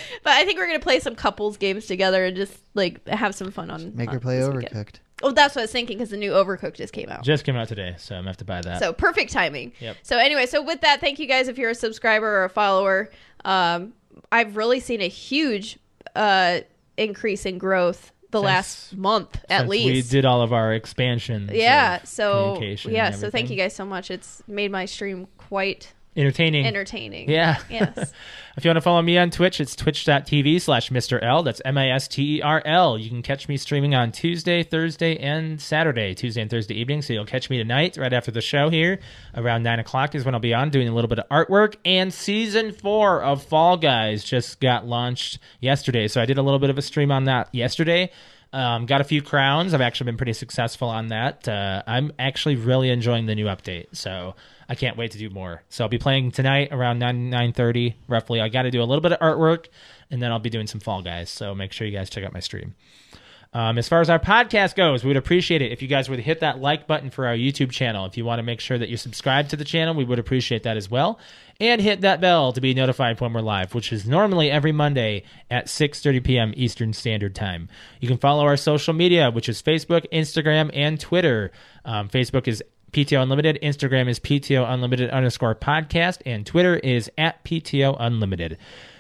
Speaker 3: but I think we're gonna play some couples games together and just like have some fun on.
Speaker 1: Make
Speaker 3: on
Speaker 1: her play
Speaker 3: this weekend.
Speaker 1: Overcooked.
Speaker 3: Oh, that's what I was thinking because the new Overcooked just came out.
Speaker 2: just came out today, so I'm gonna have to buy that.
Speaker 3: So perfect timing.
Speaker 2: Uh, Yep.
Speaker 3: So anyway, so with that, thank you guys if you're a subscriber or a follower. Um, I've really seen a huge uh, increase in growth the
Speaker 2: Since-
Speaker 3: last month at
Speaker 2: Since
Speaker 3: least.
Speaker 2: we did all of our expansion.
Speaker 3: yeah. So
Speaker 2: communication
Speaker 3: yeah.
Speaker 2: and
Speaker 3: So thank
Speaker 2: everything.
Speaker 3: you guys so much. It's made my stream quite
Speaker 2: entertaining.
Speaker 3: entertaining.
Speaker 2: Yeah.
Speaker 3: Yes.
Speaker 2: If you want to follow me on Twitch, it's twitch.tv slash Mr. L. That's M I S T E R L. You can catch me streaming on Tuesday, Thursday, and Saturday, Tuesday and Thursday evening. So you'll catch me tonight right after the show here. Around 9 o'clock is when I'll be on doing a little bit of artwork. And season four of Fall Guys just got launched yesterday. So I did a little bit of a stream on that yesterday. Um, got a few crowns. I've actually been pretty successful on that. Uh, I'm actually really enjoying the new update, so I can't wait to do more. So I'll be playing tonight around nine nine thirty roughly. I got to do a little bit of artwork, and then I'll be doing some Fall Guys. So make sure you guys check out my stream. Um, as far as our podcast goes, we would appreciate it if you guys would hit that like button for our YouTube channel. If you want to make sure that you're subscribed to the channel, we would appreciate that as well. And hit that bell to be notified when we're live, which is normally every Monday at 6:30 p.m. Eastern Standard Time. You can follow our social media, which is Facebook, Instagram, and Twitter. Um, Facebook is PTO Unlimited. Instagram is PTO Unlimited underscore podcast, and Twitter is at PTO Unlimited.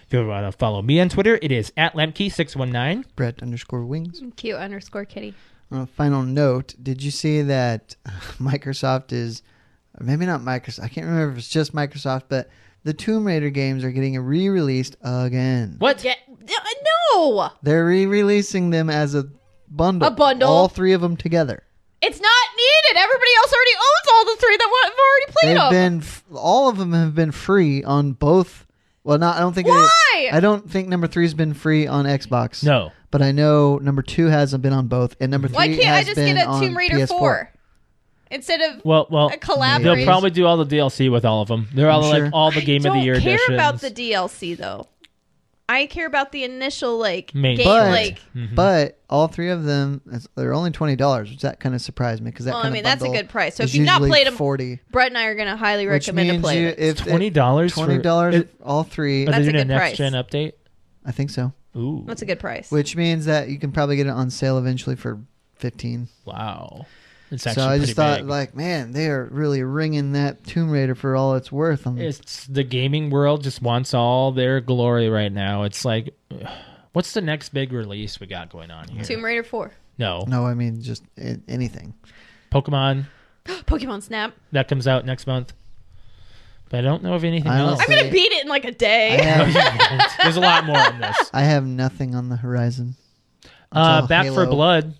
Speaker 2: If you want to follow me on Twitter, it is at Lemke619.
Speaker 1: Brett underscore wings.
Speaker 3: Cute underscore kitty.
Speaker 1: On a final note, did you see that Microsoft is maybe not Microsoft? I can't remember if it's just Microsoft, but the Tomb Raider games are getting re-released again.
Speaker 2: What?
Speaker 3: Yeah. No,
Speaker 1: They're re-releasing them as a bundle.
Speaker 3: A bundle?
Speaker 1: All three of them together.
Speaker 3: it's not needed. Everybody else already owns all the three that wa- have already played
Speaker 1: They've
Speaker 3: them.
Speaker 1: been f- all of them have been free on both. Well, not I don't think. it-
Speaker 3: Why?
Speaker 1: I don't think number three's been free on Xbox.
Speaker 2: No.
Speaker 1: but I know number two hasn't been on both, and number three.
Speaker 3: Why can't I
Speaker 1: has
Speaker 3: just
Speaker 1: been
Speaker 3: get a
Speaker 1: on
Speaker 3: Tomb Raider
Speaker 1: PS4.
Speaker 3: four instead of
Speaker 2: Well, well,
Speaker 3: a
Speaker 2: they'll
Speaker 3: collaboration?
Speaker 2: probably do all the DLC with all of them. They're all
Speaker 1: I'm sure.
Speaker 2: like all the game
Speaker 3: I
Speaker 2: of the
Speaker 3: don't
Speaker 2: year
Speaker 3: care
Speaker 2: editions.
Speaker 3: about the DLC though. I care about the initial like
Speaker 2: Main
Speaker 3: game.
Speaker 1: But-
Speaker 3: like,
Speaker 1: But all three of them, it's- they're only twenty dollars, which that kind of surprised me because that.
Speaker 3: Well, I
Speaker 1: kind of
Speaker 3: mean, that's a
Speaker 1: bundle
Speaker 3: good price. So if
Speaker 1: is
Speaker 3: you've not
Speaker 1: usually
Speaker 3: played 'em,
Speaker 1: forty,
Speaker 3: Brett and I are gonna highly
Speaker 1: which
Speaker 3: recommend to
Speaker 1: means
Speaker 3: play
Speaker 1: you,
Speaker 3: it.
Speaker 1: if it-
Speaker 2: twenty dollars.
Speaker 1: twenty dollars, all three.
Speaker 2: Are
Speaker 3: That's
Speaker 2: they
Speaker 3: a
Speaker 2: doing a
Speaker 3: good
Speaker 2: next
Speaker 3: price.
Speaker 2: gen update?
Speaker 1: I think so.
Speaker 2: Ooh,
Speaker 3: That's a good price.
Speaker 1: Which means that you can probably get it on sale eventually for fifteen.
Speaker 2: wow. It's actually
Speaker 1: So I
Speaker 2: pretty
Speaker 1: just thought,
Speaker 2: big.
Speaker 1: like, man, they are really ringing that Tomb Raider for all it's worth. I'm,
Speaker 2: it's the gaming world just wants all their glory right now. It's like, what's the next big release we got going on here?
Speaker 3: Tomb Raider four,
Speaker 2: no,
Speaker 1: no, I mean just a- anything.
Speaker 2: Pokemon
Speaker 3: Pokemon Snap.
Speaker 2: that comes out next month. But I don't know of anything
Speaker 1: I don't
Speaker 2: else.
Speaker 3: I'm gonna
Speaker 1: Say-
Speaker 3: beat it in like a
Speaker 1: I
Speaker 3: day.
Speaker 1: have,
Speaker 2: There's a lot more in this.
Speaker 1: I have nothing on the horizon.
Speaker 2: Uh,
Speaker 1: all
Speaker 2: Back for
Speaker 1: Halo.
Speaker 2: Blood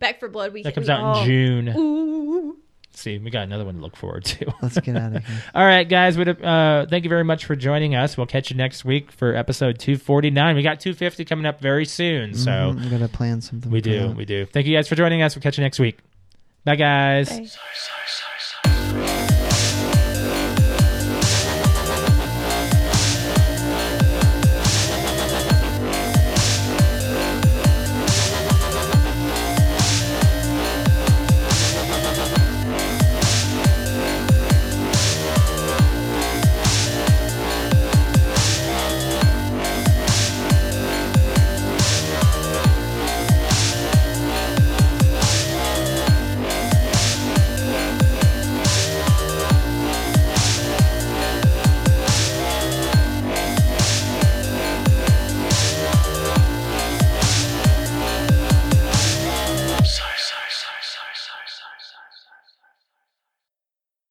Speaker 3: Back for Blood. We
Speaker 2: that comes
Speaker 3: we,
Speaker 2: out in
Speaker 3: oh.
Speaker 2: June.
Speaker 3: Ooh.
Speaker 2: See, we got another one to look forward to.
Speaker 1: Let's get out of here.
Speaker 2: All right, guys. We'd, uh, thank you very much for joining us. We'll catch you next week for episode 249. We got 250 coming up very soon. So
Speaker 1: Mm-hmm. I'm gonna plan something.
Speaker 2: we
Speaker 1: for
Speaker 2: do.
Speaker 1: that.
Speaker 2: We do. Thank you guys for joining us. We'll catch you next week. Bye, guys.
Speaker 3: Bye.
Speaker 4: Sorry, sorry, sorry.